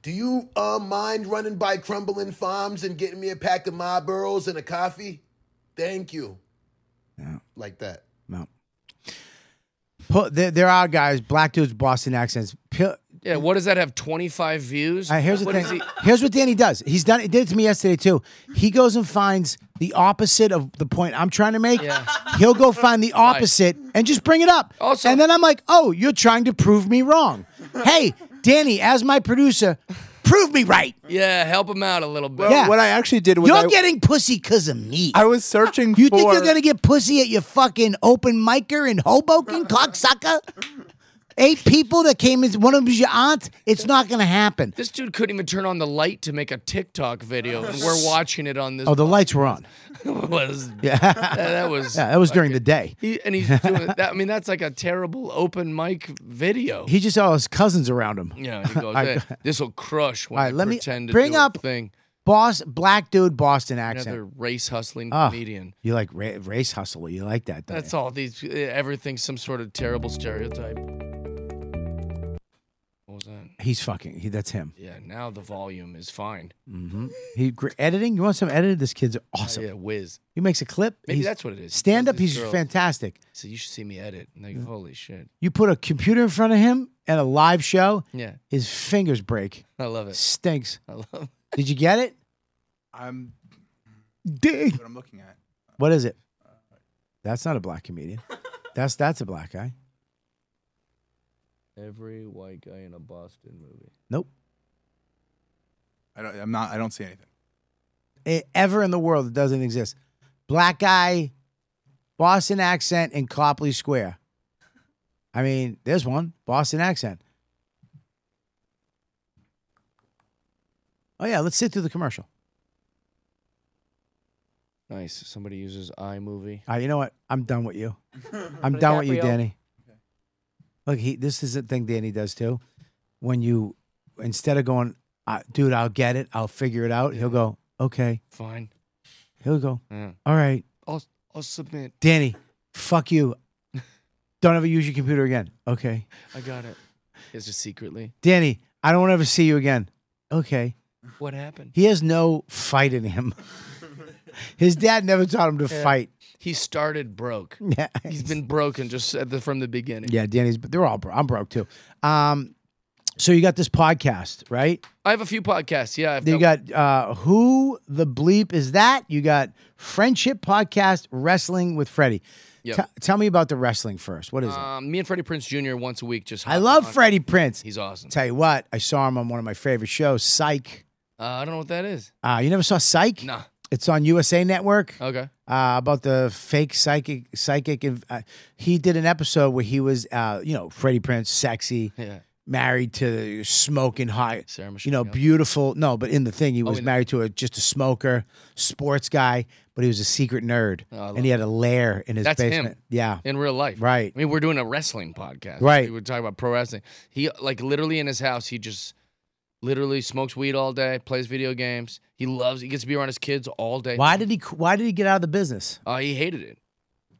I: do you uh, mind running by Crumbling Farms and getting me a pack of Marlboros and a coffee? Thank you. Like that.
B: No. Po- There, there are guys, black dudes, Boston accents. Pi-
A: Yeah, what does that have? 25 views?
B: All right, here's the
A: What is
B: thing.
A: he-
B: Here's what Danny does. He's done. He did it to me yesterday too. He goes and finds the opposite of the point I'm trying to make.
A: Yeah.
B: He'll go find the opposite and just bring it up.
A: Also-
B: and then I'm like, oh, you're trying to prove me wrong. hey, Danny, as my producer, prove me right.
A: Yeah, help him out a little bit.
B: Yeah.
H: What I actually did was
B: You're
H: I,
B: getting pussy because of me.
H: I was searching
B: you
H: for.
B: think you're gonna get pussy at your fucking open micer in Hoboken, cocksucker? Eight people that came in, one of them's your aunt. It's not gonna happen.
A: This dude couldn't even turn on the light to make a TikTok video, and we're watching it on this.
B: Oh, the lights were on.
A: was
B: Yeah,
A: that, that was
B: yeah, that was during the day.
A: He, and he's doing that. I mean, that's like a terrible open mic video.
B: He just had all his cousins around him.
A: yeah, he goes,
B: I-
A: this will crush when
B: All
A: I
B: right, let me
A: pretend to
B: bring
A: do a
B: up
A: thing.
B: Boss, black dude, Boston accent.
A: Another race hustling
B: Ah,
A: comedian.
B: You like ra- race hustle? You like that? Don't
A: That's
B: you?
A: all. These eh, everything's some sort of terrible stereotype. What was that?
B: He's fucking. He, that's him.
A: Yeah, now the volume is fine.
B: He gr- editing. You want some edited? This kid's awesome.
A: Yeah, whiz.
B: He makes a clip.
A: Maybe
B: he's-
A: that's what it is. He
B: Stand
A: tells
B: up.
A: these
B: He's
A: girls-
B: fantastic.
A: So you should see me edit. And they go, holy shit.
B: You put a computer in front of him and a live show.
A: Yeah,
B: His fingers break.
A: I love it.
B: Stinks.
A: I love.
B: Did you get it?
J: I'm
B: Ding.
J: what I'm looking at.
B: What is it? That's not a black comedian. That's that's a black guy.
A: Every white guy in a Boston movie.
B: Nope.
J: I don't. I'm not. I don't see anything.
B: E- ever in the world that doesn't exist. Black guy, Boston accent, and Copley Square. I mean, there's one Boston accent. Oh yeah, let's sit through the commercial.
A: Nice. Somebody uses iMovie.
B: All right, you know what? I'm done with you. I'm done with you,
E: DiCaprio.
B: Danny. Look, he. This is the thing Danny does too. When you, instead of going, uh, dude, I'll get it, I'll figure it out. He'll go, okay.
A: Fine.
B: He'll go,
A: Yeah.
B: all right.
A: I'll I'll submit.
B: Danny, fuck you. Don't ever use your computer again. Okay.
A: I got it. It's just secretly.
B: Danny, I don't want to ever see you again. Okay.
A: What happened?
B: He has no fight in him. His dad never taught him to fight.
A: He started broke.
B: Yeah.
A: He's been broken just at the, from the beginning.
B: Yeah, Danny's but they're all bro- I'm broke too. Um so you got this podcast, right?
A: I have a few podcasts. Yeah, I've
B: Then you
A: got-
B: got uh Who the Bleep is that? You got Friendship Podcast Wrestling with Freddie.
A: Yep.
B: T- tell me about the wrestling first. What is it?
A: um, me and Freddie Prince Jr. once a week. Just
B: I
A: hop
B: love
A: on.
B: Freddie Prince.
A: He's awesome.
B: Tell you what, I saw him on one of my favorite shows, Psych.
A: Uh, I don't know what that is.
B: Uh, you never saw Psych?
A: Nah.
B: It's on USA Network
A: Okay.
B: uh, about the fake psychic. Psychic. inv- Uh, he did an episode where he was, uh, you know, Freddie Prince, sexy,
A: Yeah.
B: married to smoking hot,
A: Sarah Michelle.
B: you know,
A: Gellar. Oh,
B: beautiful. No, but in the thing, he was
A: in the-
B: married to a just a smoker, sports guy, but he was a secret nerd,
A: Oh, I love
B: and he had a lair in his
A: That's him.
B: basement. Yeah,
A: in real life.
B: Right.
A: I mean, we're doing a wrestling podcast.
B: Right.
A: We were talking about pro wrestling. He like literally in his house, he just literally smokes weed all day, plays video games. He loves. He gets to be around his kids all day.
B: Why did he? qu- Why did he get out of the business?
A: Uh, he hated it.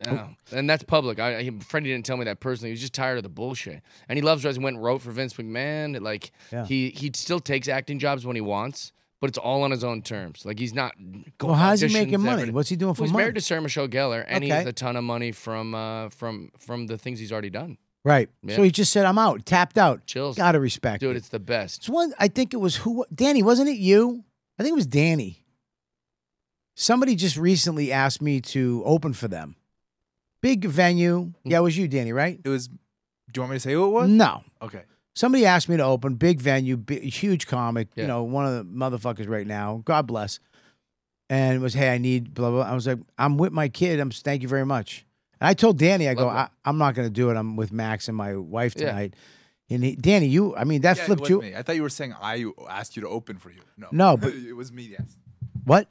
A: Yeah. And that's public. I, I, Freddie didn't tell me that personally. He was just tired of the bullshit. And he loves wrestling. Went and wrote for Vince McMahon. Like
B: Yeah.
A: he he still takes acting jobs when he wants, but it's all on his own terms. Like he's not.
B: Well, how's he
A: auditions
B: making money?
A: every-
B: What's he doing for
A: well, he's
B: money?
A: married to Sarah Michelle Gellar, and he
B: Okay.
A: has a ton of money from uh, from from the things he's already done.
B: Right.
A: Yeah.
B: So he just said, "I'm out," tapped out.
A: Chills.
B: Gotta respect
A: Dude,
B: it.
A: it's the best.
B: It's one. I think it was who Danny wasn't it you? I think it was Danny. Somebody just recently asked me to open for them. Big venue. Yeah, it was you, Danny, right?
J: It was. Do you want me to say who it was?
B: No.
J: Okay.
B: Somebody asked me to open big venue, big, huge comic. You
A: Yeah.
B: know, one of the motherfuckers right now. God bless. And it was, hey, I need blah blah. I was like, I'm with my kid. I'm thank you very much. And I told Danny, I go,
A: Lovely.
B: I, I'm not going to do it. I'm with Max and my wife
A: Yeah.
B: tonight. And he, Danny, you, I mean, that
J: Yeah, it
B: flipped
J: was
B: you.
J: Me. I thought you were saying I asked you to open for you. No.
B: No, but-
J: it was me. Yes.
B: What?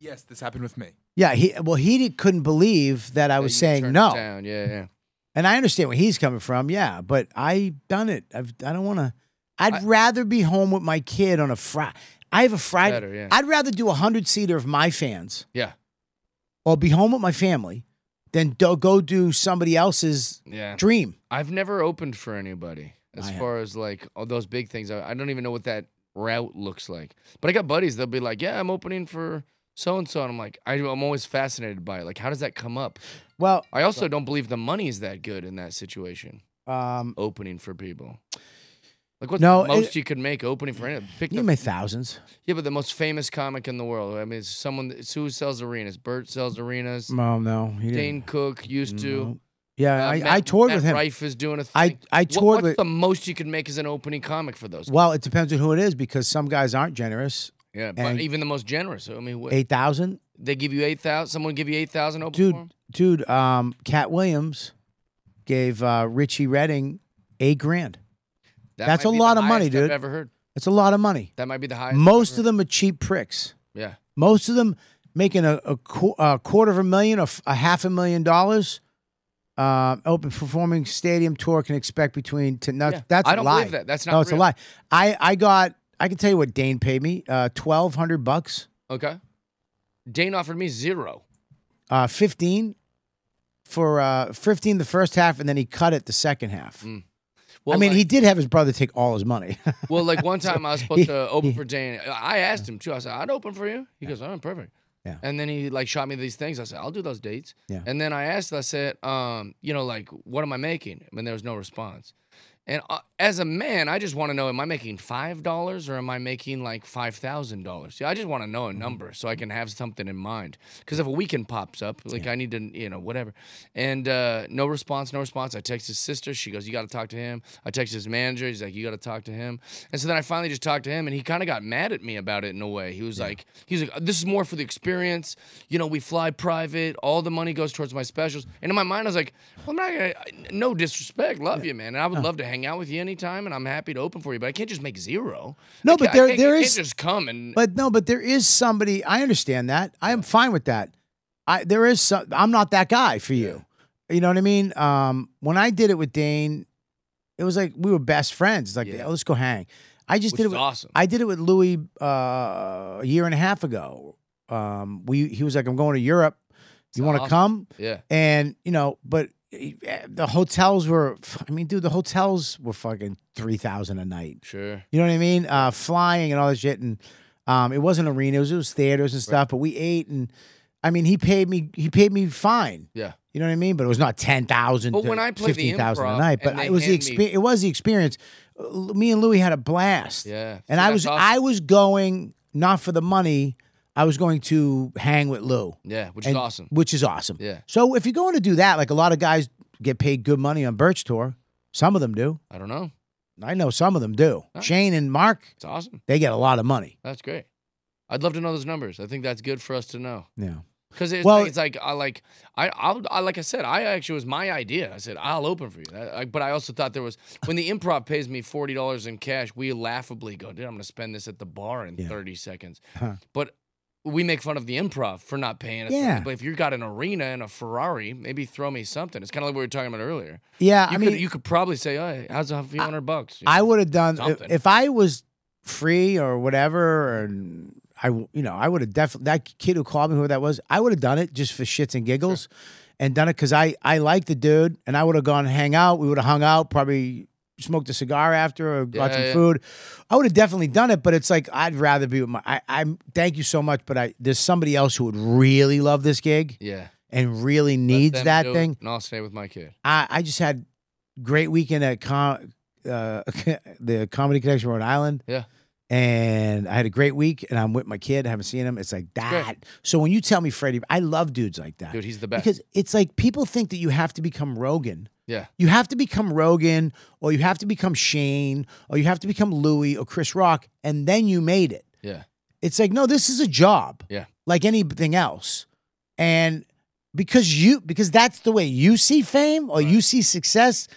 J: Yes, this happened with me.
B: Yeah, he well he did, couldn't believe that I
A: That
B: was
A: you
B: saying
A: turned
B: no,
A: it down. Yeah, yeah.
B: and I understand where he's coming from. Yeah, but I done it. I've, I don't want to. I'd
A: I-
B: rather be home with my kid on a Friday. I have a Friday.
A: Better, yeah.
B: I'd rather do a hundred seater of my fans
A: Yeah.
B: or be home with my family than do, go do somebody else's
A: Yeah.
B: dream.
A: I've never opened for anybody as
B: I have.
A: far as like all those big things. I, I don't even know what that route looks like. But I got buddies, they'll be like, Yeah, I'm opening for so and so. And I'm like, I, I'm always fascinated by it. Like, how does that come up?
B: Well,
A: I also don't believe the money is that good in that situation,
B: um,
A: opening for people. Like, what's
B: No,
A: the most
B: it-
A: you could make opening for any? Pick
B: you
A: the,
B: made thousands,
A: yeah, but the most famous comic in the world. I mean, it's someone, that- it's who sells arenas. Bert sells arenas.
B: Mom. No, he didn't.
A: Dane Cook used to.
B: Yeah,
A: Uh,
B: I,
A: Matt-
B: I toured
A: Matt
B: with him.
A: Rife is doing a thing.
B: I- I
A: What-
B: toured
A: what's
B: with-
A: the most you could make as an opening comic for those?
B: Well, it depends on who it is because some guys aren't generous.
A: yeah,
B: and
A: but even the most generous. I mean, what,
B: eight thousand,
A: They give you eight thousand. Someone give you eight thousand open
B: dude,
A: for 'em?
B: dude. Um, Cat Williams gave uh, Richie Redding eight grand.
A: That
B: That's
A: might
B: a
A: be the
B: lot of money,
A: highest I've
B: dude.
A: ever heard.
B: That's a lot of money.
A: That might be the highest. I've
B: Most
A: ever
B: of them are cheap pricks.
A: heard. Yeah.
B: Most of them making a, a, qu- a quarter of a million, a, f- a half a million dollars. Uh, open performing stadium tour can expect between to no,
A: Yeah.
B: that's
A: I
B: a
A: don't
B: lie.
A: believe that. That's
B: no,
A: not
B: it's a
A: real.
B: lie. I I got I can tell you what Dane paid me uh twelve hundred bucks
A: Okay. Dane offered me zero.
B: uh fifteen for uh fifteen the first half and then he cut it the second half.
A: Mm. Well,
B: I mean
A: like-
B: he did have his brother take all his money.
A: Well, like one time I was supposed
B: He-
A: to open
B: he-
A: for Dane. I asked him too. I said, I'd open for you. He goes, Oh, perfect.
B: Yeah.
A: And then he like shot me these things. I said, I'll do those dates.
B: Yeah.
A: And then I asked, I said, um, you know, like, what am I making? And there was no response. And uh, as a man, I just want to know, am I making $5 or am I making like $5,000? See, I just want to know a
B: Mm-hmm.
A: number so I can have something in mind. Because if a weekend pops up, like I need to, you know, whatever. And uh, no response, no response. I text his sister. She goes, you got to talk to him. I text his manager. He's like, you got to talk to him. And so then I finally just talked to him and he kind of got mad at me about it in a way. He was like, he's like, this is more for the experience. You know, we fly private. All the money goes towards my specials. And in my mind, I was like, well, I'm not going to, no disrespect. Love you, man. And I would love to hang out with you anytime. And I'm happy to open for you, but I can't just make zero.
B: No,
A: I
B: but
A: can't- I
B: there-
A: can't-
B: there
A: I
B: is-
A: can't just come and,
B: But no, but there is somebody. I understand that. I am fine with that. I there is some. I'm not that guy for you. You know what I mean? Um, when I did it with Dane, it was like we were best friends. It's like, "Oh, let's go hang. I just
A: Which
B: did it.
A: is
B: With,
A: awesome.
B: I did it with Louis uh, a year and a half ago. Um, we he was like, I'm going to Europe. You want to
A: awesome.
B: come?
A: Yeah.
B: And you know, but eh, the hotels were. I mean, dude, the hotels were fucking three thousand a night.
A: sure.
B: You know what I mean? Uh, flying and all that shit. And um, it wasn't arenas; it was theaters and stuff. But we ate, and I mean, he paid me. He paid me fine.
A: Yeah.
B: You know what I mean? But it was not ten thousand.
A: But when I played the
B: fifteen thousand a
A: Improv
B: night,
A: and
B: but
A: they
B: it was the
A: hand me-
B: experience. It was the experience. Uh, Me and Louis had a blast.
A: Yeah.
B: And
A: See,
B: I
A: that's
B: was
A: awesome.
B: I was going not for the money. I was going to hang with Lou.
A: Yeah, which is
B: And-
A: awesome.
B: Which is awesome.
A: Yeah.
B: So if you're going to do that, like a lot of guys get paid good money on Birch Tour. Some of them do.
A: I don't know.
B: I know some of them do. Shane and Mark,
A: It's awesome.
B: they get a lot of money.
A: That's great. I'd love to know those numbers. I think that's good for us to know.
B: Yeah.
A: Because it's,
B: Well-
A: like, it's like I like I I'll, I like I said I actually it was my idea. I said I'll open for you, I, I- but I also thought there was when the improv pays me forty dollars in cash, we laughably go, dude, I'm gonna spend this at the bar in thirty seconds.
B: Huh.
A: But we make fun of the improv for not paying. us.
B: Yeah.
A: But if you got an arena and a Ferrari, maybe throw me something. It's kind of like we were talking about earlier.
B: Yeah,
A: You
B: I
A: could,
B: mean-
A: you could probably say, hey, how's a few hundred bucks? You
B: I would have done if,
A: Something.
B: if I was free or whatever, and I, you know, I would have definitely that kid who called me, whoever that was, I would have done it just for shits and giggles, and done it because I I like the dude, and I would have gone hang out. We would have hung out, probably smoked a cigar after, or
A: Yeah,
B: got some
A: yeah.
B: food. I would have definitely done it, but it's like I'd rather be with my. I, I'm thank you so much, but I there's somebody else who would really love this gig
A: Yeah.
B: and really
A: Let
B: needs
A: them
B: that
A: do it,
B: thing.
A: and I'll stay with my kid.
B: I, I just had great weekend at com- uh, the Comedy Connection Rhode Island.
A: Yeah.
B: And I had a great week, and I'm with my kid. I haven't seen him. It's like that. So when you tell me Freddie, I love dudes like that.
A: Dude, he's the best.
B: Because it's like people think that you have to become Rogan.
A: Yeah.
B: You have to become Rogan, or you have to become Shane, or you have to become Louis or Chris Rock, and then you made it.
A: Yeah.
B: It's like, no, this is a job.
A: Yeah.
B: Like anything else. And because you because that's the way you see fame or you see success,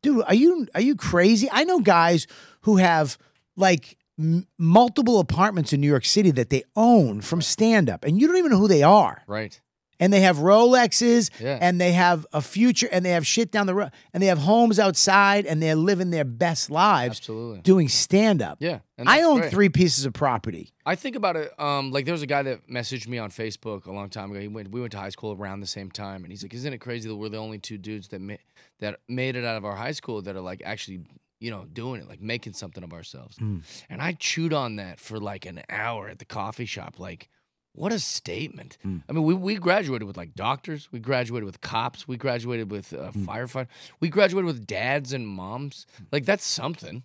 B: dude, are you are you crazy? I know guys who have like m- multiple apartments in New York City that they own from stand up and you don't even know who they are
A: Right.
B: and they have Rolexes
A: Yeah.
B: and they have a future and they have shit down the road and they have homes outside and they're living their best lives
A: Absolutely.
B: doing stand up.
A: Yeah. and
B: I
A: that's
B: own
A: great.
B: three pieces of property.
A: I think about it. Um, like there was a guy that messaged me on Facebook a long time ago. He went, we went to high school around the same time, and he's like, "Isn't it crazy that we're the only two dudes that ma- that made it out of our high school that are like actually, you know, doing it, like making something of ourselves?" And I chewed on that for like an hour at the coffee shop. Like, what a statement! I mean, we we graduated with like doctors, we graduated with cops, we graduated with uh, firefighters, we graduated with dads and moms. Like that's something.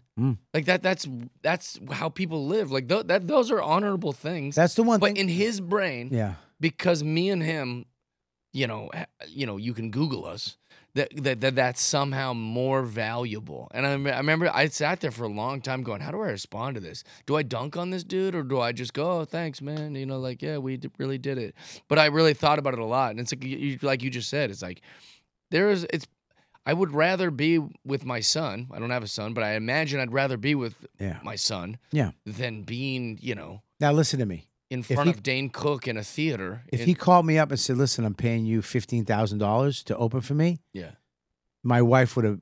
A: Like that. That's that's how people live. Like th- that. Those are honorable things.
B: That's the one
A: But
B: thing-
A: in his brain,
B: Yeah.
A: because me and him, you know, ha- you know, you can Google us. that, that, that that's somehow more valuable. And I, rem- I remember I sat there for a long time going, how do I respond to this? Do I dunk on this dude or do I just go, oh, thanks, man? You know, like, yeah, we d- really did it. But I really thought about it a lot. And it's like, you- you, like you just said, it's like, there is, it's, I would rather be with my son. I don't have a son, but I imagine I'd rather be with
B: Yeah.
A: my son
B: Yeah.
A: than being, you know,
B: Now listen to me.
A: in
B: If
A: front
B: he-
A: of Dane Cook in a theater.
B: If
A: in-
B: he called me up and said, "Listen, I'm paying you fifteen thousand dollars to open for me,"
A: yeah,
B: my wife would have.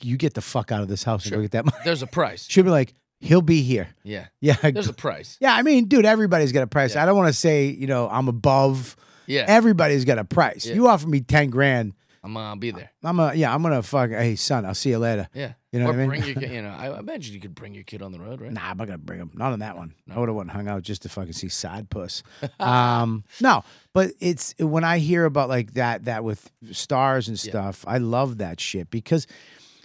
B: You get the fuck out of this house and go get that money.
A: there's a price.
B: She'd be like, "He'll be here."
A: Yeah,
B: Yeah.
A: there's a price.
B: Yeah, I mean, dude, everybody's got a price. I don't want to say, you know, I'm above.
A: Yeah.
B: Everybody's got a price.
A: Yeah.
B: You offer me ten grand,
A: I'm gonna be there.
B: I'm a yeah, I'm gonna fuck. Hey, son, I'll see you later.
A: Yeah,
B: You know
A: or
B: what I mean?
A: bring your kid. You know, I I imagine you could bring your kid on the road, right?
B: Nah, I'm not gonna bring him. Not on that one. I would have went and hung out just to fucking see side puss. um, no, but it's when I hear about like that that with stars and stuff, I love that shit because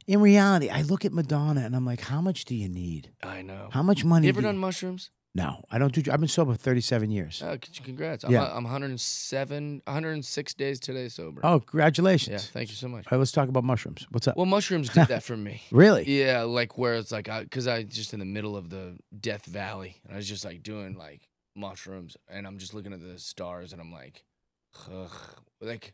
B: in reality, I look at Madonna and I'm like, how much do you need?
A: I know.
B: How much money
A: You ever
B: do you-
A: done mushrooms?
B: No, I don't do. I've been sober 37 years.
A: Uh, c- congrats.
B: Yeah.
A: I'm, I'm 107, 106 days today sober.
B: oh, congratulations!
A: Yeah, thank you so much.
B: All right, let's talk about mushrooms. What's up?
A: Well, mushrooms did that for me.
B: Really?
A: Yeah, like where it's like I because I was just in the middle of the Death Valley and I was just like doing like mushrooms and I'm just looking at the stars and I'm like, ugh, like.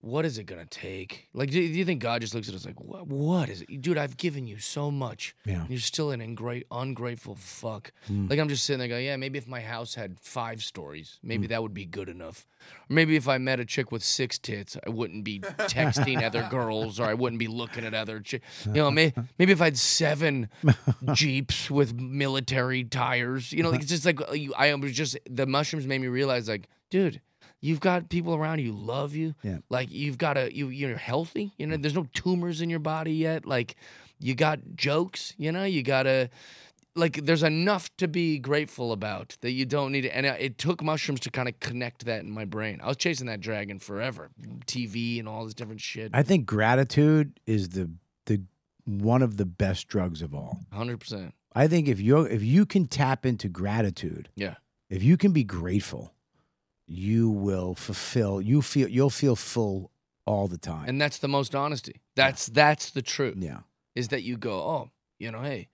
A: What is it gonna take? Like, do, do you think God just looks at us like, what, what is it, dude? I've given you so much.
B: Yeah.
A: You're still an ingrate, ungrateful fuck.
B: Mm.
A: Like, I'm just sitting there going, yeah, maybe if my house had five stories, maybe that would be good enough. Or maybe if I met a chick with six tits, I wouldn't be texting other girls or I wouldn't be looking at other chicks. You know, may, maybe if I had seven Jeeps with military tires, you know, like, it's just like, uh, you- I was just, the mushrooms made me realize, like, dude, You've got people around you who love you.
B: Yeah.
A: Like you've got a you you're healthy. You know, there's no tumors in your body yet. Like you got jokes. You know, you got a like there's enough to be grateful about that you don't need it. And uh, it took mushrooms to kind of connect that in my brain. I was chasing that dragon forever, TV and all this different shit.
B: I think gratitude is the the one of the best drugs of all.
A: Hundred percent.
B: I think if you if you can tap into gratitude,
A: Yeah.
B: if you can be grateful, you will fulfill. You feel you'll feel full all the time.
A: And that's the most honesty. That's that's the truth.
B: Yeah.
A: Is that you go, oh, you know, hey,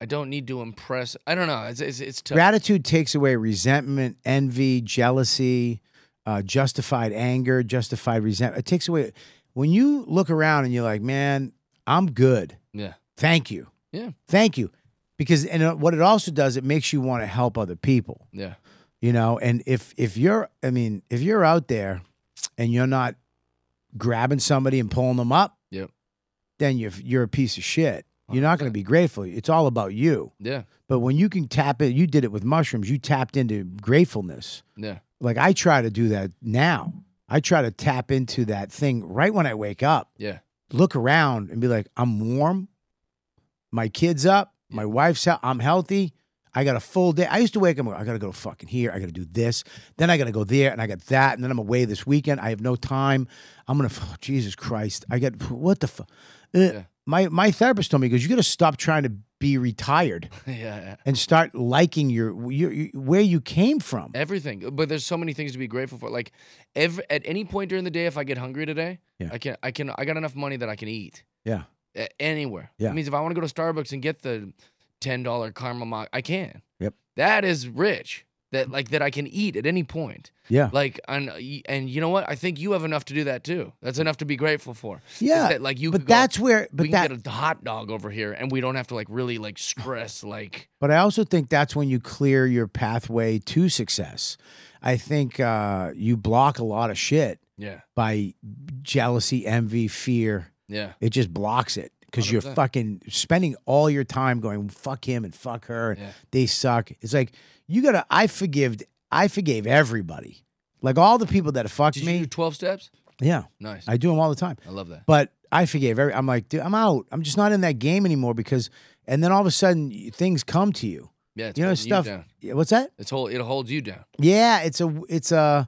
A: I don't need to impress. I don't know. It's it's, it's tough.
B: Gratitude takes away resentment, envy, jealousy, uh, justified anger, justified resentment. It takes away when you look around and you're like, man, I'm good.
A: Yeah.
B: Thank you.
A: Yeah.
B: Thank you. Because and uh, what it also does, it makes you want to help other people.
A: Yeah.
B: you know and if if you're i mean if you're out there and you're not grabbing somebody and pulling them up
A: Yep.
B: then you're you're a piece of shit you're not going to be grateful it's all about you
A: Yeah.
B: but when you can tap it you did it with mushrooms you tapped into gratefulness
A: Yeah.
B: like i try to do that now i try to tap into that thing right when i wake up
A: Yeah.
B: look around and be like, I'm warm. My kids up. My wife's out. I'm healthy. I got a full day. I used to wake up. and go, I gotta go fucking here. I gotta do this. Then I gotta go there, and I got that. And then I'm away this weekend. I have no time. I'm gonna. Oh, Jesus Christ! I got what the fuck. My my therapist told me because you gotta stop trying to be retired
A: yeah.
B: and start liking your, your, your where you came
A: Eh,
B: from.
A: Everything, but there's so many things to be grateful for. Like, ev at any point during the day, if I get hungry today,
B: Yeah.
A: I can, I can, I got enough money that I can eat
B: Yeah.
A: a- anywhere.
B: Yeah.
A: It means if I want to go to Starbucks and get the ten dollar caramel mock, I can.
B: Yep.
A: That is rich. That like that I can eat at any point.
B: Yeah.
A: Like and and you know what? I think you have enough to do that too. That's enough to be grateful for. Is
B: Yeah,
A: That, like you.
B: but
A: could go,
B: that's where- but
A: we can
B: that-
A: get a hot dog over here, and we don't have to like really like stress like.
B: But I also think that's when you clear your pathway to success. I think uh, you block a lot of shit
A: Yeah.
B: by jealousy, envy, fear.
A: Yeah.
B: It just blocks it because you're
A: 100%.
B: fucking spending all your time going fuck him and fuck her. They suck. It's like you gotta. I forgived. I forgave everybody. Like all the people that fucked
A: Did
B: me.
A: you do twelve steps?
B: yeah.
A: Nice.
B: I do them all the time.
A: I love that.
B: But I forgave every. I'm like, dude, I'm out. I'm just not in that game anymore because. And then all of a sudden, y- things come to you.
A: Yeah, it's
B: you know
A: holding you
B: stuff.
A: down.
B: Yeah, What's that?
A: It's whole. It holds you down.
B: Yeah, it's a it's a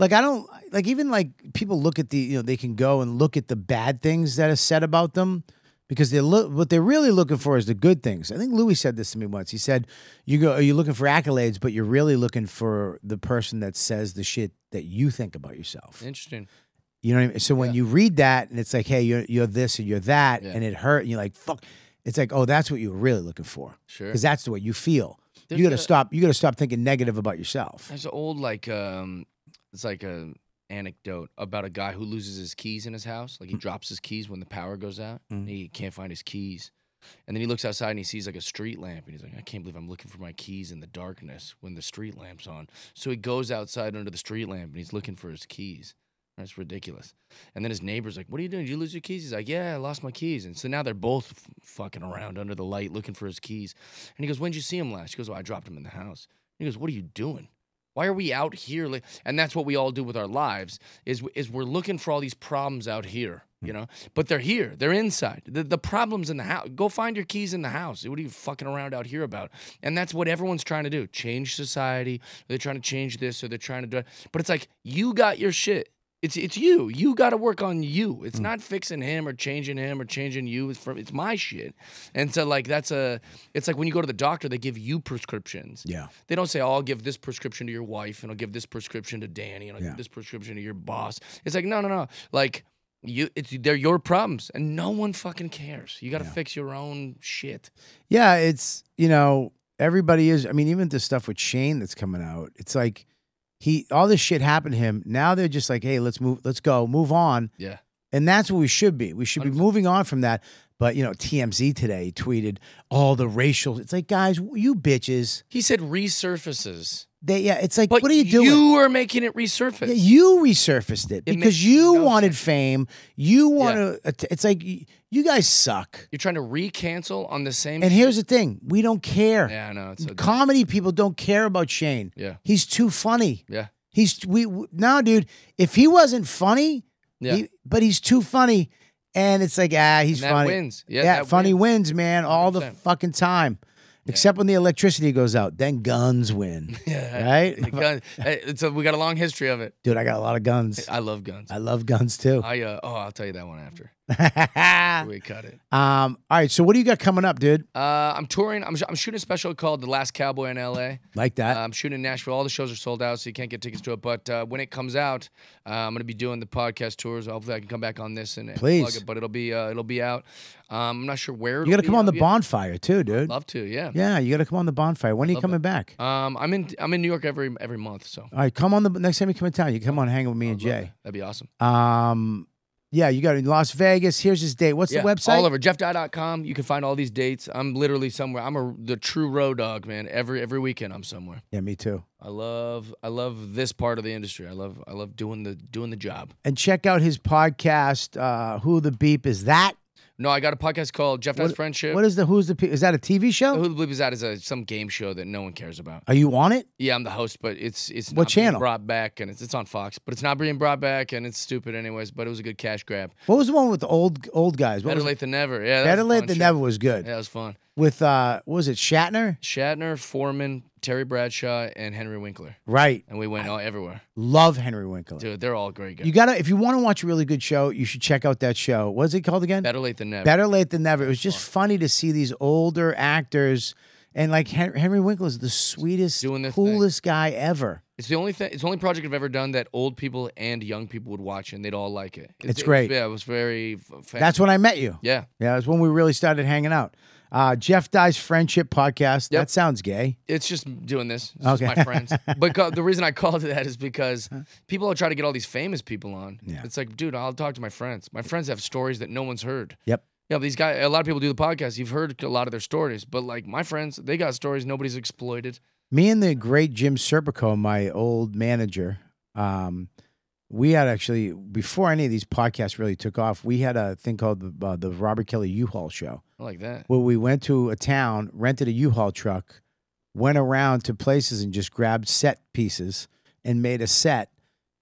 B: like I don't like even like people look at the you know they can go and look at the bad things that are said about them because they look what they're really looking for is the good things. I think Louis said this to me once. He said, "You go, are you looking for accolades, but you're really looking for the person that says the shit that you think about yourself."
A: Interesting.
B: You know what I mean? So when you read that and it's like, hey, you're you're this and you're that, and it hurt, and you're like, fuck. It's like, oh, that's what you were really looking for.
A: Sure.
B: Because that's the way you feel.
A: There's
B: you gotta
A: a-
B: stop. You gotta stop thinking negative about yourself.
A: There's an old like um, it's like a anecdote about a guy who loses his keys in his house. Like he drops his keys when the power goes out. And he can't find his keys, and then he looks outside and he sees like a street lamp, and he's like, I can't believe I'm looking for my keys in the darkness when the street lamp's on. So he goes outside under the street lamp and he's looking for his keys. That's ridiculous. And then his neighbor's like, "What are you doing? Did you lose your keys?" He's like, "Yeah, I lost my keys." And so now they're both f- fucking around under the light looking for his keys. And he goes, "When'd you see him last?" She goes, "Well, I dropped him in the house." he goes, "What are you doing? Why are we out here?" Like, and that's what we all do with our lives is is we're looking for all these problems out here, you know. But they're here. They're inside. The, the problems in the house. Go find your keys in the house. What are you fucking around out here about? And that's what everyone's trying to do. Change society. They're trying to change this or they're trying to do it. But it's like you got your shit. It's it's you. You got to work on you.
B: Mm.
A: It's not fixing him or changing him or changing you. It's from it's my shit. And so like that's a it's like when you go to the doctor, they give you prescriptions.
B: Yeah.
A: They don't say, oh, I'll give this prescription to your wife and I'll give this prescription to Danny and I'll give this prescription to your boss. It's like, no, no, no. Like you it's they're your problems and no one fucking cares. You gotta fix your own shit.
B: Yeah, it's you know everybody is. I mean, even the stuff with Shane that's coming out, it's like he all this shit happened to him. Now they're just like, hey, let's move, let's go, move on.
A: Yeah.
B: And that's what we should be. We should be moving on from that. But you know, TMZ today tweeted all the racial. It's like, guys, you bitches.
A: He said resurfaces.
B: They yeah. It's like, what are you doing?
A: You are making it resurface.
B: Yeah, you resurfaced it because you wanted fame. You want to. It's like y- you guys suck.
A: You're trying to recancel on the same
B: And here's the thing: we don't care.
A: Yeah, I know. It's so dumb.
B: Comedy people don't care about Shane.
A: Yeah.
B: he's too funny.
A: Yeah.
B: He's we w- now, dude. If he wasn't funny,
A: Yeah.
B: he- but he's too funny, and it's like ah, he's
A: And that
B: funny.
A: wins. Yeah, that
B: funny wins, man, all the fucking time. Except when the electricity goes out, then guns win.
A: Yeah,
B: right,
A: the gun- hey, it's a- we got a long history of it.
B: dude. I got a lot of guns.
A: I love guns.
B: I love guns too.
A: I uh, oh, I'll tell you that one after we cut it.
B: Um, all right. So what do you got coming up, dude?
A: Uh, I'm touring. I'm, sh- I'm shooting a special called The Last Cowboy in L.A.
B: Like that?
A: Uh, I'm shooting in Nashville. All the shows are sold out, so you can't get tickets to it. But uh, when it comes out, uh, I'm gonna be doing the podcast tours. Hopefully, I can come back on this and, and plug
B: Please.
A: it. But it'll be uh, it'll be out. Um, I'm not sure where.
B: you got
A: it'll
B: to come
A: be
B: on
A: out
B: the
A: yet.
B: bonfire too, dude.
A: Love to, yeah.
B: Yeah, you got to come on the bonfire. When are you
A: Love
B: coming back?
A: Um, I'm in I'm in New York every every month, so
B: All right, come on the next time you come in town. You come on, hang with me and Jay.
A: that'd be awesome.
B: Um, yeah, you got it in Las Vegas. Here's his date. What's
A: Yeah,
B: the website?
A: All over jeffdye.com. You can find all these dates. I'm literally somewhere. I'm a the true road dog, man. Every every weekend I'm somewhere.
B: Yeah, me too.
A: I love I love this part of the industry. I love I love doing the doing the job.
B: And check out his podcast. Uh, Who the beep is that?
A: No, I got a podcast called Jeff Dye's
B: What-
A: Friendship.
B: What is the Who's the Pe- is that a TV show?
A: Who the bleep is that? Is a some game show that no one cares about.
B: Are you on it?
A: Yeah, I'm the host, but it's it's
B: What
A: not being
B: channel?
A: brought back and it's it's on Fox, but it's not being brought back and it's stupid anyways. But it was a good cash grab.
B: What was the one with the old old guys? What
A: Better
B: was it?
A: late than never. Yeah, that
B: Better
A: was
B: late
A: fun
B: than
A: shit.
B: never was good.
A: Yeah, that was fun.
B: With uh, what was it Shatner?
A: Shatner, Foreman, Terry Bradshaw, and Henry Winkler,
B: Right.
A: and we went all everywhere.
B: Love Henry Winkler.
A: Dude, they're all great guys.
B: You gotta if you want to watch a really good show, you should check out that show. What is it called again?
A: Better late than never.
B: Better late than never. It was just funny to see these older actors, and like Hen- Henry Winkler is the sweetest,
A: Doing their thing.
B: coolest guy ever.
A: It's the only thing. It's the only project I've ever done that old people and young people would watch and they'd all like it.
B: It's great.
A: yeah, it was very. f- fa-
B: That's when I met you.
A: Yeah.
B: yeah, that's when we really started hanging out. Uh, Jeff Dye's friendship podcast. That sounds gay.
A: It's just doing this. It's just
B: Okay.
A: my friends. But co- the reason I called it that is because people try to get all these famous people on. Yeah. It's like, dude, I'll talk to my friends. My friends have stories that no one's heard.
B: Yep.
A: Yeah, but these guys. A lot of people do the podcast. You've heard a lot of their stories, but like my friends, they got stories nobody's exploited.
B: Me and the great Jim Serpico, my old manager, um, we had actually before any of these podcasts really took off, we had a thing called the, uh, the Robert Kelly U-Haul Show.
A: I like that.
B: Well, we went to a town, rented a U-Haul truck, went around to places and just grabbed set pieces and made a set.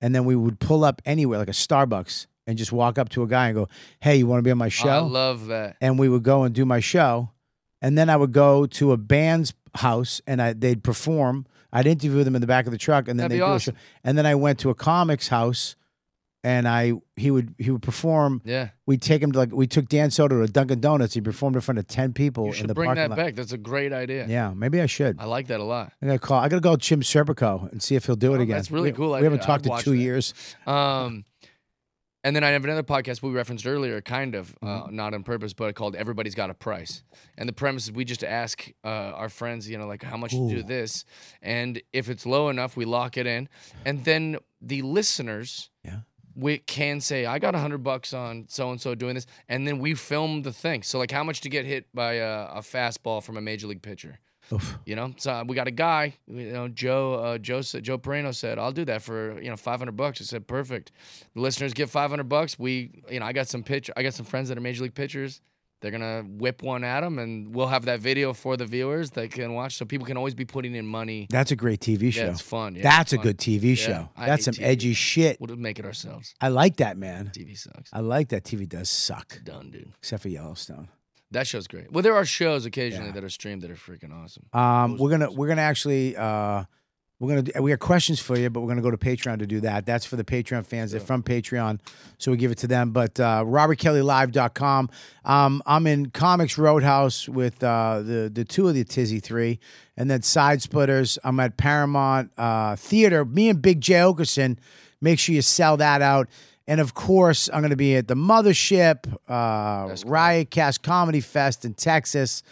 B: And then we would pull up anywhere, like a Starbucks, and just walk up to a guy and go, Hey, you want to be on my show?
A: I love that.
B: and we would go and do my show. And then I would go to a band's house and I, they'd perform. I'd interview them in the back of the truck and then
A: That'd
B: they'd
A: be
B: do
A: awesome.
B: a show. And then I went to a comic's house and I he would he would perform.
A: Yeah.
B: We'd take him to like we took Dan Soto to Dunkin' Donuts. He performed in front of ten people
A: You
B: in
A: should
B: the
A: bring
B: parking
A: that
B: lot.
A: back. That's a great idea.
B: Yeah, maybe I should.
A: I like that a lot.
B: I gotta call. I gotta call Jim Serpico and see if he'll do it
A: Oh,
B: again.
A: That's really
B: we,
A: cool.
B: We
A: idea.
B: haven't
A: I'd
B: talked in
A: watch
B: two
A: that.
B: years.
A: Um, And then I have another podcast we referenced earlier, kind of, uh, not on purpose, but called Everybody's Got a Price. And the premise is we just ask uh, our friends, you know, like, how much to do
K: Ooh.
A: this? And if it's low enough, we lock it in. And then the listeners
B: yeah.
A: we can say, I got 100 bucks on so and so doing this. And then we film the thing. So, like, how much to get hit by a, a fastball from a major league pitcher? You know, so uh, we got a guy, you know, Joe, uh, Joe, said, Joe Perino said, I'll do that for, you know, 500 bucks. I said, perfect. The listeners get 500 bucks. We, you know, I got some pitch, I got some friends that are major league pitchers. They're going to whip one at them and we'll have that video for the viewers that can watch. So people can always be putting in money.
B: That's a great TV show.
A: Yeah, it's fun. Yeah, it's
B: That's a
A: fun.
B: good TV
A: Yeah,
B: show.
A: I
B: That's some
A: hate TV.
B: edgy shit.
A: We'll make it ourselves.
B: I like that, man.
A: TV sucks.
B: I like that. TV does suck.
A: Done, dude.
B: Except for Yellowstone.
A: That show's great. Well, there are shows occasionally that are streamed that are freaking awesome.
B: Um, we're gonna we're gonna actually uh, we're gonna do- we got questions for you, but we're gonna go to Patreon to do that. That's for the Patreon fans. They're from Patreon, so we give it to them. But uh, RobertKellyLive.com. Um, I'm in Comics Roadhouse with uh, the the two of the Tizzy three, and then Side Splitters. I'm at Paramount uh, Theater. Me and Big Jay Okerson. Make sure you sell that out. And of course, I'm going to be at the Mothership, uh, Riotcast Comedy Fest in Texas.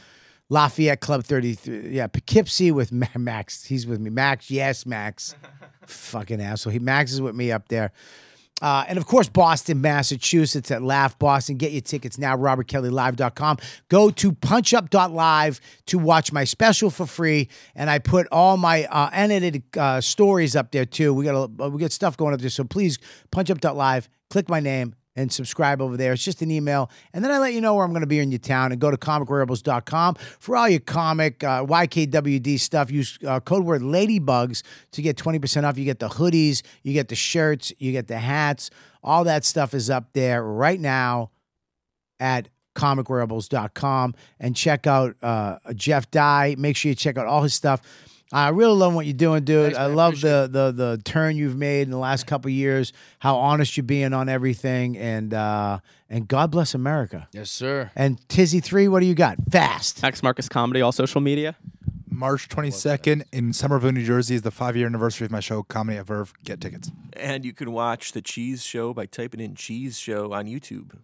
B: Lafayette Club 33. Yeah, Poughkeepsie with Ma- Max. He's with me. Max, yes, Max. Fucking asshole. He Max is with me up there. Uh, and of course, Boston, Massachusetts at Laugh Boston. Get your tickets now, robertkellylive.com. Go to punchup.live to watch my special for free. And I put all my uh, edited uh, stories up there too. We got a, uh, we got stuff going up there. So please, punchup.live, click my name, and subscribe over there. It's just an email. And then I let you know where I'm going to be in your town and go to comicwearables.com for all your comic uh, YKWD stuff. Use uh, code word ladybugs to get 20% off. You get the hoodies, you get the shirts, you get the hats. All that stuff is up there right now at comicwearables.com and check out uh, Jeff Dye. Make sure you check out all his stuff. I really love what you're doing, dude. I love the, the the turn you've made in the last couple of years. How honest you're being on everything, and uh, and God bless America.
A: Yes, sir.
B: And Tizzy three, what do you got? Fast.
J: Max Marcus Comedy, all social media. March 22nd in Somerville, New Jersey is the five year anniversary of my show, Comedy at Verve. Get tickets.
L: And you can watch the Cheese Show by typing in Cheese Show on YouTube.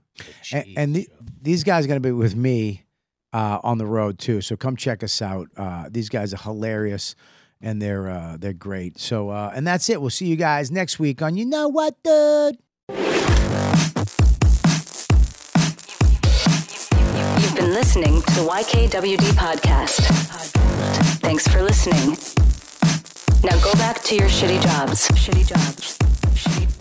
B: and, and the, these guys are going to be with me uh, on the road too. So come check us out. Uh, these guys are hilarious, and they're uh, they're great. So uh, and that's it. We'll see you guys next week on You Know What, Dude.
M: You've been listening to the YKWD podcast. Thanks for listening. Now go back to your shitty jobs. Shitty jobs. Shitty